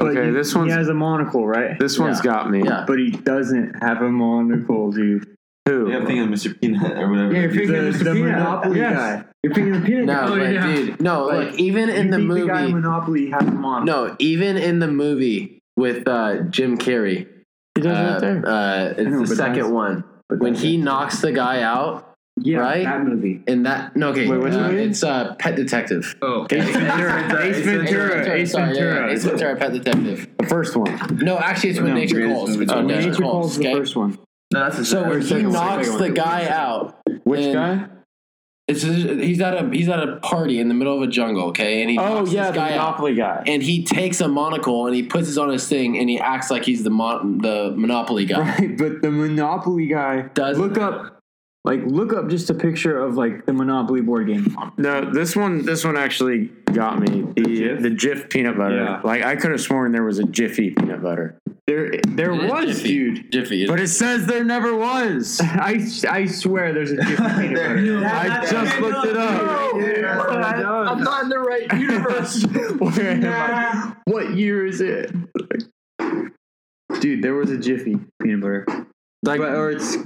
Speaker 5: Okay,
Speaker 2: he-
Speaker 5: this one's-
Speaker 2: he has a monocle, right?
Speaker 5: This one's
Speaker 4: Yeah.
Speaker 5: got me.
Speaker 4: Yeah.
Speaker 2: But he doesn't have a monocle, dude.
Speaker 5: Who?
Speaker 7: Yeah, I'm thinking of Mr. Peanut or whatever.
Speaker 3: Yeah, you're thinking
Speaker 2: The-
Speaker 3: of Mr.
Speaker 2: the
Speaker 3: Peanut.
Speaker 2: Monopoly
Speaker 3: yes.
Speaker 2: guy.
Speaker 3: You're thinking of Peanut.
Speaker 4: No,
Speaker 3: guy.
Speaker 4: but
Speaker 6: yeah.
Speaker 4: dude, no, Oh, like, even in the
Speaker 2: You think
Speaker 4: movie,
Speaker 2: the guy in Monopoly has a monocle.
Speaker 4: no, even in the movie with uh, Jim Carrey,
Speaker 2: he does
Speaker 4: uh,
Speaker 2: right there.
Speaker 4: uh, it's
Speaker 2: know,
Speaker 4: the
Speaker 2: but
Speaker 4: second
Speaker 2: that's-
Speaker 4: one when he knocks the guy out
Speaker 3: Yeah,
Speaker 4: Right?
Speaker 3: that movie.
Speaker 4: in that. No, okay,
Speaker 2: Wait, which
Speaker 4: uh,
Speaker 2: movie?
Speaker 4: it's uh, Pet Detective.
Speaker 6: Oh.
Speaker 2: Ace Ventura. Ace Ventura. Ace
Speaker 4: sorry, yeah, yeah,
Speaker 2: Ventura.
Speaker 4: Ace Ventura, Pet Detective.
Speaker 2: The first one.
Speaker 4: No, actually, it's when
Speaker 2: No,
Speaker 4: nature
Speaker 7: greatest
Speaker 4: calls.
Speaker 7: movie
Speaker 4: It's
Speaker 7: ever.
Speaker 4: when
Speaker 7: Oh,
Speaker 4: nature calls.
Speaker 2: the
Speaker 4: okay?
Speaker 2: first one.
Speaker 7: No, that's the
Speaker 4: So when he
Speaker 7: second one.
Speaker 4: knocks the guy out,
Speaker 2: Which
Speaker 4: and-
Speaker 2: guy?
Speaker 4: It's he's at a he's at a party in the middle of a jungle, okay? And he
Speaker 2: Oh
Speaker 4: knocks
Speaker 2: yeah,
Speaker 4: this
Speaker 2: the
Speaker 4: guy out,
Speaker 2: Monopoly guy.
Speaker 4: and he takes a monocle and he puts it on his thing, and he acts like he's the mon- the Monopoly guy.
Speaker 2: Right, but the Monopoly guy.
Speaker 4: Does-
Speaker 2: look up, like look up just a picture of like the Monopoly board game.
Speaker 5: No, this one. This one actually got me. The
Speaker 2: Jif?
Speaker 5: the Jif peanut butter.
Speaker 2: Yeah.
Speaker 5: Like I could have sworn there was a Jiffy peanut butter,
Speaker 2: There, there
Speaker 4: It is
Speaker 2: was,
Speaker 4: Jiffy.
Speaker 2: dude.
Speaker 4: Jiffy. is-
Speaker 5: but it says there never was.
Speaker 2: I, I swear there's a Jiffy peanut butter. I
Speaker 1: That's
Speaker 2: just
Speaker 1: it.
Speaker 2: looked it up.
Speaker 4: I'm not in the right universe.
Speaker 2: Where am I? What year is it? Dude, there was a Jiffy peanut butter.
Speaker 5: Like
Speaker 2: But, or it's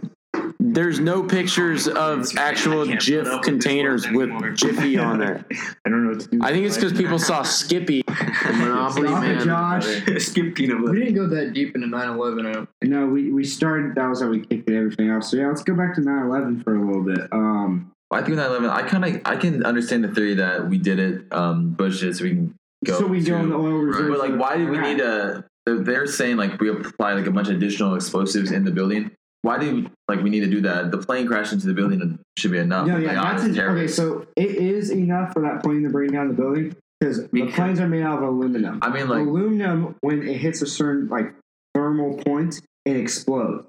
Speaker 5: there's no pictures of actual
Speaker 1: can't put up
Speaker 5: Jif
Speaker 1: with
Speaker 5: containers
Speaker 1: this
Speaker 5: with
Speaker 1: world anymore.
Speaker 5: Jiffy on there.
Speaker 2: I don't know what to do.
Speaker 5: I think it's because people saw Skippy and Monopoly
Speaker 3: Stop it,
Speaker 5: Man.
Speaker 3: Josh.
Speaker 1: skip peanut
Speaker 6: We
Speaker 1: butter.
Speaker 6: didn't go that deep into 9 11. I don't
Speaker 3: No, we, we started. That was how we kicked everything off. So yeah, let's go back to 9/11 for a little bit. Um,
Speaker 7: I think 9/11. I kind of I can understand the theory that we did it. Um, Bush did it, so we can go.
Speaker 3: so we
Speaker 7: to,
Speaker 3: go in the oil reserve.
Speaker 7: But like, why do we need a? They're saying like we apply like a bunch of additional explosives in the building. Why do like we need to do that? The plane crashed into the building should be enough.
Speaker 3: No,
Speaker 7: Like,
Speaker 3: yeah, that's
Speaker 7: honest
Speaker 3: it. okay.
Speaker 7: terrorists.
Speaker 3: So it is enough for that plane to bring down the building because the
Speaker 1: Because-
Speaker 3: planes are made out of aluminum.
Speaker 7: I mean, like
Speaker 3: aluminum, when it hits a certain like thermal point, it explodes.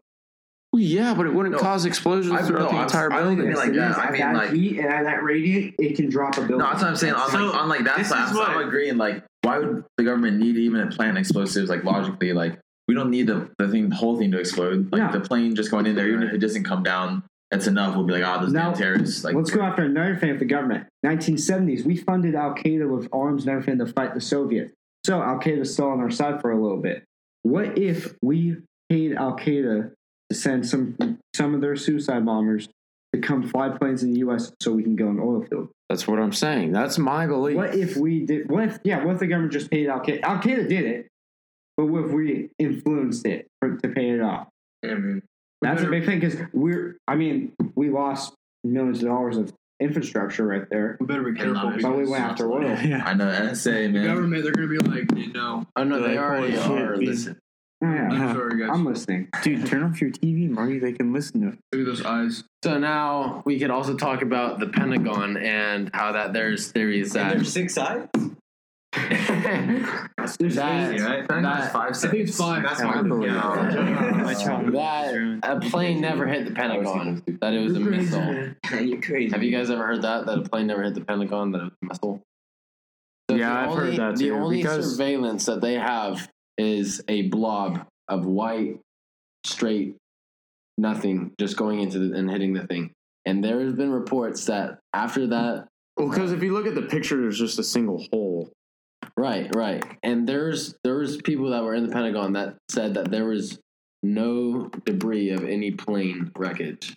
Speaker 5: Well, yeah, but it wouldn't
Speaker 7: No.
Speaker 5: cause explosions
Speaker 7: I-
Speaker 5: throughout
Speaker 7: no,
Speaker 5: the
Speaker 7: I'm-
Speaker 5: entire
Speaker 7: I don't
Speaker 5: building.
Speaker 7: think- like
Speaker 3: it
Speaker 7: that.
Speaker 3: is.
Speaker 7: I
Speaker 3: At
Speaker 7: mean,
Speaker 3: that
Speaker 7: like-
Speaker 3: heat and at that radiant, it can drop a building.
Speaker 7: No, that's what I'm saying. On
Speaker 1: So,
Speaker 7: like on like that
Speaker 1: this
Speaker 7: side,
Speaker 1: is
Speaker 7: I'm,
Speaker 1: what-
Speaker 7: I'm agreeing. Like, why would the government need to even plant explosives? Like logically, like we don't need the, the thing, the whole thing to explode. Like
Speaker 3: No.
Speaker 7: the plane just going in there, even if it doesn't come down, that's enough. We'll be like, ah, those
Speaker 3: Now,
Speaker 7: damn terrorists. Like,
Speaker 3: Let's go after another thing with the government. 1970s, we funded Al Qaeda with arms and everything to fight the Soviets. So Al Qaeda's still on our side for a little bit. What if we paid Al Qaeda to send some some of their suicide bombers to come fly planes in the U.S. so we can go in oil field?
Speaker 5: That's what I'm saying. That's my belief.
Speaker 3: What if we did? What if yeah? What if the government just paid Al Qaeda? Al Qaeda did it, but what if we influenced it for, to pay it off?
Speaker 1: I mean,
Speaker 3: That's a big thing because we're. I mean, we lost millions of dollars of infrastructure right there.
Speaker 6: We better be
Speaker 1: I love
Speaker 6: careful.
Speaker 1: it.
Speaker 6: because
Speaker 3: But we went after oil.
Speaker 7: I know NSA
Speaker 6: the
Speaker 7: man.
Speaker 6: government, they're going to be like, you know,
Speaker 4: Oh no, they already
Speaker 2: holy shit,
Speaker 4: are.
Speaker 2: dude.
Speaker 4: Listen,
Speaker 3: Oh, Yeah,
Speaker 6: I'm sorry, guys.
Speaker 3: I'm listening.
Speaker 2: Dude, turn off your TV, Marty. They can listen to it.
Speaker 6: Look at those eyes.
Speaker 4: so now we could also talk about the Pentagon and how that there's theories that
Speaker 1: there's six sides.
Speaker 4: that,
Speaker 1: right?
Speaker 4: that
Speaker 7: five
Speaker 6: I think it's five.
Speaker 1: That's
Speaker 6: Yeah.
Speaker 1: my belief.
Speaker 4: that a plane never hit the Pentagon. That it was a missile.
Speaker 1: You're crazy.
Speaker 4: Have you guys ever heard that? That a plane never hit the Pentagon. That it was a missile.
Speaker 5: Yeah,
Speaker 4: the
Speaker 5: I've heard
Speaker 4: only-
Speaker 5: that
Speaker 4: The
Speaker 5: too,
Speaker 4: only
Speaker 5: because-
Speaker 4: surveillance that they have is a blob of white, straight, nothing, just going into the, and hitting the thing. And there has been reports that after that
Speaker 5: Well, because if you look at the picture, there's just a single hole.
Speaker 4: Right, right. And there's there's people that were in the Pentagon that said that there was no debris of any plane wreckage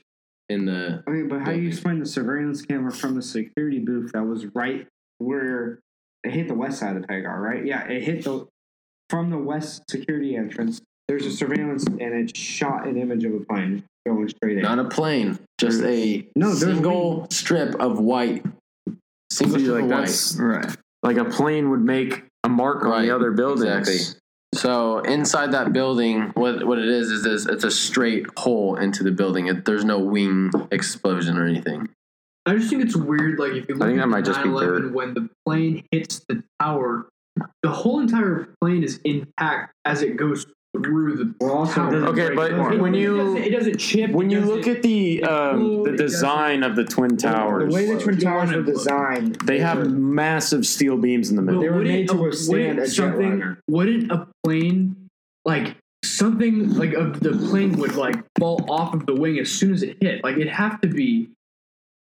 Speaker 4: in the
Speaker 3: I mean, but how do you explain the surveillance camera from the security booth that was right where it hit the west side of Hagar, right? Yeah, it hit the from the west security entrance. There's a surveillance, and it shot an image of a plane going straight in.
Speaker 4: Not a plane, just a
Speaker 3: No, there's
Speaker 4: single strip of white. Single
Speaker 5: See,
Speaker 4: strip
Speaker 5: like
Speaker 4: of white.
Speaker 5: that's
Speaker 2: Right.
Speaker 5: like a plane would make a mark on
Speaker 4: Right,
Speaker 5: the other buildings.
Speaker 4: Exactly. So inside that building, what what it is is this: it's a straight hole into the building. It, there's no wing explosion or anything.
Speaker 6: I just think it's weird. Like if you look
Speaker 5: think
Speaker 6: at
Speaker 5: that might
Speaker 6: the
Speaker 5: just be
Speaker 6: 9/11,
Speaker 5: dirt.
Speaker 6: when the plane hits the tower, the whole entire plane is intact as it goes through the
Speaker 3: Well, also,
Speaker 6: tower.
Speaker 5: Okay, but when
Speaker 6: it
Speaker 5: you
Speaker 6: doesn't, it doesn't chip.
Speaker 5: when
Speaker 6: it
Speaker 5: you
Speaker 6: doesn't-
Speaker 5: look at the um,
Speaker 6: cool,
Speaker 5: the
Speaker 6: it doesn't-
Speaker 5: design of the twin
Speaker 3: the
Speaker 5: towers,
Speaker 3: way the twin
Speaker 6: You
Speaker 3: towers
Speaker 6: wanna
Speaker 3: were
Speaker 6: look.
Speaker 3: designed,
Speaker 5: they have massive steel beams in the
Speaker 6: But
Speaker 5: middle.
Speaker 3: they were
Speaker 6: wouldn't
Speaker 3: made to
Speaker 6: a-
Speaker 3: withstand a
Speaker 6: wouldn't
Speaker 3: jet
Speaker 6: something,
Speaker 3: liner.
Speaker 6: Wouldn't a plane like something like of the plane would like fall off of the wing as soon as it hit? Like it'd have to be.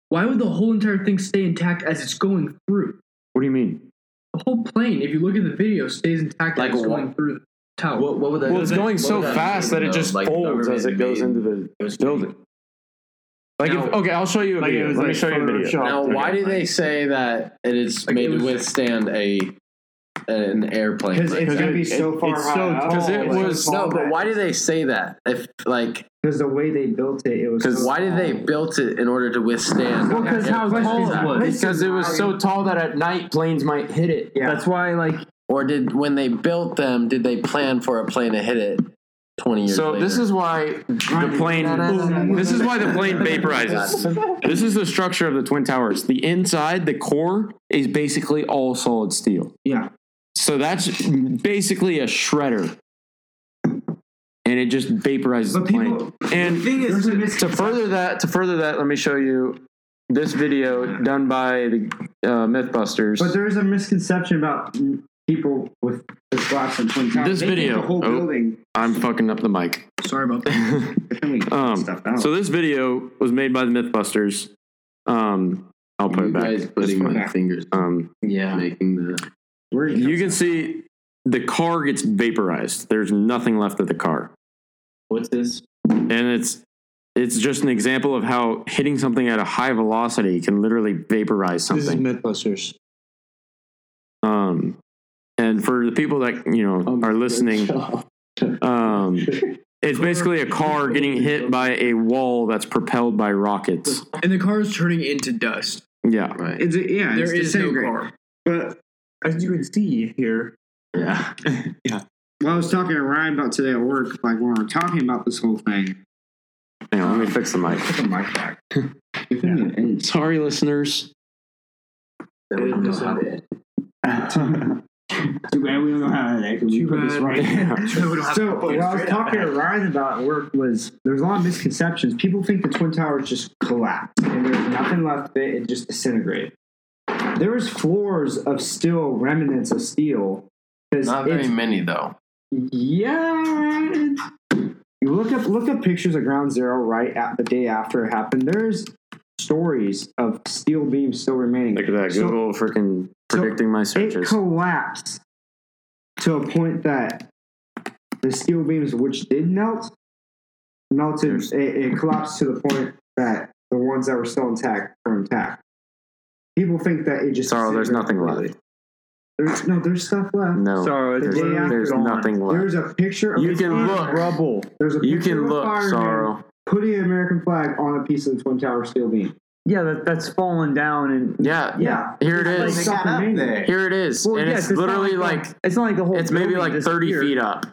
Speaker 6: Why would the whole entire thing stay intact as it's going through?
Speaker 5: What do you mean?
Speaker 6: The whole plane, if you look at the video, stays intact
Speaker 7: Like
Speaker 6: as it's
Speaker 7: what?
Speaker 6: going through the tower.
Speaker 7: What, what would that?
Speaker 5: Well, it's going so
Speaker 7: what would
Speaker 5: fast
Speaker 7: mean,
Speaker 5: that it
Speaker 7: though?
Speaker 5: just
Speaker 7: Like,
Speaker 5: folds as it goes into
Speaker 7: government
Speaker 5: the
Speaker 7: made-
Speaker 5: building. Like, if,
Speaker 4: Now-
Speaker 5: okay, I'll show you a
Speaker 2: Like, it
Speaker 5: video.
Speaker 2: was,
Speaker 5: Let me
Speaker 2: like,
Speaker 5: show you a video.
Speaker 2: photoshopped.
Speaker 4: Now,
Speaker 5: Oh, Okay.
Speaker 4: why do they say that it is
Speaker 6: Like,
Speaker 4: made
Speaker 6: it was-
Speaker 4: to withstand a an airplane?
Speaker 3: because it's gonna be
Speaker 5: it-
Speaker 3: so far
Speaker 5: it's
Speaker 3: high
Speaker 5: so
Speaker 3: up,
Speaker 5: tall,
Speaker 3: like,
Speaker 5: it was-
Speaker 4: no, but why do they say that? If like,
Speaker 3: Because the way they built it, it was.
Speaker 4: because
Speaker 3: so
Speaker 4: why did they
Speaker 3: tall.
Speaker 4: built it in order to withstand?
Speaker 3: Well, 'cause how
Speaker 4: airplanes?
Speaker 3: tall it was.
Speaker 5: Because it was so tall that at night planes might hit it.
Speaker 3: Yeah.
Speaker 2: That's why, like,
Speaker 4: Or did when they built them, did they plan for a plane to hit it twenty years?
Speaker 5: So
Speaker 4: later?
Speaker 5: this is why the plane.
Speaker 3: Boom.
Speaker 5: This is why the plane vaporizes. This is the structure of the twin towers. The inside, the core, is basically all solid steel.
Speaker 3: Yeah.
Speaker 5: So that's basically a shredder, and it just vaporizes the
Speaker 1: But
Speaker 5: plane.
Speaker 1: people-
Speaker 5: and
Speaker 1: the thing is,
Speaker 5: to further that, to further that, let me show you this video done by the uh, MythBusters.
Speaker 3: But there is a misconception about mm, people with this glass and twin towers.
Speaker 5: This
Speaker 3: They think
Speaker 5: video-
Speaker 3: the whole
Speaker 5: oh.
Speaker 3: building.
Speaker 5: I'm fucking up the mic.
Speaker 6: Sorry about that.
Speaker 3: Can we stuff
Speaker 5: Um,
Speaker 3: out?
Speaker 5: so this video was made by the MythBusters. Um, I'll put
Speaker 4: you
Speaker 5: it back.
Speaker 4: guys
Speaker 5: That's
Speaker 4: putting
Speaker 5: fine.
Speaker 4: my fingers
Speaker 5: Um,
Speaker 1: yeah.
Speaker 4: making the
Speaker 3: Where are
Speaker 5: you can see the car gets vaporized. There's nothing left of the car,
Speaker 1: What's this?
Speaker 5: and it's it's just an example of how hitting something at a high velocity can literally vaporize
Speaker 8: This is
Speaker 5: something.
Speaker 8: MythBusters.
Speaker 5: Um, and for the people that you know are listening, um, it's basically a car getting hit by a wall that's propelled by rockets.
Speaker 6: And the car is turning into dust.
Speaker 5: Yeah,
Speaker 4: right.
Speaker 3: It's, yeah,
Speaker 6: There
Speaker 3: it's
Speaker 6: is no
Speaker 3: disintegrating.
Speaker 6: car.
Speaker 3: But
Speaker 8: As you can see here,
Speaker 5: yeah.
Speaker 3: Well, I was talking to Ryan about today at work, like when we were talking about this whole thing.
Speaker 5: Hang on, let me fix the mic.
Speaker 3: Put the mic back. Yeah.
Speaker 8: sorry, listeners.
Speaker 3: Too bad we don't know how to act. We
Speaker 6: Too
Speaker 3: put this
Speaker 6: bad.
Speaker 3: right.
Speaker 6: we don't have
Speaker 3: So
Speaker 6: to put
Speaker 3: what
Speaker 6: it
Speaker 3: I was
Speaker 6: straight
Speaker 3: talking to Ryan about at work was there's a lot of misconceptions. People think the twin towers just collapsed and there's nothing left of it; it just disintegrated. There was floors of still remnants of steel. 'cause
Speaker 4: Not very
Speaker 3: it's-
Speaker 4: many though.
Speaker 3: Yeah. it- You look up look up pictures of Ground Zero right at the day after it happened. There's stories of steel beams still remaining.
Speaker 5: Look at that.
Speaker 3: So-
Speaker 5: Google freaking predicting my
Speaker 3: it
Speaker 5: searches.
Speaker 3: collapsed to a point that the steel beams, which did melt, melted. It, it collapsed to the point that the ones that were still intact were intact. People think that it just.
Speaker 5: Sorry, there's nothing left.
Speaker 3: There's, no, there's stuff left.
Speaker 5: No.
Speaker 2: sorry,
Speaker 3: The
Speaker 5: there's,
Speaker 3: day after
Speaker 5: there's
Speaker 3: gone.
Speaker 5: nothing left.
Speaker 3: There's a picture. Of
Speaker 5: You
Speaker 3: a
Speaker 5: can
Speaker 3: fireman.
Speaker 5: look.
Speaker 3: There's a
Speaker 5: You
Speaker 3: picture
Speaker 5: can
Speaker 3: of a
Speaker 5: look,
Speaker 3: fireman
Speaker 5: Sorrow.
Speaker 3: Putting an American flag on a piece of the twin tower steel beam.
Speaker 2: yeah, that, that's fallen down and.
Speaker 5: Yeah.
Speaker 3: Yeah.
Speaker 5: Here it
Speaker 3: Like
Speaker 5: is.
Speaker 3: something made it.
Speaker 1: there.
Speaker 5: Here it is.
Speaker 2: Well,
Speaker 5: and
Speaker 2: yes,
Speaker 5: it's,
Speaker 2: not
Speaker 5: literally
Speaker 2: the-
Speaker 5: like,
Speaker 2: it's not like the whole.
Speaker 5: it's maybe
Speaker 2: building
Speaker 5: like 30
Speaker 2: disappeared.
Speaker 5: feet up.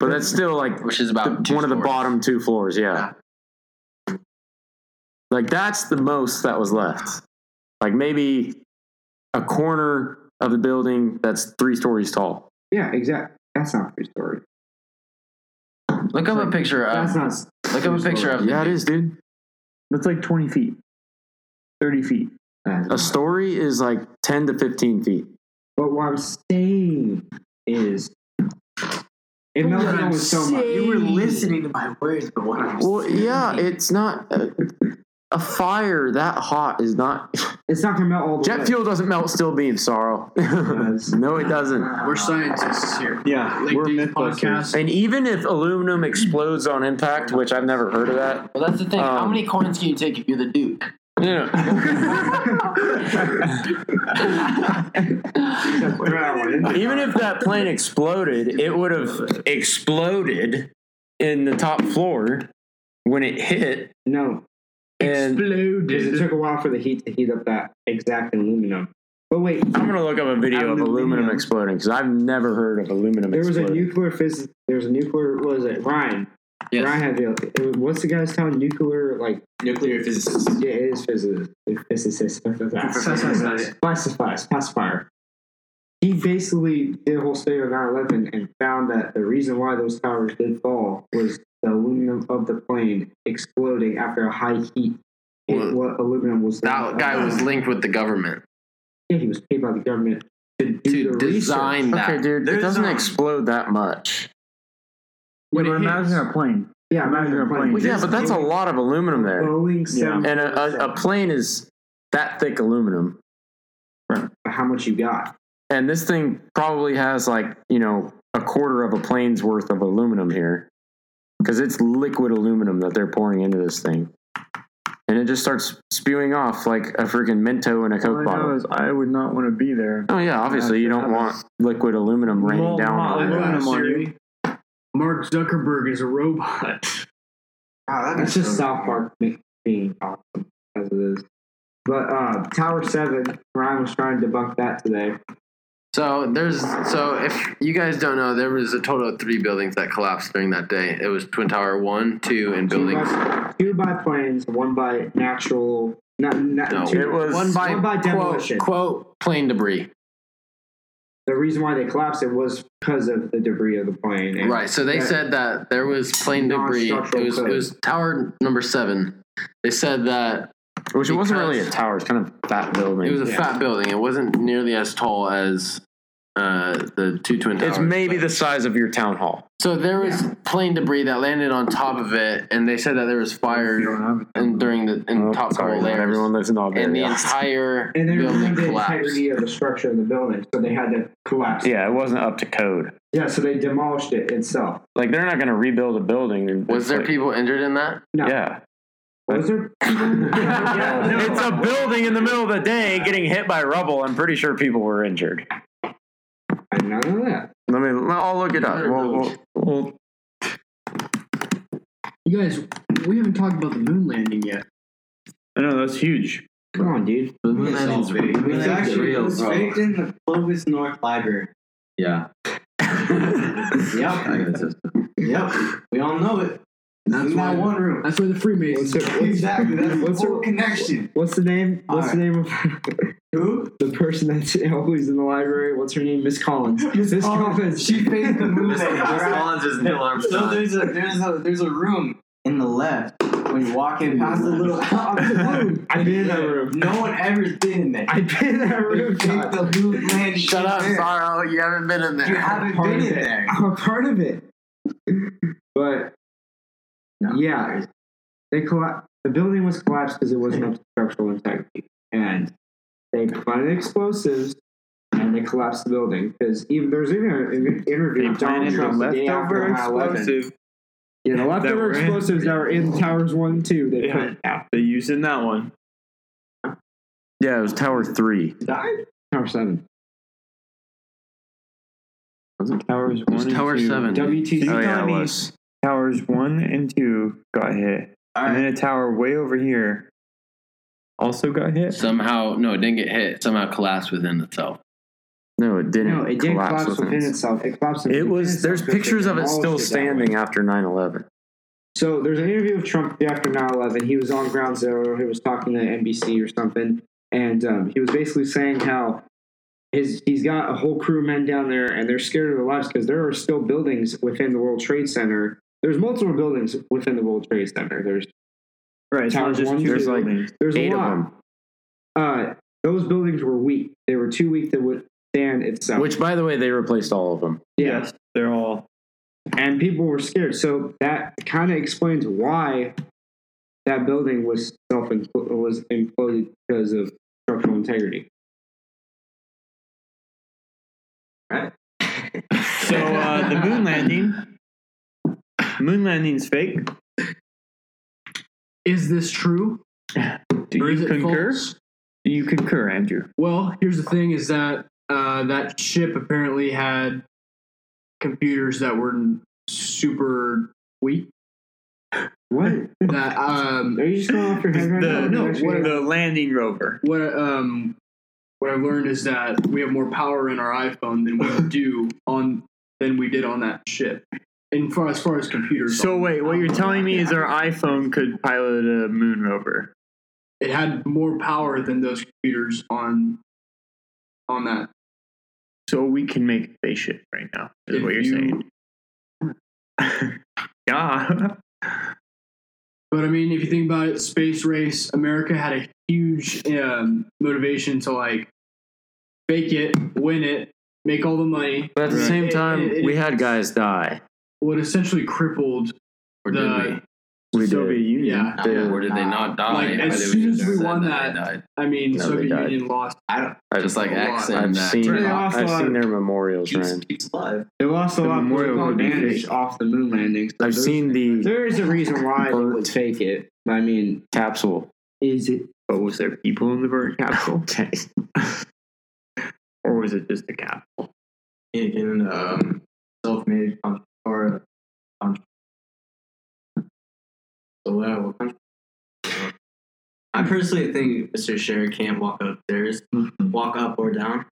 Speaker 5: But that's still like
Speaker 4: Which
Speaker 5: the,
Speaker 4: is about
Speaker 5: one
Speaker 4: two
Speaker 5: of the
Speaker 4: stories.
Speaker 5: bottom two floors. Yeah. Like that's the most that was left. Like maybe a corner of the building that's three stories tall.
Speaker 3: Yeah, exactly. That's not true story.
Speaker 4: Look up a picture
Speaker 5: Uh,
Speaker 3: That's
Speaker 4: of.
Speaker 3: not.
Speaker 4: Look up a picture of.
Speaker 5: Yeah, it is, dude.
Speaker 2: That's like 20 feet, 30 feet.
Speaker 5: A story is like 10 to 15 feet.
Speaker 3: But what I'm saying is,
Speaker 2: Oh,
Speaker 3: it melted
Speaker 1: I'm
Speaker 3: almost so much.
Speaker 1: You were listening to my words, but what I'm
Speaker 5: Well, yeah, it's not a, a fire that hot is not.
Speaker 3: It's not gonna melt all the way.
Speaker 5: Jet fuel doesn't melt steel beams, sorrow.
Speaker 3: does.
Speaker 5: no, it doesn't.
Speaker 6: We're scientists here.
Speaker 8: Yeah,
Speaker 6: Late
Speaker 8: we're
Speaker 6: Days
Speaker 8: MythBusters.
Speaker 6: podcast.
Speaker 5: And even if aluminum explodes on impact, which I've never heard of that,
Speaker 4: Well, that's the thing. How
Speaker 5: Um,
Speaker 4: many coins can you take if you're the Duke?
Speaker 5: No, no. Even if that plane exploded, it would have exploded in the top floor when it hit.
Speaker 3: No,
Speaker 5: And
Speaker 3: because it
Speaker 6: Exploded.
Speaker 3: took a while for the heat to heat up that exact aluminum. But wait,
Speaker 5: I'm gonna look up a video of aluminum
Speaker 3: Aluminum.
Speaker 5: exploding because I've never heard of aluminum
Speaker 3: there was a
Speaker 5: exploding.
Speaker 3: nuclear phys. There was a nuclear. What was it? Ryan.
Speaker 4: Yes.
Speaker 3: Ryan had the. It was, what's the guy's called? Nuclear like.
Speaker 1: Nuclear physicist.
Speaker 3: Yeah, it is physicist. Physicist. Classifies. Pacifier. He basically did a whole study on 9/11 and found that the reason why those towers did fall was the aluminum of the plane exploding after a high heat. hit
Speaker 4: Well,
Speaker 3: what aluminum was uh,
Speaker 4: That guy was linked with the government
Speaker 3: Yeah, he was paid by the government to do
Speaker 4: to
Speaker 3: the
Speaker 4: design that.
Speaker 5: Okay, dude, it
Speaker 7: There's,
Speaker 5: doesn't
Speaker 7: um,
Speaker 5: explode that much.
Speaker 6: When
Speaker 2: but
Speaker 6: it hits.
Speaker 2: imagine a plane.
Speaker 3: Yeah,
Speaker 2: Imagine a plane.
Speaker 5: Well, yeah, but that's a lot of aluminum there,
Speaker 3: Boeing
Speaker 2: Yeah.
Speaker 3: seven.
Speaker 5: and a, a, a plane is that thick aluminum.
Speaker 3: How much you got?
Speaker 5: And this thing probably has like, you know, a quarter of a plane's worth of aluminum here. Because it's liquid aluminum that they're pouring into this thing. And it just starts spewing off like a freaking Mento in a
Speaker 2: All
Speaker 5: Coke
Speaker 2: I know
Speaker 5: bottle.
Speaker 2: is I would not want to be there.
Speaker 5: Oh, yeah, obviously you don't want liquid aluminum raining
Speaker 2: Well,
Speaker 5: down
Speaker 2: not
Speaker 5: on you.
Speaker 2: aluminum on you.
Speaker 6: Siri, Mark Zuckerberg is a robot.
Speaker 3: That's just South Park ma- being awesome as it is. But uh, Tower Seven, Ryan was trying to debunk that today.
Speaker 4: So there's so if you guys don't know, there was a total of three buildings that collapsed during that day. It was Twin Tower One, Two, and
Speaker 3: Two
Speaker 4: buildings.
Speaker 3: by, two by planes, one by natural. Not, not
Speaker 4: No,
Speaker 3: two-
Speaker 5: It was
Speaker 4: one by,
Speaker 3: one by
Speaker 4: quote,
Speaker 3: demolition.
Speaker 4: quote plane debris.
Speaker 3: the reason why they collapsed it was because of the debris of the plane. and-
Speaker 4: Right. So they
Speaker 3: Yeah.
Speaker 4: said that there was plane debris. It
Speaker 3: Non-structural
Speaker 4: was it
Speaker 3: code.
Speaker 4: was tower number seven. They said that
Speaker 5: which it wasn't really a
Speaker 4: because-
Speaker 5: tower, it's kind of a fat building.
Speaker 4: it was a fat building. It wasn't nearly as tall as uh, the two twin towers.
Speaker 5: it's maybe
Speaker 4: but-
Speaker 5: the size of your town hall.
Speaker 4: So there was plane debris that landed on top of it, and they said that there was fire and during the in
Speaker 5: Oh,
Speaker 4: top
Speaker 5: sorry,
Speaker 4: couple
Speaker 5: not
Speaker 4: layers.
Speaker 5: everyone lives in Auburn.
Speaker 4: and the
Speaker 5: Yeah.
Speaker 4: entire
Speaker 3: And they
Speaker 4: building
Speaker 3: ruined the
Speaker 4: collapsed.
Speaker 3: integrity of the structure of the building, so they had to collapse.
Speaker 5: yeah, it wasn't up to code.
Speaker 3: Yeah, so they demolished it itself.
Speaker 5: Like they're not going to rebuild a building. and-
Speaker 4: Was there
Speaker 5: like,
Speaker 4: people injured in that?
Speaker 3: No.
Speaker 5: Yeah.
Speaker 3: Was there?
Speaker 5: It's a building in the middle of the day getting hit by rubble. I'm pretty sure people were injured.
Speaker 3: None of that.
Speaker 5: Let me. I'll look it up. We'll, we'll, we'll-
Speaker 6: You guys, we haven't talked about the moon landing yet.
Speaker 2: I know that's huge.
Speaker 3: Come on, dude.
Speaker 1: It's actually
Speaker 7: real,
Speaker 1: it was
Speaker 7: bro.
Speaker 1: faked in the Clovis North Library.
Speaker 7: Yeah.
Speaker 1: Yep.
Speaker 7: I guess it's-
Speaker 1: yep. We all know it.
Speaker 6: That's
Speaker 1: in
Speaker 6: why-
Speaker 1: that one room.
Speaker 6: That's where the Freemasons.
Speaker 3: What's it-
Speaker 1: Exactly. That's the
Speaker 3: What's
Speaker 1: whole
Speaker 3: her-
Speaker 1: connection.
Speaker 3: What's the name? What's the name of
Speaker 1: Who?
Speaker 3: the person that's always in the library? What's her name? Miss Collins. Miss Collins.
Speaker 1: She faked the movie.
Speaker 7: Miss Collins is Neil
Speaker 1: So
Speaker 7: Armstrong.
Speaker 1: there's a there's a there's a room in the left when you walk in past the little.
Speaker 3: I've been in that room.
Speaker 1: No one ever's been in there.
Speaker 3: I've been in that room.
Speaker 1: They faked
Speaker 3: God.
Speaker 1: the moon landing.
Speaker 4: Shut
Speaker 1: in
Speaker 4: up,
Speaker 1: there.
Speaker 4: Sorrow. You haven't been in
Speaker 1: You
Speaker 4: there.
Speaker 1: haven't
Speaker 3: Part
Speaker 1: been
Speaker 3: of
Speaker 1: in
Speaker 3: it.
Speaker 1: there.
Speaker 3: I'm a part of it. But yeah, they colla- The building was collapsed because it wasn't up to structural integrity, and they planted explosives and they collapsed the building because even there's even a- an interview with Donald Trump the day after 9/11. Yeah, the leftover
Speaker 2: were in-
Speaker 3: explosives that were in towers one and two. They put
Speaker 2: Yeah. They used in that one.
Speaker 5: yeah, it was Tower Three.
Speaker 3: Tower seven.
Speaker 2: Towers one. and
Speaker 4: Tower
Speaker 2: two.
Speaker 4: Seven.
Speaker 3: WTC.
Speaker 5: Oh yeah, it
Speaker 2: Johnny.
Speaker 5: was.
Speaker 2: Towers one and two got hit, and then a tower way over here also got hit.
Speaker 4: Somehow, no, it didn't get hit. It Somehow collapsed within itself.
Speaker 5: No, it didn't.
Speaker 3: No, it did collapse, within
Speaker 5: us.
Speaker 3: itself. It collapsed.
Speaker 5: It
Speaker 3: within
Speaker 5: was.
Speaker 3: itself
Speaker 5: There's
Speaker 3: because they
Speaker 5: pictures of it still
Speaker 3: demolished that way.
Speaker 5: standing after 9/11.
Speaker 3: So there's an interview of Trump after 9/11. He was on Ground Zero. He was talking to NBC or something, and um, he was basically saying how his he's got a whole crew of men down there, and they're scared of their lives because there are still buildings within the World Trade Center. There's multiple buildings within the World Trade Center. There's
Speaker 2: Right. it's not
Speaker 3: Towers
Speaker 2: just
Speaker 3: one,
Speaker 2: two
Speaker 3: there's
Speaker 5: like-
Speaker 2: buildings.
Speaker 3: there's
Speaker 5: Eight
Speaker 3: a
Speaker 5: of
Speaker 3: lot.
Speaker 5: them.
Speaker 3: Uh, those buildings were weak. They were too weak to withstand itself.
Speaker 5: Which, by the way, they replaced all of them.
Speaker 3: yeah,
Speaker 2: Yes, they're all.
Speaker 3: and people were scared. So that kind of explains why that building was self was imploded because of structural integrity.
Speaker 2: So uh, the moon landing. Moon landing's fake.
Speaker 6: Is this true?
Speaker 2: Do
Speaker 6: Or is
Speaker 2: you
Speaker 6: it
Speaker 2: concur?
Speaker 6: false?
Speaker 2: Do you concur, Andrew?
Speaker 6: Well, here's the thing: is that uh, that ship apparently had computers that were super weak.
Speaker 3: What?
Speaker 6: That um,
Speaker 3: Are you just going off your head right now?
Speaker 6: no,
Speaker 3: You're
Speaker 6: what-
Speaker 2: the landing rover.
Speaker 6: what um, what I've learned is that we have more power in our iPhone than we do on than we did on that ship. In far as far as computers,
Speaker 2: So wait, what you're telling me is our iPhone could pilot a moon rover?
Speaker 6: it had more power than those computers on on that.
Speaker 2: So we can make a spaceship right now. Is
Speaker 6: If
Speaker 2: what you're
Speaker 6: you-
Speaker 2: saying? yeah.
Speaker 6: But I mean, if you think about it, space race, America had a huge um, motivation to like fake it, win it, make all the money.
Speaker 5: But at the
Speaker 6: Right.
Speaker 5: same
Speaker 6: It-
Speaker 5: time,
Speaker 6: it- it-
Speaker 5: we had guys die.
Speaker 6: What essentially crippled
Speaker 4: Or did
Speaker 6: the
Speaker 5: We
Speaker 2: Soviet
Speaker 5: did.
Speaker 2: Union.
Speaker 6: yeah.
Speaker 4: we? Or did they not die?
Speaker 6: Like, as
Speaker 4: Or they
Speaker 6: soon
Speaker 4: just
Speaker 6: as we
Speaker 4: said
Speaker 6: won
Speaker 4: they
Speaker 6: that-
Speaker 4: died?
Speaker 6: I mean,
Speaker 5: No, they
Speaker 6: Soviet
Speaker 5: died.
Speaker 6: Union lost.
Speaker 4: just like X
Speaker 6: I've
Speaker 4: and
Speaker 5: I've
Speaker 4: that.
Speaker 5: seen,
Speaker 3: They lost a
Speaker 5: I've
Speaker 3: lot
Speaker 5: seen
Speaker 3: of-
Speaker 5: their memorials, Ryan.
Speaker 3: They lost a lot of
Speaker 2: memorial
Speaker 3: political
Speaker 2: would be
Speaker 3: advantage
Speaker 2: fake.
Speaker 3: off the moon landing. so
Speaker 5: I've
Speaker 3: there's-
Speaker 5: seen the
Speaker 3: There is a reason why they would fake it. I mean,
Speaker 5: capsule.
Speaker 3: is it
Speaker 2: But was there people in the bird capsule? or was it just a cap?
Speaker 1: in, in um, self-made con- or con- so what- what con- I personally think Mr. Sherry can't walk upstairs, walk up or down.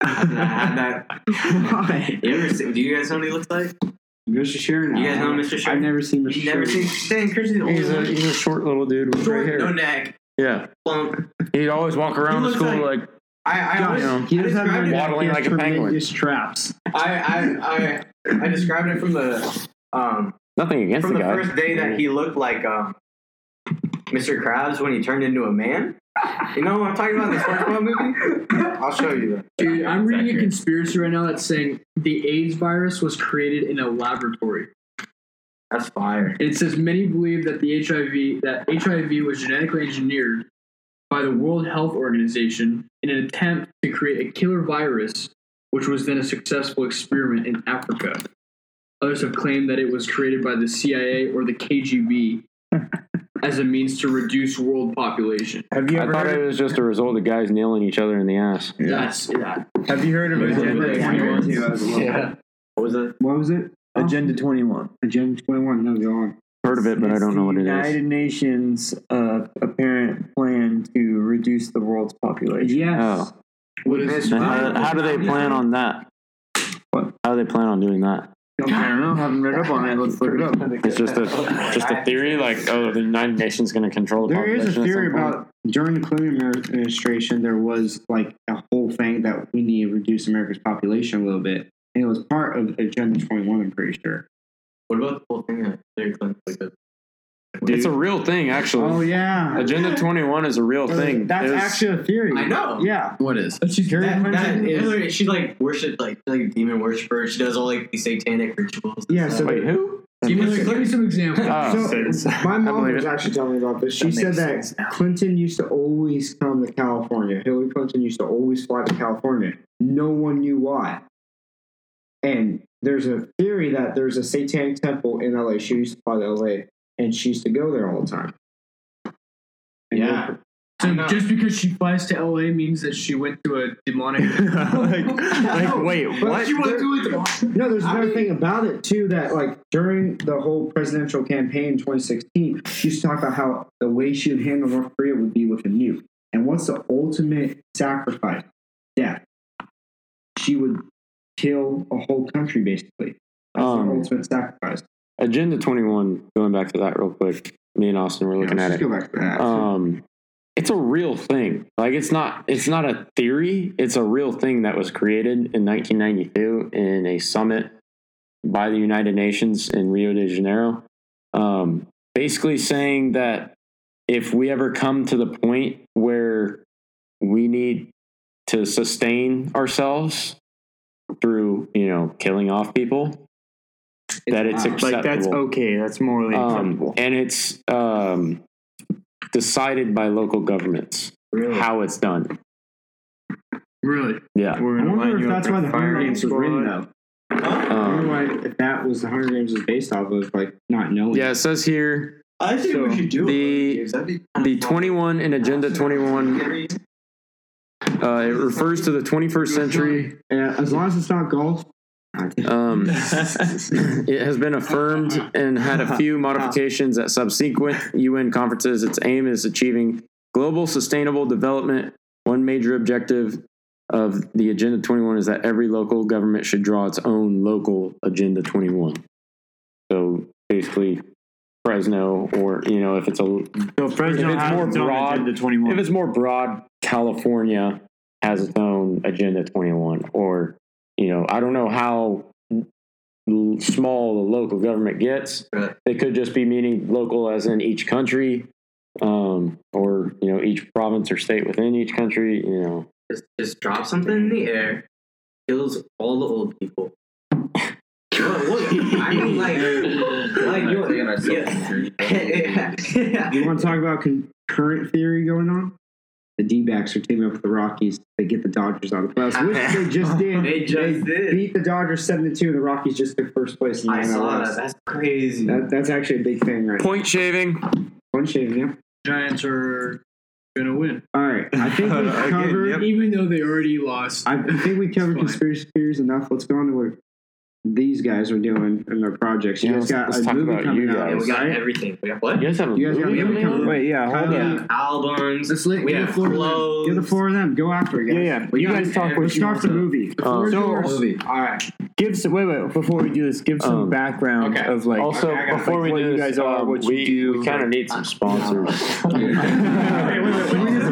Speaker 1: I had that.
Speaker 3: why?
Speaker 1: You ever see, do you guys know what he looks like?
Speaker 3: Mr. Sharon.
Speaker 1: You guys know Mr. Sherry?
Speaker 3: I've never seen Mr.
Speaker 1: You've never
Speaker 3: Sharon.
Speaker 1: seen Stan Kirsten's the only
Speaker 5: He's a,
Speaker 1: one.
Speaker 5: he's a short little dude with gray
Speaker 1: Short, no
Speaker 5: hair.
Speaker 1: neck,
Speaker 5: Yeah.
Speaker 1: plump.
Speaker 5: He'd always walk around the
Speaker 1: looks
Speaker 5: school
Speaker 1: like-
Speaker 5: like,
Speaker 1: I I,
Speaker 5: Yeah,
Speaker 1: always-
Speaker 5: you know,
Speaker 3: He
Speaker 1: I
Speaker 3: doesn't have
Speaker 1: described
Speaker 3: no
Speaker 1: it.
Speaker 5: waddling
Speaker 3: neck,
Speaker 5: like
Speaker 3: he
Speaker 5: a
Speaker 3: has
Speaker 5: penguin.
Speaker 3: tremendous traps.
Speaker 1: I, I I I described it from the um
Speaker 5: nothing against
Speaker 1: from
Speaker 5: the
Speaker 1: the
Speaker 5: guy.
Speaker 1: first day that he looked like um, Mr. Krabs when he turned into a man. You know what I'm talking about? The SpongeBob movie. I'll show you. that.
Speaker 6: Dude, I'm reading a
Speaker 1: Accurate.
Speaker 6: conspiracy right now that's saying the AIDS virus was created in a laboratory.
Speaker 1: That's fire.
Speaker 6: And it says many believe that the HIV that HIV was genetically engineered by the World Health Organization in an attempt to create a killer virus, which was then a successful experiment in Africa. Others have claimed that it was created by the CIA or the KGB as a means to reduce world population.
Speaker 2: Have you
Speaker 5: I
Speaker 2: ever
Speaker 5: thought
Speaker 2: heard
Speaker 5: it was just a result of guys nailing each other in the ass.
Speaker 6: That's that.
Speaker 2: of, Have you heard of Agenda
Speaker 1: Yeah.
Speaker 2: 21?
Speaker 6: Yeah.
Speaker 1: What was it?
Speaker 3: What was it?
Speaker 2: Agenda 21.
Speaker 3: Agenda 21. No, go on.
Speaker 5: Heard of it, but I
Speaker 2: It's
Speaker 5: don't know what
Speaker 2: the
Speaker 5: it is.
Speaker 2: United Nations uh, apparent plan to reduce the world's population.
Speaker 3: Yes.
Speaker 5: Oh.
Speaker 6: What is
Speaker 5: And how, how do they plan on that?
Speaker 2: What?
Speaker 5: How do they plan on doing that?
Speaker 2: I don't know. Haven't read up on it. Let's look it up.
Speaker 5: It's just a just a theory, like oh, the United Nations going to control the
Speaker 3: There
Speaker 5: population
Speaker 3: is a
Speaker 5: at some
Speaker 3: theory
Speaker 5: point?
Speaker 3: about during the Clinton admi- administration, there was like a whole thing that we need to reduce America's population a little bit. And it was part of Agenda 21, I'm pretty sure.
Speaker 1: What about the whole thing that Hillary Clinton like the
Speaker 5: It's a real thing, actually.
Speaker 3: Oh, yeah.
Speaker 5: Agenda 21 is a real thing.
Speaker 3: That's
Speaker 5: There's-
Speaker 3: actually a theory.
Speaker 1: I know.
Speaker 3: Yeah.
Speaker 4: What is?
Speaker 1: That,
Speaker 3: Hillary
Speaker 1: that,
Speaker 3: Clinton is-
Speaker 1: Hillary, she like worshipped like like demon worshiper. She does all like these satanic rituals. and
Speaker 3: Yeah,
Speaker 1: stuff.
Speaker 3: so-
Speaker 5: Wait, who?
Speaker 6: Give me some examples.
Speaker 5: Oh,
Speaker 3: Ah, So my mom was actually telling me about this. She said that Clinton used to always come to California. Hillary Clinton used to always fly to California. No one knew why. And there's a theory that there's a satanic temple in LA. She used to fly to LA, and she used to go there all the time. And
Speaker 1: Yeah.
Speaker 6: So just because she flies to LA means that she went to a demonic.
Speaker 2: like, like, wait,
Speaker 3: But
Speaker 2: what?
Speaker 3: she went to No, there's another thing about it too that like during the whole presidential campaign in 2016, she used to talk about how the way she would handle North Korea would be with a nuke, and what's the ultimate sacrifice? Death. She would kill a whole country basically. That's the
Speaker 5: Um,
Speaker 3: ultimate sacrifice.
Speaker 5: Agenda 21, going back to that real quick. Me and Austin were looking at
Speaker 3: Let's
Speaker 5: it.
Speaker 3: go back to that.
Speaker 5: um it's a real thing like it's not it's not a theory it's a real thing that was created in 1992 in a summit by the united nations in rio de janeiro um, basically saying that if we ever come to the point where we need to sustain ourselves through you know killing off people that it's acceptable
Speaker 2: Like, that's okay. That's morally
Speaker 5: um,
Speaker 2: acceptable.
Speaker 5: and it's um, decided by local governments how it's done.
Speaker 6: really?
Speaker 5: Yeah,
Speaker 2: We're
Speaker 3: I
Speaker 2: gonna
Speaker 3: wonder
Speaker 2: line
Speaker 3: if
Speaker 2: you up
Speaker 3: that's
Speaker 2: for
Speaker 3: why the Hunger
Speaker 2: firing
Speaker 3: Games was written
Speaker 2: squad.
Speaker 3: though. I wonder
Speaker 5: um,
Speaker 3: why if that was the Hunger Games was based off of like not knowing.
Speaker 5: yeah. It says here
Speaker 8: I think we
Speaker 2: So,
Speaker 8: should do
Speaker 5: the-
Speaker 8: it. That'd be
Speaker 5: The 21 in Agenda 21, uh, it refers to the 21st century.
Speaker 3: Yeah, as long as it's not golf.
Speaker 5: Um, it has been affirmed and had a few modifications at subsequent UN conferences. Its aim is achieving global sustainable development. One major objective of the Agenda 21 is that every local government should draw its own local Agenda 21. So basically, Fresno, or you know, if it's a
Speaker 2: So Fresno
Speaker 5: If it's
Speaker 2: has
Speaker 5: more
Speaker 2: its own
Speaker 5: broad-
Speaker 2: agenda 21.
Speaker 5: If it's more broad, California has its own Agenda 21, or you know, I don't know how l- small the local government gets.
Speaker 1: Right.
Speaker 5: They could just be meaning local, as in each country, um, or you know, each province or state within each country. You know,
Speaker 1: Just, just drop something in the air, kills all the old people. what, what, I mean, like, like you're, yeah. yeah.
Speaker 3: You want to talk about concurrent theory going on? The D backs are teaming up with the Rockies to get the Dodgers out of the playoffs, which they just did.
Speaker 1: They just did.
Speaker 3: Beat the Dodgers 7 2, and the Rockies just took first place in the
Speaker 1: I saw
Speaker 3: NLS.
Speaker 1: that. That's crazy.
Speaker 3: That- that's actually a big thing right now.
Speaker 5: point shaving.
Speaker 3: One shave, yeah.
Speaker 6: Giants are gonna win,
Speaker 3: All right. I think we've
Speaker 2: Again,
Speaker 3: covered.
Speaker 2: yep.
Speaker 6: even though they already lost.
Speaker 3: I think we covered
Speaker 6: It's fine.
Speaker 3: conspiracy theories enough. Let's go on to what these guys are doing and their projects. You
Speaker 5: Yeah, let's-
Speaker 3: guys got
Speaker 5: let's
Speaker 3: a
Speaker 5: talk
Speaker 3: movie
Speaker 5: about
Speaker 3: coming
Speaker 5: you
Speaker 3: out,
Speaker 1: yeah, we got
Speaker 3: right?
Speaker 1: everything. We got what?
Speaker 5: You guys have a
Speaker 3: You guys got
Speaker 5: movie
Speaker 3: a movie
Speaker 5: coming out?
Speaker 3: coming out?
Speaker 2: Wait, yeah, hold
Speaker 1: We
Speaker 3: Kyle,
Speaker 2: on.
Speaker 1: got albums.
Speaker 6: Let's let-
Speaker 1: we
Speaker 6: give
Speaker 1: have
Speaker 6: the floor to them.
Speaker 1: clothes.
Speaker 3: Give the floor to them. Go after it, guys.
Speaker 2: Yeah, yeah.
Speaker 1: We
Speaker 2: You
Speaker 1: got
Speaker 2: guys talk
Speaker 1: everything.
Speaker 2: what
Speaker 3: Let's
Speaker 2: you
Speaker 3: start
Speaker 2: want.
Speaker 3: the movie.
Speaker 5: Uh,
Speaker 2: So
Speaker 3: All right.
Speaker 2: give some, wait, wait. Before we do this, give some
Speaker 5: Um,
Speaker 2: background
Speaker 1: okay.
Speaker 2: of like.
Speaker 5: also,
Speaker 2: like,
Speaker 5: before we
Speaker 2: what
Speaker 5: do
Speaker 2: you
Speaker 5: this,
Speaker 2: guys are,
Speaker 5: um,
Speaker 2: what you
Speaker 5: we,
Speaker 2: do.
Speaker 5: we kind of need some sponsors.
Speaker 2: yeah, we need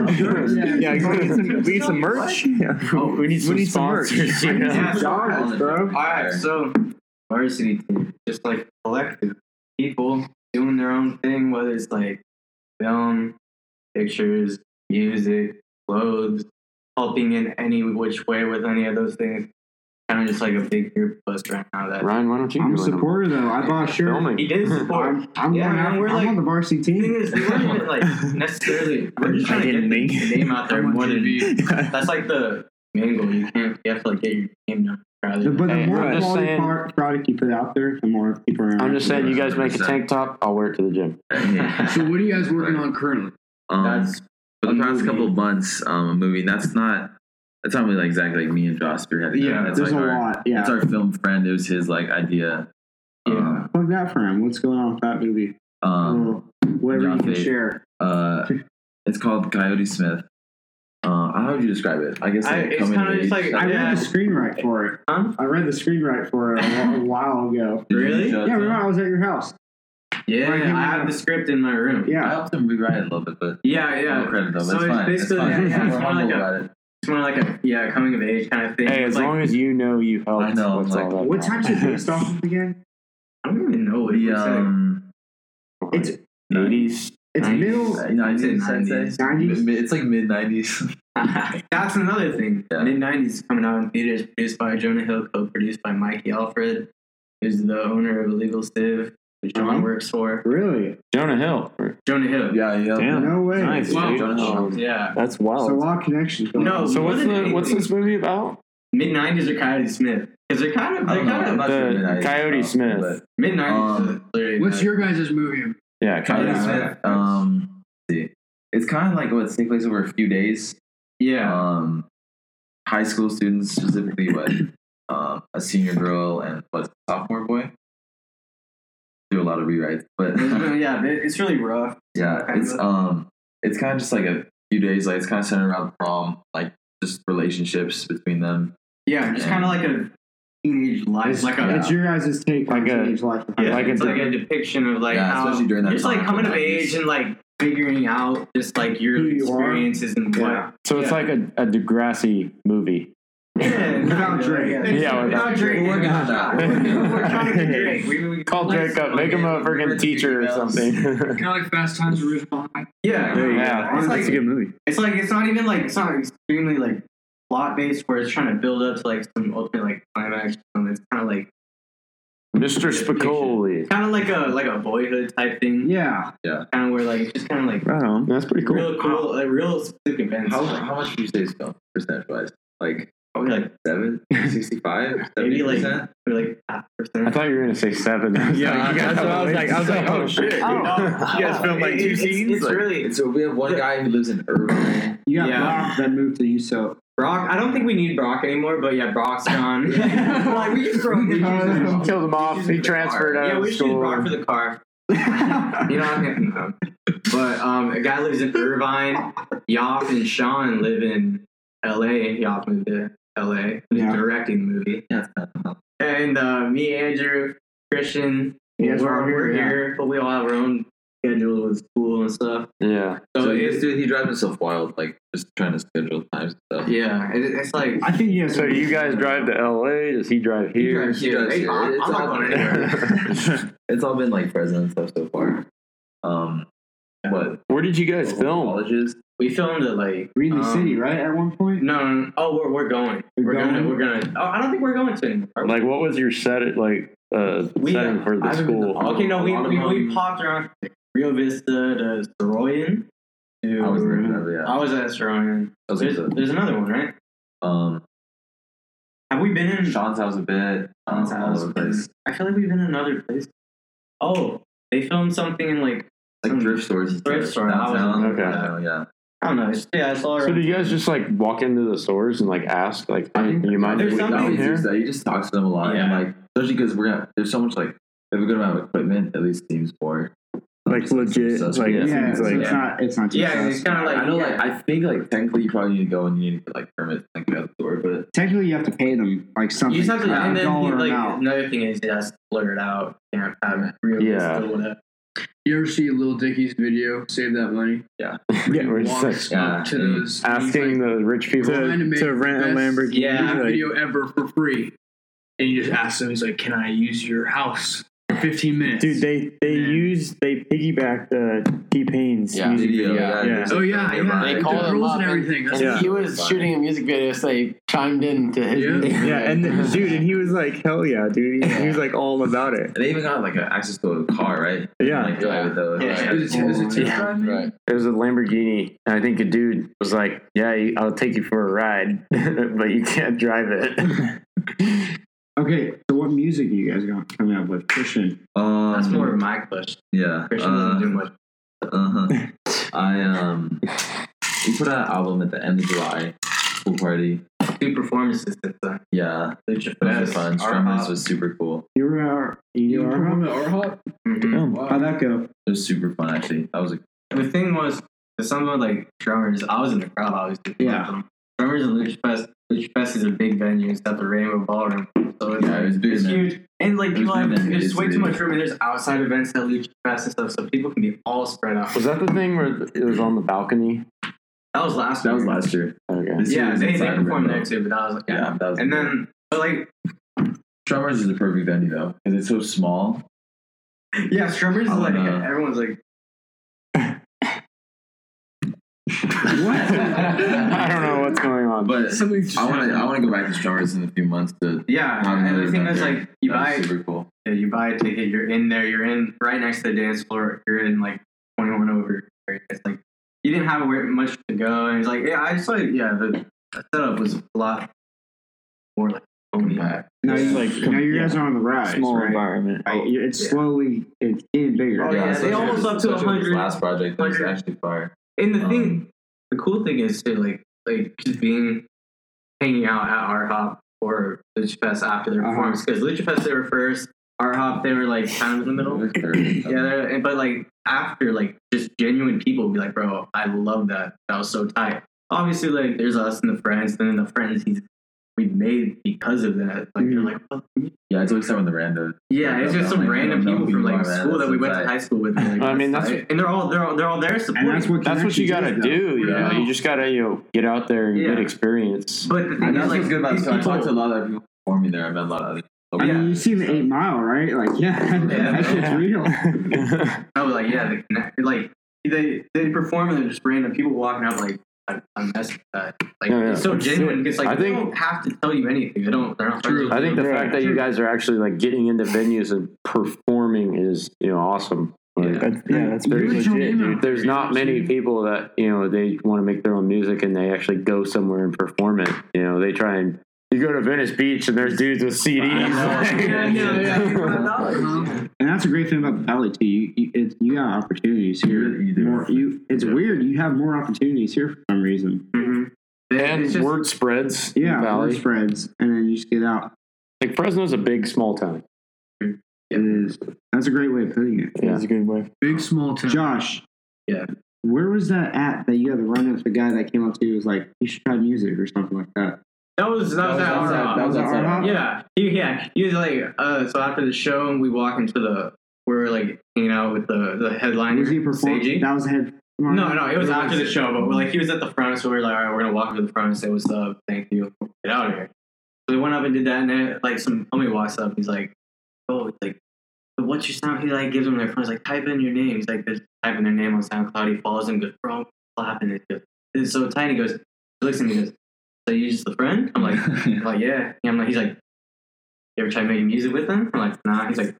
Speaker 2: some, we need some merch. Yeah. we need some, we need some merch.
Speaker 5: sponsors, you know?
Speaker 1: Yeah,
Speaker 3: Dogs, bro.
Speaker 1: All right, so varsity team, just like collective people doing their own thing, whether it's like film, pictures, music, clothes, helping in any which way with any of those things. Kind of just like a big group of us right now. That
Speaker 5: Ryan, why don't you?
Speaker 3: I'm a
Speaker 5: go in on-
Speaker 3: supporter, though. I bought a shirt.
Speaker 5: Filming.
Speaker 1: he did support.
Speaker 3: I'm, I'm,
Speaker 1: Yeah,
Speaker 3: going
Speaker 1: man,
Speaker 3: out.
Speaker 1: we're
Speaker 3: I'm
Speaker 1: like-
Speaker 3: on the varsity
Speaker 1: The thing
Speaker 3: team.
Speaker 1: is, we weren't even like necessarily. We're just trying to get the name out there more than that's like the main goal. You can't. You have to like get your name known.
Speaker 3: The-
Speaker 1: rather than-
Speaker 3: But the
Speaker 5: Hey,
Speaker 3: more
Speaker 5: I'm just
Speaker 3: quality
Speaker 5: saying-
Speaker 3: par- product you put out there, the more people are.
Speaker 5: I'm just saying, you guys make a
Speaker 7: 100%.
Speaker 5: tank top, I'll wear it to the gym.
Speaker 6: So what are you guys working on currently?
Speaker 7: Um,
Speaker 1: That's
Speaker 7: for
Speaker 1: a
Speaker 7: the past
Speaker 1: movie.
Speaker 7: couple of months, um, a movie that's not that's not really like exactly like me and Josh spearheading. that.
Speaker 6: Yeah,
Speaker 7: that's
Speaker 3: There's
Speaker 7: like
Speaker 3: a
Speaker 7: our,
Speaker 3: lot. Yeah.
Speaker 7: That's our film friend. It was his like idea.
Speaker 1: Yeah.
Speaker 3: Plug that for him. What's going on with that movie?
Speaker 7: Um, um,
Speaker 3: Oh, whatever you
Speaker 7: John
Speaker 3: can
Speaker 7: Fate.
Speaker 3: share.
Speaker 7: uh, it's called Coyote Smith. Uh, how would you describe it? I guess
Speaker 1: I-
Speaker 7: like
Speaker 1: it's
Speaker 7: coming
Speaker 1: kinda
Speaker 7: of
Speaker 1: just
Speaker 7: age
Speaker 1: like-
Speaker 3: I
Speaker 7: stuff.
Speaker 1: Yeah.
Speaker 3: read the screenwrite for it.
Speaker 1: Huh?
Speaker 3: I read the screenwrite for it a, wh- a while ago.
Speaker 7: Did you
Speaker 1: Really?
Speaker 7: show
Speaker 3: Yeah,
Speaker 7: it to him?
Speaker 3: remember I was at your house.
Speaker 1: Yeah,
Speaker 3: Right,
Speaker 1: I
Speaker 3: you
Speaker 1: have
Speaker 3: have-
Speaker 1: the script in my room.
Speaker 7: I
Speaker 3: Yeah.
Speaker 7: helped him rewrite it a little bit, but
Speaker 1: Yeah,
Speaker 7: yeah. no
Speaker 1: yeah.
Speaker 7: credit though.
Speaker 1: So
Speaker 7: That's
Speaker 1: it's
Speaker 7: fine. It's
Speaker 1: basically-
Speaker 7: fine.
Speaker 1: yeah, yeah, it's
Speaker 7: We're
Speaker 1: more
Speaker 7: humble
Speaker 1: like a-
Speaker 7: about it.
Speaker 1: It's more like a yeah coming of age kind of thing.
Speaker 5: Hey,
Speaker 1: It's
Speaker 5: as
Speaker 1: like,
Speaker 5: long as you know you helped.
Speaker 7: I know,
Speaker 5: that's
Speaker 7: like,
Speaker 5: all that
Speaker 3: What time's it based off of again?
Speaker 1: I don't even know what
Speaker 7: The
Speaker 1: you said.
Speaker 7: um,
Speaker 3: It's
Speaker 5: Eighties.
Speaker 3: it's
Speaker 1: Nice.
Speaker 3: middle.
Speaker 7: nineties,
Speaker 1: Nineties.
Speaker 7: nineties, It's like mid nineties.
Speaker 1: That's another thing.
Speaker 7: Yeah.
Speaker 1: Mid nineties coming out in theaters, produced by Jonah Hill, co-produced by Mikey Alfred, who's the owner of Illegal Civ, which Jonah
Speaker 3: Uh-huh.
Speaker 1: works for.
Speaker 3: Really?
Speaker 5: Jonah Hill.
Speaker 1: Jonah Hill.
Speaker 7: Yeah, yeah.
Speaker 5: Damn.
Speaker 3: No way.
Speaker 5: Nice.
Speaker 6: Wow.
Speaker 5: dude. Um,
Speaker 1: Yeah.
Speaker 5: that's
Speaker 3: It's a
Speaker 5: wild.
Speaker 3: lot of connections. Going
Speaker 1: No,
Speaker 3: on.
Speaker 5: So what's
Speaker 1: More than
Speaker 5: the what's
Speaker 1: anything.
Speaker 5: this movie about?
Speaker 1: Mid nineties are Coyote Smith because they're kind of
Speaker 7: I
Speaker 1: they're
Speaker 7: don't know. I'm
Speaker 1: kind of
Speaker 7: not sure
Speaker 5: The
Speaker 7: mid 90s,
Speaker 5: Coyote
Speaker 7: but-
Speaker 5: Smith.
Speaker 1: mid nineties.
Speaker 7: Um,
Speaker 6: What's your guys' movie?
Speaker 5: Yeah,
Speaker 7: Coyote
Speaker 1: Yeah.
Speaker 7: Smith. Um, let's see, it's kind of like what takes place over a few days.
Speaker 1: yeah?
Speaker 7: Um, high school students specifically, what um, a senior girl and what sophomore boy do a lot of rewrites, but
Speaker 1: yeah, it- it's really rough.
Speaker 7: yeah, it's um, it's kind of just like a few days. Like it's kind of centered around prom, like just relationships between them.
Speaker 1: Yeah, just kind of like a teenage life,
Speaker 3: It's,
Speaker 1: like a
Speaker 3: it's your guys' take on
Speaker 5: Like a-
Speaker 3: teenage life.
Speaker 1: yeah,
Speaker 5: like
Speaker 1: it's
Speaker 5: a-
Speaker 1: like a depiction of like
Speaker 7: Yeah,
Speaker 1: how
Speaker 7: especially during that
Speaker 1: just like
Speaker 7: time,
Speaker 1: coming of
Speaker 7: like,
Speaker 1: age and like figuring out just like your
Speaker 3: Who you are.
Speaker 1: experiences and
Speaker 3: Yeah.
Speaker 1: what.
Speaker 5: So it's
Speaker 1: Yeah.
Speaker 5: like a, a Degrassi movie.
Speaker 1: Yeah,
Speaker 3: Without Drake.
Speaker 5: Yeah,
Speaker 1: without Drake.
Speaker 7: We're working on that.
Speaker 1: We're trying to get Drake. We- we-
Speaker 5: Call Drake up, make him a freaking teacher or something.
Speaker 6: Kind of like Fast Times at Ridgemont High.
Speaker 1: Yeah,
Speaker 2: Yeah,
Speaker 1: It's
Speaker 2: that's a
Speaker 1: like
Speaker 2: good movie.
Speaker 1: it's like it's not even like it's not extremely like plot based where it's trying to build up to like some ultimate like climax. And it's kind of like
Speaker 5: Mr. Spicoli.
Speaker 1: kind of like a like a boyhood type thing.
Speaker 3: Yeah.
Speaker 1: Kind of where like it's just kind of like
Speaker 2: Right on.
Speaker 5: That's pretty cool.
Speaker 1: real cool, like real specific events.
Speaker 7: How,
Speaker 1: like,
Speaker 7: how much do you say is film percentage wise? Like
Speaker 1: Probably like
Speaker 7: Seven, sixty-five,
Speaker 1: Maybe
Speaker 7: seventy
Speaker 1: like-
Speaker 7: percent.
Speaker 1: we're like half percent.
Speaker 5: I thought you were gonna say seven.
Speaker 6: Yeah,
Speaker 5: that's what I was like. I was like, oh shit.
Speaker 1: You guys filmed like two scenes. It's really
Speaker 7: So we have one guy who lives in Irvine.
Speaker 3: You got
Speaker 1: Yeah.
Speaker 3: Brock that moved to USO.
Speaker 1: Brock. I don't think we need Brock anymore, but yeah, Brock's gone. like we just throw him.
Speaker 5: He Killed him off. He transferred out
Speaker 1: Yeah,
Speaker 5: of
Speaker 1: we
Speaker 5: the
Speaker 1: should use Brock
Speaker 5: school.
Speaker 1: for the car. you know, I'm getting them. But um, a guy lives in Irvine. Yoff and Sean live in L.A. Yoff moved to L.A. He's
Speaker 3: Yeah.
Speaker 1: directing the movie. And uh, me, Andrew, Christian,
Speaker 3: Yes,
Speaker 1: we're,
Speaker 3: we're here,
Speaker 1: we're
Speaker 3: yeah.
Speaker 1: here, but we all have our own schedules with school and stuff.
Speaker 5: Yeah.
Speaker 1: So,
Speaker 7: So
Speaker 1: it's
Speaker 7: this dude, he drives himself wild, like just trying to schedule times and stuff.
Speaker 1: yeah, it, it's like
Speaker 3: I think yes.
Speaker 5: So you guys drive to LA? Does he drive here?
Speaker 1: He drives
Speaker 7: He
Speaker 1: here.
Speaker 7: drives here.
Speaker 1: I'm not going anywhere.
Speaker 7: It's all been like Fresno and stuff so far. Um, but
Speaker 5: Where did you guys film?
Speaker 7: colleges.
Speaker 1: we filmed it like
Speaker 3: Greenly
Speaker 1: um,
Speaker 3: City, right? At one point.
Speaker 1: No, no, no. oh, we're, we're going.
Speaker 3: You're
Speaker 1: We're gonna.
Speaker 3: going?
Speaker 1: We're gonna. Oh, I don't think we're going to anymore.
Speaker 5: Like, what was your set? At, like, uh,
Speaker 1: We-
Speaker 5: setting for the
Speaker 7: I haven't been to
Speaker 5: school?
Speaker 7: Palm-
Speaker 1: Okay, no, we, we, we
Speaker 7: Um,
Speaker 1: popped around Rio Vista to Soroyan. To,
Speaker 7: I was never yeah.
Speaker 1: I was at Soroyan.
Speaker 7: I was
Speaker 1: There's,
Speaker 7: in the-
Speaker 1: there's another one, right?
Speaker 7: um,
Speaker 1: Have we been in
Speaker 7: Sean's house a bit. Um,
Speaker 1: Sean's
Speaker 7: all
Speaker 1: house?
Speaker 7: over the place.
Speaker 1: I feel like we've been in another place. Oh, they filmed something in like
Speaker 7: Like thrift stores. and
Speaker 1: Thrift
Speaker 7: stuff,
Speaker 1: store, I was
Speaker 7: Downtown.
Speaker 5: in-
Speaker 7: Yeah, yeah.
Speaker 1: I don't know. it's- Yeah, I saw.
Speaker 5: So do you guys just like walk into the stores and like ask like,
Speaker 7: I
Speaker 5: hey,
Speaker 7: think-
Speaker 5: you mind if
Speaker 1: There's
Speaker 5: we
Speaker 1: something-
Speaker 5: come
Speaker 7: He
Speaker 5: here?
Speaker 7: just, he just talks to them a lot, and
Speaker 1: Yeah.
Speaker 7: like especially because we're gonna, there's so much like we have a good amount of equipment. At least seems for
Speaker 2: Like legit.
Speaker 7: So-
Speaker 2: Like,
Speaker 7: yeah.
Speaker 2: it
Speaker 3: Yeah,
Speaker 2: seems
Speaker 3: so
Speaker 2: like
Speaker 3: it's not. It's not. Too
Speaker 1: yeah,
Speaker 3: fast.
Speaker 1: it's kind of like
Speaker 7: I know, like I think like technically you probably need to go and you need to get like permits and like out the door,
Speaker 1: Mm-hmm.
Speaker 7: but
Speaker 3: Technically, you have to pay them like something.
Speaker 1: You just have to,
Speaker 3: like
Speaker 1: and
Speaker 3: a
Speaker 1: then he,
Speaker 3: dollar
Speaker 1: like
Speaker 3: amount.
Speaker 1: another thing is he has to blur it out. Can't have it real.
Speaker 5: Yeah.
Speaker 1: or whatever.
Speaker 6: You ever see Lil Dicky's video? Save that money.
Speaker 5: Yeah, we're just like
Speaker 6: Walks
Speaker 7: yeah,
Speaker 6: up to
Speaker 7: and
Speaker 6: those
Speaker 5: asking the rich people.
Speaker 6: trying to, make
Speaker 2: to rent a
Speaker 6: the best
Speaker 2: Lamborghini.
Speaker 1: Yeah,
Speaker 6: music
Speaker 2: like-
Speaker 6: video ever for free, and you just ask him. He's like, "Can I use your house for 15 minutes?"
Speaker 2: Dude, they they
Speaker 6: Yeah.
Speaker 2: used they piggybacked uh, T Pain's
Speaker 4: Yeah.
Speaker 2: music
Speaker 7: video,
Speaker 2: video.
Speaker 7: yeah,
Speaker 2: yeah.
Speaker 7: there's
Speaker 6: oh
Speaker 7: a-
Speaker 6: yeah, yeah.
Speaker 7: nearby.
Speaker 4: They call
Speaker 6: the
Speaker 4: him
Speaker 6: rules
Speaker 4: up
Speaker 6: and everything. That's
Speaker 2: Yeah.
Speaker 4: He was shooting a music video, so they chimed in to his.
Speaker 6: Yeah.
Speaker 4: music
Speaker 2: Yeah,
Speaker 4: video.
Speaker 2: and the, dude, and he was like, hell yeah, dude. He, he was like all about it.
Speaker 7: And they even got like an access to a car, right?
Speaker 2: Yeah.
Speaker 7: Like drive it though.
Speaker 4: Yeah.
Speaker 7: Like,
Speaker 6: Is it- is it test
Speaker 4: Yeah,
Speaker 6: drive, maybe?
Speaker 4: right.
Speaker 5: It was a Lamborghini, and I think a dude was like, "Yeah, you- I'll take you for a ride, but you can't drive it."
Speaker 3: Okay, so what music you guys got coming up with? Christian.
Speaker 7: um,
Speaker 1: that's more of my question.
Speaker 7: Yeah.
Speaker 1: Christian doesn't do much.
Speaker 7: Uh huh. I um, we put out an album at the end of July. Pool party.
Speaker 1: Two performances since then.
Speaker 7: Yeah,
Speaker 1: Lucha
Speaker 7: it was
Speaker 1: Fest,
Speaker 7: fun.
Speaker 1: Art
Speaker 7: Strummers
Speaker 1: Hop.
Speaker 7: was super cool.
Speaker 3: You were our.
Speaker 6: You
Speaker 3: You were
Speaker 6: perform
Speaker 3: our.
Speaker 6: at our hop?
Speaker 1: Mhm.
Speaker 3: How'd that go?
Speaker 7: It was super fun actually. That was a
Speaker 1: The thing was, with some of like drummers, I was in the crowd obviously. for
Speaker 3: Yeah.
Speaker 1: them. Drummers and Lucha Fest. Lucha Fest is a big venue. It's at the Rainbow Ballroom, so it's,
Speaker 7: yeah, it was big.
Speaker 1: it's
Speaker 7: man.
Speaker 1: huge. And like
Speaker 7: It
Speaker 1: people
Speaker 7: was
Speaker 1: have
Speaker 7: big then,
Speaker 1: there's
Speaker 7: it's
Speaker 1: way
Speaker 7: big.
Speaker 1: too much room, and there's outside events at Lucha Fest and stuff, so people can be all spread out.
Speaker 5: Was that the thing where it was on the balcony?
Speaker 1: That was last.
Speaker 7: That was
Speaker 1: year.
Speaker 7: last year.
Speaker 5: Okay.
Speaker 7: This year
Speaker 1: Yeah,
Speaker 7: was
Speaker 1: they, they
Speaker 7: inside
Speaker 1: performed
Speaker 7: Rainbow.
Speaker 1: there too, but that was like, yeah.
Speaker 7: Yeah, that was.
Speaker 1: And then, but like,
Speaker 7: Drummers is the perfect venue though, because it's so small.
Speaker 1: yeah, Strummers is
Speaker 7: Oh,
Speaker 1: like,
Speaker 7: no.
Speaker 1: everyone's like,
Speaker 5: I don't know what's going on.
Speaker 7: But
Speaker 6: Something just
Speaker 7: I want to
Speaker 6: happened.
Speaker 7: I want to go back to Strummers in a few months. To
Speaker 1: yeah.
Speaker 7: Not
Speaker 1: Uh, and
Speaker 7: another
Speaker 1: the thing
Speaker 7: event
Speaker 1: is,
Speaker 7: there.
Speaker 1: like, you
Speaker 7: that was
Speaker 1: buy,
Speaker 7: super cool.
Speaker 1: yeah, you buy a ticket, you're in there, you're in right next to the dance floor, you're in like 21 over. It's like, you didn't have where- much to go. And it's like, yeah, I just like, yeah, the the setup was a lot more like, homey.
Speaker 3: Now,
Speaker 2: It's
Speaker 3: you,
Speaker 2: like
Speaker 3: now you
Speaker 2: yeah.
Speaker 3: guys are on the rise,
Speaker 2: Small
Speaker 3: right?
Speaker 2: environment.
Speaker 3: Like, you- it's
Speaker 1: Yeah.
Speaker 3: slowly it's getting bigger.
Speaker 1: Oh, yeah, they
Speaker 7: especially
Speaker 1: almost
Speaker 7: this-
Speaker 1: up to
Speaker 7: especially this
Speaker 1: 100.
Speaker 7: Last project that was
Speaker 1: 100.
Speaker 7: actually fire.
Speaker 1: And the
Speaker 7: Um,
Speaker 1: thing, the cool thing is too, like, like just being hanging out at Art Hop or Lucha Fest after their
Speaker 3: Uh-huh.
Speaker 1: performance because Lucha Fest they were first, Art Hop they were like kind of in the
Speaker 7: Um,
Speaker 1: middle. Yeah, they're, and- but like after, like just genuine people would be like, "Bro, I love that. That was so tight." Obviously, like there's us and the friends, and then the friends he's we made because of that. Like they're like, "Fuck."
Speaker 7: yeah, it's like some of the random.
Speaker 1: yeah, it's just some
Speaker 7: Like,
Speaker 1: random
Speaker 7: I don't know
Speaker 1: people
Speaker 7: who
Speaker 1: from
Speaker 7: you
Speaker 1: like
Speaker 7: are, man.
Speaker 1: school that
Speaker 7: That's
Speaker 1: we went to
Speaker 7: insane.
Speaker 1: high school with. and, like,
Speaker 5: I mean, that's-
Speaker 1: tight. and they're all they're all they're all there
Speaker 3: And
Speaker 1: supporting.
Speaker 3: that's what
Speaker 5: That's what you
Speaker 3: got
Speaker 5: gotta
Speaker 3: to
Speaker 5: do. You know,
Speaker 1: Yeah.
Speaker 5: you just gotta you know get out there and get
Speaker 1: Yeah.
Speaker 5: experience.
Speaker 1: but the thing
Speaker 7: And
Speaker 1: is,
Speaker 7: that's
Speaker 1: like,
Speaker 7: what's good about.
Speaker 1: these
Speaker 7: So I
Speaker 1: people-
Speaker 7: talked to a lot of other people performing there. I met a lot of other.
Speaker 3: I
Speaker 7: Yeah.
Speaker 3: mean, you seen the Eight Mile, right? Like, yeah,
Speaker 1: Yeah.
Speaker 3: that shit's real.
Speaker 1: I was like, yeah, they connect, like they they perform and they're just random people walking out like I, I'm messed with that. Like
Speaker 5: Yeah, yeah.
Speaker 1: it's so genuine because like
Speaker 5: I
Speaker 1: they
Speaker 5: think-
Speaker 1: don't have to tell you anything. They don't. They're not true.
Speaker 5: I think the fact that you guys are actually like getting into venues and performing is you know awesome. Like,
Speaker 2: That's, yeah, that's pretty
Speaker 6: What's
Speaker 2: legit,
Speaker 6: your name
Speaker 2: dude.
Speaker 6: out
Speaker 5: There's
Speaker 6: there?
Speaker 5: not many people that you know they want to make their own music and they actually go somewhere and perform it. You know, they try and you go to Venice Beach and there's dudes with CDs.
Speaker 3: And that's a great thing about the valley too. You, you, it's, you got opportunities here.
Speaker 7: You do.
Speaker 3: More, you, it's weird. You have more opportunities here for some reason.
Speaker 5: and
Speaker 1: It's just-
Speaker 5: word spreads. in the
Speaker 3: Yeah, more
Speaker 5: Valley.
Speaker 3: spreads, and then you just get out.
Speaker 5: Like Fresno's a big small town.
Speaker 3: It is. That's a great way of putting it.
Speaker 5: Yeah.
Speaker 2: a good way.
Speaker 6: Big small town.
Speaker 3: Josh.
Speaker 4: Yeah.
Speaker 3: Where was that at that you had to run up to the guy that came up to you was like, you should try music or something like that? Uh-huh.
Speaker 1: That was that, was, at
Speaker 4: outside-
Speaker 1: Rock.
Speaker 4: that was
Speaker 3: Was it
Speaker 4: outside.
Speaker 3: Arhop?
Speaker 1: Yeah, he, yeah. He was like, uh, so after the show, and we walk into the, we were like hanging out with the the headliner.
Speaker 3: Was he performing?
Speaker 1: Seiji.
Speaker 3: That was a head.
Speaker 1: No, no, it was after the show, but we're like, he was at the front, so we were like, all right, we're gonna walk up to the front and say, what's up, thank you, get out of here. So we went up and did that, and then like some homie walks up, he's like, oh, he's like, "But what's your sound? He like gives him their phone, he's like, type in your name. He's like, just typing their name on SoundCloud. He follows him, goes, bro, slap, and it goes, this is so tight. He goes, he looks at me, he goes, so you just a friend? I'm like, I'm like yeah. And I'm like, he's like, you ever try making music with them? I'm like, nah. He's like,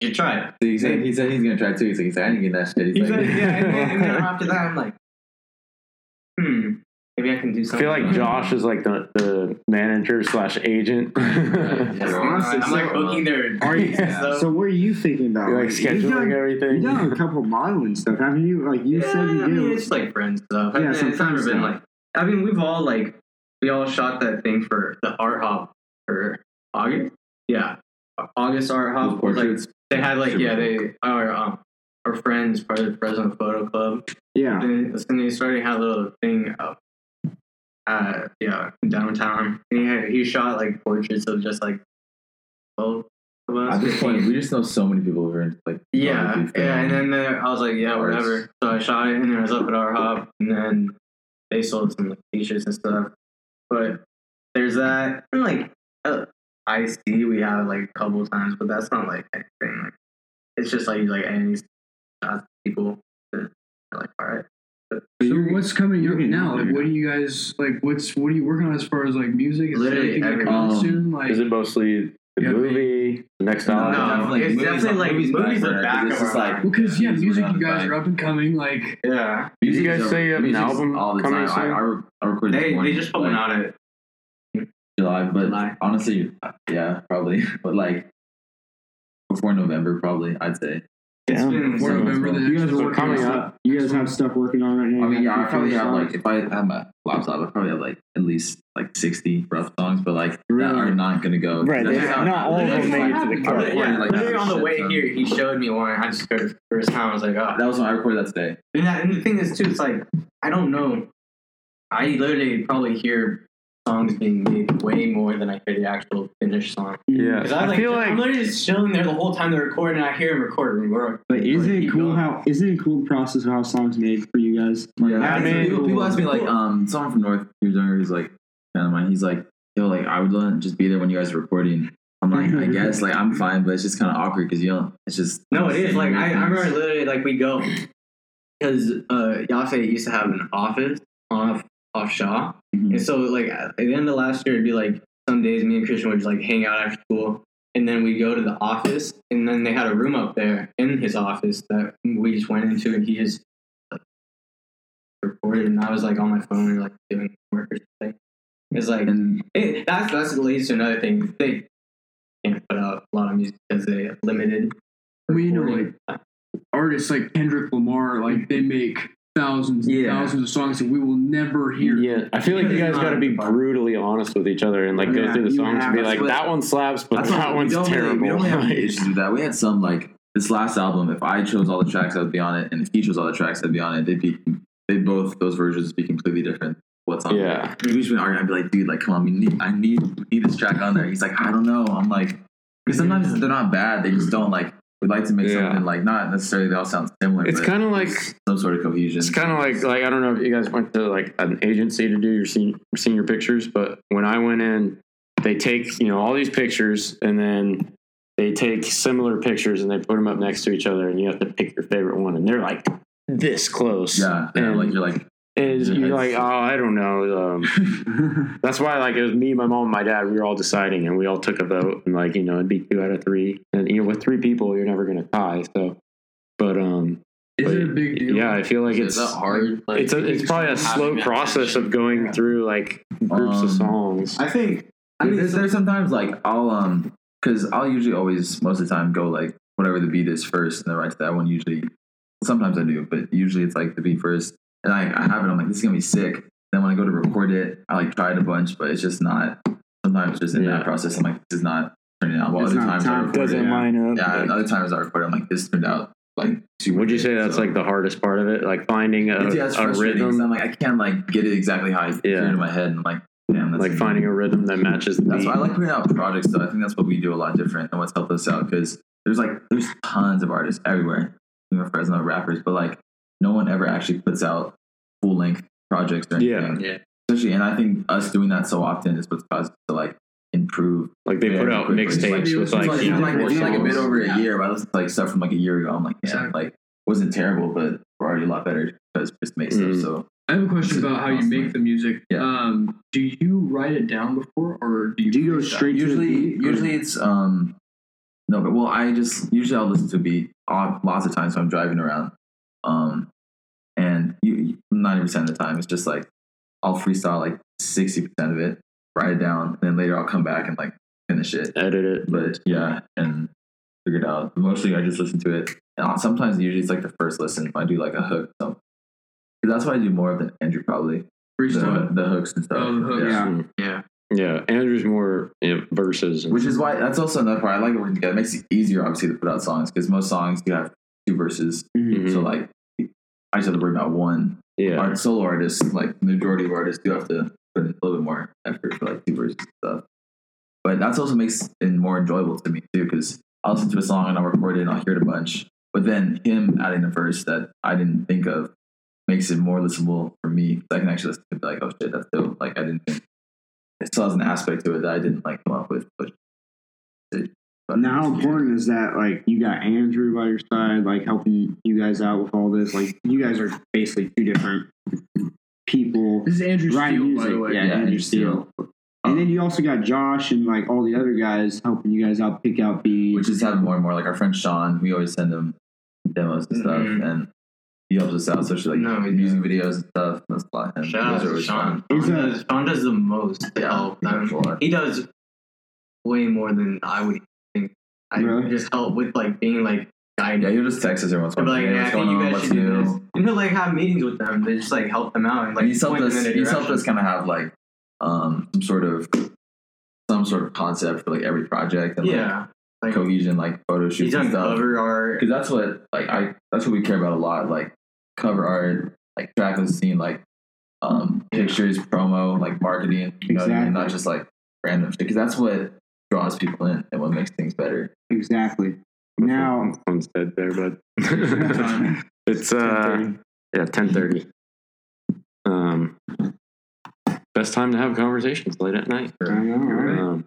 Speaker 1: you try it.
Speaker 7: He said, he said he's gonna try too. He's like, he's like, I didn't get that shit. He's,
Speaker 1: He said,
Speaker 7: like,
Speaker 1: yeah, and then, and then after that, I'm like, hmm, maybe I can do
Speaker 5: I
Speaker 1: something.
Speaker 5: feel like Josh is like the, the manager slash agent.
Speaker 1: Yeah,
Speaker 5: like
Speaker 1: so I'm, like- I'm like booking their.
Speaker 3: Are you,
Speaker 5: Yeah.
Speaker 1: So,
Speaker 3: So what are you thinking about? you've
Speaker 5: scheduling
Speaker 3: done-
Speaker 5: everything.
Speaker 3: You've done a couple modeling stuff, haven't you? Like you
Speaker 1: yeah,
Speaker 3: said, you
Speaker 1: I mean,
Speaker 3: do.
Speaker 1: it's like friends stuff. I
Speaker 3: Yeah,
Speaker 1: mean,
Speaker 3: some
Speaker 1: it's never
Speaker 3: friends
Speaker 1: been
Speaker 3: stuff.
Speaker 1: like. I mean, we've all like, we all shot that thing for the art hop for August. Yeah, August art hop. was, Like
Speaker 7: portraits.
Speaker 1: they had like
Speaker 7: Sure.
Speaker 1: yeah they our um our friends part of the Fresno Photo Club.
Speaker 3: Yeah.
Speaker 1: And then they started had a little thing up, uh, yeah, downtown. And he had, he shot like portraits of just like both of
Speaker 7: At
Speaker 1: us.
Speaker 7: this point, we just know so many people who are into like.
Speaker 1: Yeah,
Speaker 7: photography,
Speaker 1: yeah. And
Speaker 7: film.
Speaker 1: then there, I was like, yeah,
Speaker 7: Arts.
Speaker 1: whatever. So I shot it, and then I was up at our hop, and then they sold some like, t-shirts and stuff. But there's that, and like uh, I see we have like a couple times, but that's not like anything. Like it's just like like any shots people. and, Like all right.
Speaker 6: So what's coming
Speaker 3: you're
Speaker 6: up
Speaker 3: getting
Speaker 6: now?
Speaker 3: older
Speaker 6: Like, what do you guys like? What's what are you working on as far as like music? Is
Speaker 1: Literally
Speaker 6: anything
Speaker 1: everything.
Speaker 6: that coming
Speaker 7: Um,
Speaker 6: soon? Like,
Speaker 5: Is it mostly the
Speaker 6: Yeah.
Speaker 5: movie, the next album?
Speaker 1: No,
Speaker 7: Definitely,
Speaker 1: it's
Speaker 7: movies
Speaker 1: definitely
Speaker 7: are-
Speaker 1: like
Speaker 7: movies
Speaker 1: movies,
Speaker 7: back
Speaker 1: are
Speaker 7: burner,
Speaker 1: back
Speaker 7: 'cause it's
Speaker 1: of
Speaker 7: just
Speaker 1: our
Speaker 7: like-
Speaker 1: mind.
Speaker 6: well, because yeah,
Speaker 7: He's
Speaker 6: music
Speaker 7: around
Speaker 6: you guys
Speaker 7: the
Speaker 6: are up and coming. Like,
Speaker 1: yeah.
Speaker 5: Did you
Speaker 7: Music's
Speaker 5: guys say you have an
Speaker 7: music's
Speaker 5: album
Speaker 7: all the
Speaker 5: coming
Speaker 7: time.
Speaker 5: soon?
Speaker 7: I, I, re- I recorded this
Speaker 1: They
Speaker 7: morning,
Speaker 1: they just put
Speaker 7: like,
Speaker 1: one out at
Speaker 7: July, but
Speaker 1: July.
Speaker 7: honestly, yeah, probably, but like before November, probably I'd say.
Speaker 1: it's
Speaker 2: Damn.
Speaker 1: been
Speaker 6: before
Speaker 7: so-
Speaker 6: November, the
Speaker 3: You
Speaker 6: next
Speaker 3: guys are
Speaker 6: one's
Speaker 3: working on
Speaker 5: coming
Speaker 3: stuff. You guys have stuff working on right now.
Speaker 7: I mean, yeah, I
Speaker 3: After
Speaker 7: probably
Speaker 3: you
Speaker 7: have
Speaker 3: start?
Speaker 7: like if I had my laptop, I'd probably have like at least like sixty rough songs, but like that
Speaker 3: Really?
Speaker 7: are not gonna go.
Speaker 2: Right,
Speaker 7: That's
Speaker 2: yeah,
Speaker 7: how-
Speaker 2: not all of them made it to the
Speaker 1: Yeah,
Speaker 7: I
Speaker 2: cut.
Speaker 7: recorded,
Speaker 1: yeah,
Speaker 7: like,
Speaker 1: literally on the
Speaker 7: shit
Speaker 1: way
Speaker 7: ton.
Speaker 1: here, he showed me one. I just heard it the first time. I was like, oh.
Speaker 7: That was when I recorded that today.
Speaker 1: And, that, and the thing is, too, it's like, I don't know. I literally probably hear songs being made way more than I hear the actual finished song.
Speaker 5: Yeah,
Speaker 1: 'Cause I,
Speaker 5: I,
Speaker 1: like,
Speaker 5: feel
Speaker 1: I'm
Speaker 5: like
Speaker 1: literally just chilling there the whole time they're recording, and I hear him record. and we're-
Speaker 3: But isn't
Speaker 1: like,
Speaker 3: it
Speaker 1: keep
Speaker 3: cool
Speaker 1: going.
Speaker 3: how isn't it cool the process of how songs made for you guys?
Speaker 7: Yeah,
Speaker 5: I mean-
Speaker 7: people, people ask me like, um, someone from North he was younger, he's like, kind of mine. He's like, yo, like I would love to just be there when you guys are recording. I'm like, I guess, like I'm fine, but it's just kind of awkward because you don't. It's just
Speaker 1: No, it is. Like, I, I remember
Speaker 7: Things.
Speaker 1: literally, like, we go. Because uh, Yafe used to have an office off, off Shaw.
Speaker 7: Mhm.
Speaker 1: And so, like, at the end of last year, it'd be like some days me and Christian would just like hang out after school. And then we'd go to the office. And then they had a room up there in his office that we just went into and he just like recorded. And I was like on my phone or like doing work or something. It's like,
Speaker 7: And
Speaker 1: it, that's that's leads to another thing. They can't put out a lot of music because they have limited.
Speaker 6: Well, you know,
Speaker 1: recording.
Speaker 6: artists like Kendrick Lamar, like they make thousands and
Speaker 1: Yeah.
Speaker 6: thousands of songs that we will never hear.
Speaker 5: yeah, I feel like you guys got to be brutally honest with each other and like go
Speaker 3: Yeah,
Speaker 5: through the
Speaker 3: you
Speaker 5: songs and be
Speaker 3: have-
Speaker 5: like,
Speaker 7: that's
Speaker 5: that one slaps, but
Speaker 7: that's
Speaker 5: that
Speaker 7: why
Speaker 5: one's
Speaker 7: we don't Really,
Speaker 5: terrible.
Speaker 7: we don't really have any issues with that. We had some like this last album. If I chose all the tracks, I'd be on it, and if he chose all the tracks, I'd be on it. They'd be they both those versions be completely different. What's on? there.
Speaker 5: yeah,
Speaker 7: we just been arguing. I'd be like, dude, like, come on, we need, I need, we need this track on there. He's like, I don't know. I'm like, because sometimes they're not bad. They just don't like. We'd like to make
Speaker 5: Yeah.
Speaker 7: something like not necessarily they all sound similar.
Speaker 5: it's
Speaker 7: but
Speaker 5: kind of like
Speaker 7: some sort of cohesion.
Speaker 5: It's kind of like like I don't know if you guys went to like an agency to do your senior, senior pictures, but when I went in, they take you know all these pictures and then they take similar pictures and they put them up next to each other, and you have to pick your favorite one, and they're like this close.
Speaker 7: yeah, yeah,
Speaker 5: and,
Speaker 7: like you're like
Speaker 5: and you're like
Speaker 7: Yes.
Speaker 5: oh I don't know. Um, that's why like it was me, my mom, and my dad. We were all deciding, and we all took a vote, and like you know it'd be two out of three, and you know with three people you're never gonna tie. So, but um
Speaker 6: Is it a
Speaker 5: But,
Speaker 6: big deal?
Speaker 5: yeah, I feel like
Speaker 4: Is
Speaker 5: it's
Speaker 4: that hard? Like,
Speaker 5: it's a, it's probably a slow
Speaker 4: having that
Speaker 5: process of going through like groups
Speaker 7: Um,
Speaker 5: of songs.
Speaker 1: I think I mean,
Speaker 7: there's, there's sometimes like I'll um because I'll usually always most of the time go like whatever the beat is first and the right to that one usually sometimes I do but usually it's like the beat first and I, I have it I'm like this is gonna be sick then when I go to record it I like try it a bunch but it's just not sometimes just in
Speaker 5: Yeah.
Speaker 7: that process I'm like this is not turning out well
Speaker 3: It's
Speaker 7: other
Speaker 3: not
Speaker 7: times I
Speaker 3: time-
Speaker 7: record
Speaker 2: Doesn't
Speaker 7: it
Speaker 2: line up.
Speaker 7: yeah and other times I record it, I'm like this turned out like super
Speaker 5: Would you
Speaker 7: good,
Speaker 5: say that's
Speaker 7: so-
Speaker 5: like the hardest part of it? Like finding a,
Speaker 7: it's, yeah, it's
Speaker 5: a
Speaker 7: frustrating 'cause I'm
Speaker 5: rhythm,
Speaker 7: like I can't like get it exactly how I hear
Speaker 5: Yeah.
Speaker 7: it in my head and like damn that's
Speaker 5: like finding a rhythm that matches the
Speaker 7: That's
Speaker 5: beat.
Speaker 7: why I like putting out projects though. I think that's what we do a lot different and what's helped us out because there's like there's tons of artists everywhere, even Fresno rappers, but like no one ever actually puts out full length projects or
Speaker 5: Yeah.
Speaker 7: anything.
Speaker 1: Yeah.
Speaker 7: Especially and I think us doing that so often is what's caused us to like improve.
Speaker 5: Like they
Speaker 7: Yeah,
Speaker 5: put out
Speaker 7: quickly.
Speaker 5: mixtapes with
Speaker 7: Like,
Speaker 5: like,
Speaker 7: like,
Speaker 5: you know,
Speaker 7: like, it's been, like a
Speaker 5: four
Speaker 7: bit
Speaker 5: songs.
Speaker 7: over a year, but I listened to like stuff from like a year ago. I'm like, yeah, like wasn't terrible, but we're already a lot better because Chris made stuff.
Speaker 5: Mm.
Speaker 7: So
Speaker 6: I have a question about how you make the music.
Speaker 7: Yeah.
Speaker 6: Um, do you write it down before, or do you,
Speaker 3: Do you go
Speaker 6: freestyle?
Speaker 3: straight to the
Speaker 7: usually
Speaker 3: beat, or-
Speaker 7: usually it's um no but well i just usually i'll listen to a beat uh, lots of times when i'm driving around um and you 90% of the time it's just like i'll freestyle like 60% of it write it down and then later i'll come back and like finish it
Speaker 5: edit it.
Speaker 7: but yeah and figure it out mostly i just listen to it and I'll- sometimes usually it's like the first listen if i do like a hook so 'Cause that's what i do more of than andrew probably the,
Speaker 6: freestyle?
Speaker 7: the hooks and stuff
Speaker 6: Oh, the hooks.
Speaker 7: yeah
Speaker 1: yeah.
Speaker 5: Yeah, Andrew's more you know, verses. And,
Speaker 7: Which is why that's also another part I like working together. It makes it easier, obviously, to put out songs because most songs you have two verses.
Speaker 5: Mhm.
Speaker 7: So like, I just have to worry about one.
Speaker 5: yeah,
Speaker 7: Art solo artists, like the majority of artists, do have to put in a little bit more effort for like two verses and stuff. But that's also makes it more enjoyable to me too because I'll listen to a song and I'll record it and I'll hear it a bunch. But then him adding a verse that I didn't think of makes it more listenable for me. 'cause I can actually listen to it and be like, oh shit, that's dope. Like I didn't. Think. It still has an aspect to it that I didn't like come up with, but
Speaker 3: And how important is that? Like, you got Andrew by your side, like helping you guys out with all this. Like, you guys are basically two different people.
Speaker 6: This is Andrew
Speaker 3: Ryan
Speaker 6: Steele, by
Speaker 3: music,
Speaker 6: the way.
Speaker 3: yeah,
Speaker 7: Yeah,
Speaker 3: Andrew
Speaker 7: Andrew
Speaker 3: Steele. And then you also got Josh and like all the other guys helping you guys out pick out
Speaker 7: we
Speaker 3: beats.
Speaker 7: just have more and more. Like our friend Sean, we always send him demos and stuff,
Speaker 1: Mhm.
Speaker 7: and he helps us out, especially like
Speaker 1: No, yeah.
Speaker 7: music videos and stuff. That's a lot. And
Speaker 1: Shout out to Sean.
Speaker 3: He's
Speaker 1: Sean
Speaker 3: a-
Speaker 1: does, Sean does the most. to
Speaker 7: Yeah,
Speaker 1: help.
Speaker 7: he
Speaker 1: I
Speaker 7: does a
Speaker 1: mean,
Speaker 7: lot.
Speaker 1: he does way more than I would think. I
Speaker 3: Really?
Speaker 1: just help with like being like guided.
Speaker 7: Yeah, he'll just text us every once in
Speaker 1: He'll
Speaker 7: a
Speaker 1: be like,
Speaker 7: while. "Hey,
Speaker 1: yeah, I
Speaker 7: what's
Speaker 1: think
Speaker 7: going
Speaker 1: you guys
Speaker 7: on? What's
Speaker 1: should do
Speaker 7: new?
Speaker 1: this. And he'll like have meetings with them to just like help them out and like
Speaker 7: and he's helped
Speaker 1: point
Speaker 7: us.
Speaker 1: them in a
Speaker 7: He's helped
Speaker 1: direction.
Speaker 7: us kind of have like um some sort of some sort of concept for like every project and
Speaker 1: Yeah.
Speaker 7: like
Speaker 1: Like,
Speaker 7: cohesion, like photo
Speaker 1: he's
Speaker 7: shoots and
Speaker 1: done
Speaker 7: stuff.
Speaker 1: cover art.
Speaker 7: Because that's what like I that's what we care about a lot. Like cover art, like track listing, like um pictures, promo, like marketing. You know what I mean?
Speaker 3: Exactly.
Speaker 7: Not just like random shit. Because that's what draws people in and what makes things better.
Speaker 3: Exactly. Now,
Speaker 5: Someone's dead there, but it's uh, yeah, ten thirty. Um, best time to have conversations late at night.
Speaker 3: I know, right?
Speaker 5: Um,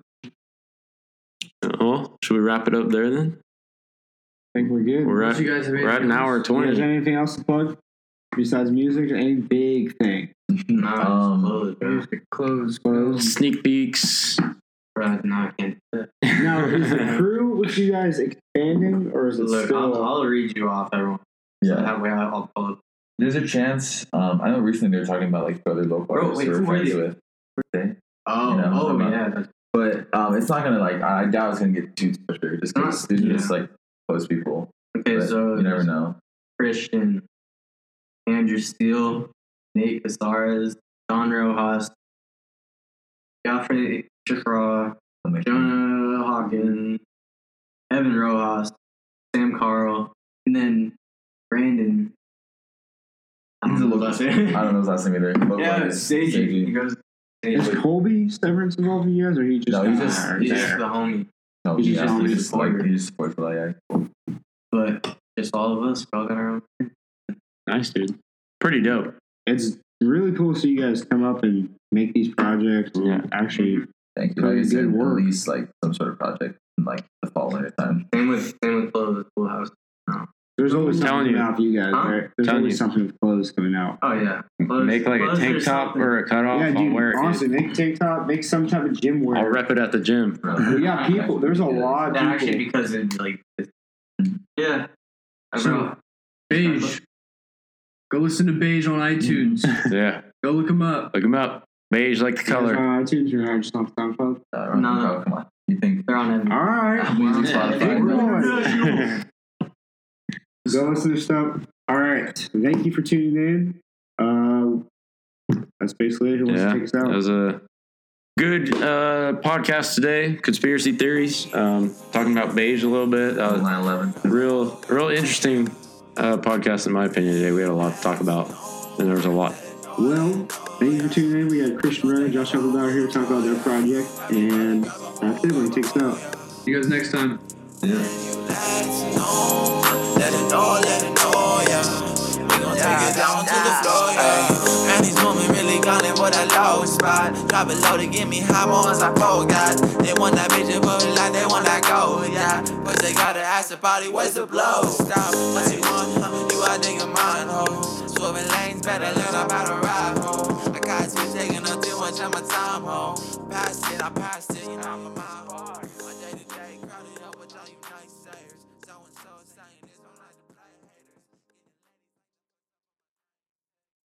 Speaker 5: well, should we wrap it up there then?
Speaker 3: I think we're good.
Speaker 5: We're at,
Speaker 6: you guys have
Speaker 5: we're at an
Speaker 6: anything else?
Speaker 5: hour
Speaker 3: You guys have
Speaker 5: twenty.
Speaker 3: anything else to plug besides music? Any big thing?
Speaker 1: Nah, it's
Speaker 7: Um,
Speaker 1: closed, bro.
Speaker 6: Music, clothes,
Speaker 3: Clothes.
Speaker 5: Sneak peeks.
Speaker 1: Bro, nah, I can't.
Speaker 3: Now, is the crew with you guys expanding, or is it
Speaker 1: Look,
Speaker 3: still?
Speaker 1: I'll, I'll read you off, everyone.
Speaker 7: Yeah.
Speaker 1: That way I'll, I'll pull up.
Speaker 7: There's a chance. Um I know recently they were talking about like other local
Speaker 1: Bro,
Speaker 7: artists
Speaker 1: wait,
Speaker 7: they were
Speaker 1: who are
Speaker 7: friends
Speaker 1: they?
Speaker 7: with.
Speaker 1: Oh,
Speaker 7: You know,
Speaker 1: oh
Speaker 7: about-
Speaker 1: yeah. That's,
Speaker 7: But um it's not gonna like I doubt it's gonna get too special just because
Speaker 1: Not-
Speaker 7: these
Speaker 1: yeah.
Speaker 7: are just like close people.
Speaker 1: okay,
Speaker 7: But
Speaker 1: so
Speaker 7: you never know.
Speaker 1: Christian, Andrew Steele, Nate Casares, Don Rojas, Godfrey Chikra,
Speaker 7: Something-
Speaker 1: Jonah Hawkins, Evan Rojas, Sam Carl, and then Brandon. I don't
Speaker 7: He's a
Speaker 1: know
Speaker 7: local-
Speaker 1: his last name.
Speaker 7: I don't know his last name either. Local
Speaker 1: Yeah,
Speaker 7: artist,
Speaker 1: Seiji.
Speaker 7: Seiji.
Speaker 1: He goes.
Speaker 3: Is
Speaker 1: Seiji.
Speaker 3: Colby Severance involved in you guys, or he just?
Speaker 7: No, he's
Speaker 3: got
Speaker 7: just-
Speaker 3: hired
Speaker 1: He's just
Speaker 3: there?
Speaker 1: the homie,
Speaker 7: No,
Speaker 3: He's
Speaker 7: he's
Speaker 3: just
Speaker 7: just,
Speaker 1: only
Speaker 7: he's
Speaker 1: a
Speaker 7: just like
Speaker 1: supporter.
Speaker 7: he's just for like I-
Speaker 1: but just all of us. We all got our own.
Speaker 5: Nice, dude. Pretty dope.
Speaker 3: it's really cool to see you guys come up and make these projects. and
Speaker 5: Yeah.
Speaker 3: actually,
Speaker 7: Thank you.
Speaker 3: Pretty
Speaker 7: Like I said,
Speaker 3: good
Speaker 7: at
Speaker 3: work.
Speaker 7: least like some sort of project in like the fall winter time.
Speaker 1: Same with same with Flo, the Cool House.
Speaker 3: there's always
Speaker 5: I'm telling
Speaker 3: something
Speaker 5: you.
Speaker 3: out for you guys.
Speaker 1: Huh?
Speaker 3: Right? There's
Speaker 5: Telling
Speaker 3: always
Speaker 5: you.
Speaker 3: something with clothes coming out.
Speaker 1: Oh yeah. Flo's-
Speaker 5: Make like a
Speaker 1: Flo's
Speaker 5: tank
Speaker 1: or
Speaker 5: top
Speaker 1: something.
Speaker 5: or a cutoff.
Speaker 3: yeah,
Speaker 5: I'll
Speaker 3: dude.
Speaker 5: wear it.
Speaker 3: Honestly,
Speaker 5: dude.
Speaker 3: make TikTok, make some type of gym
Speaker 5: I'll
Speaker 3: wear.
Speaker 5: rep it at the gym.
Speaker 3: We got people. There's a lot of
Speaker 1: That
Speaker 3: people.
Speaker 1: actually because it like it's- yeah. I
Speaker 6: So, Beige. Go listen to Beige on iTunes.
Speaker 5: Yeah,
Speaker 6: Go look him up.
Speaker 5: look him up. Beige like the
Speaker 3: It's
Speaker 5: color.
Speaker 3: on uh, iTunes or just on SoundCloud.
Speaker 7: Uh, Ron,
Speaker 1: No, no.
Speaker 7: oh, come on. You think
Speaker 1: They're on it.
Speaker 3: All right.
Speaker 7: Apple Music,
Speaker 4: Yeah.
Speaker 7: Spotify?
Speaker 3: We're
Speaker 7: no.
Speaker 3: going. Go listen to stuff. All right. Thank you for tuning in. Uh, that's basically it. Who wants
Speaker 5: Yeah,
Speaker 3: to take us
Speaker 5: that
Speaker 3: out?
Speaker 5: was a good uh, podcast today. Conspiracy theories, um, talking about beige a little bit. Uh,
Speaker 7: 9/11.
Speaker 5: real, real interesting uh, podcast in my opinion today. We had a lot to talk about, and there was a lot.
Speaker 3: Well, thank you for tuning in. We got Christian Renner, Josh Applebaum here to talk about their project. And that's it. We're going to take us out.
Speaker 6: You guys next time.
Speaker 7: Yeah.
Speaker 9: Let it all, let it all, yeah. We gon' take it down to the floor, yeah. Man, these women really got it what I low spot. Drop it low to get me high more as I forgot. They want that bitch to put like they want that gold, yeah. But they gotta ask the body, where's the blow? Stop, what you want, huh? You a nigga mind, ho. Swerving lanes, better learn about a ride, ho. I got you taking up too much of my time, ho. Past it, I passed it, you know I'm a mind, ho.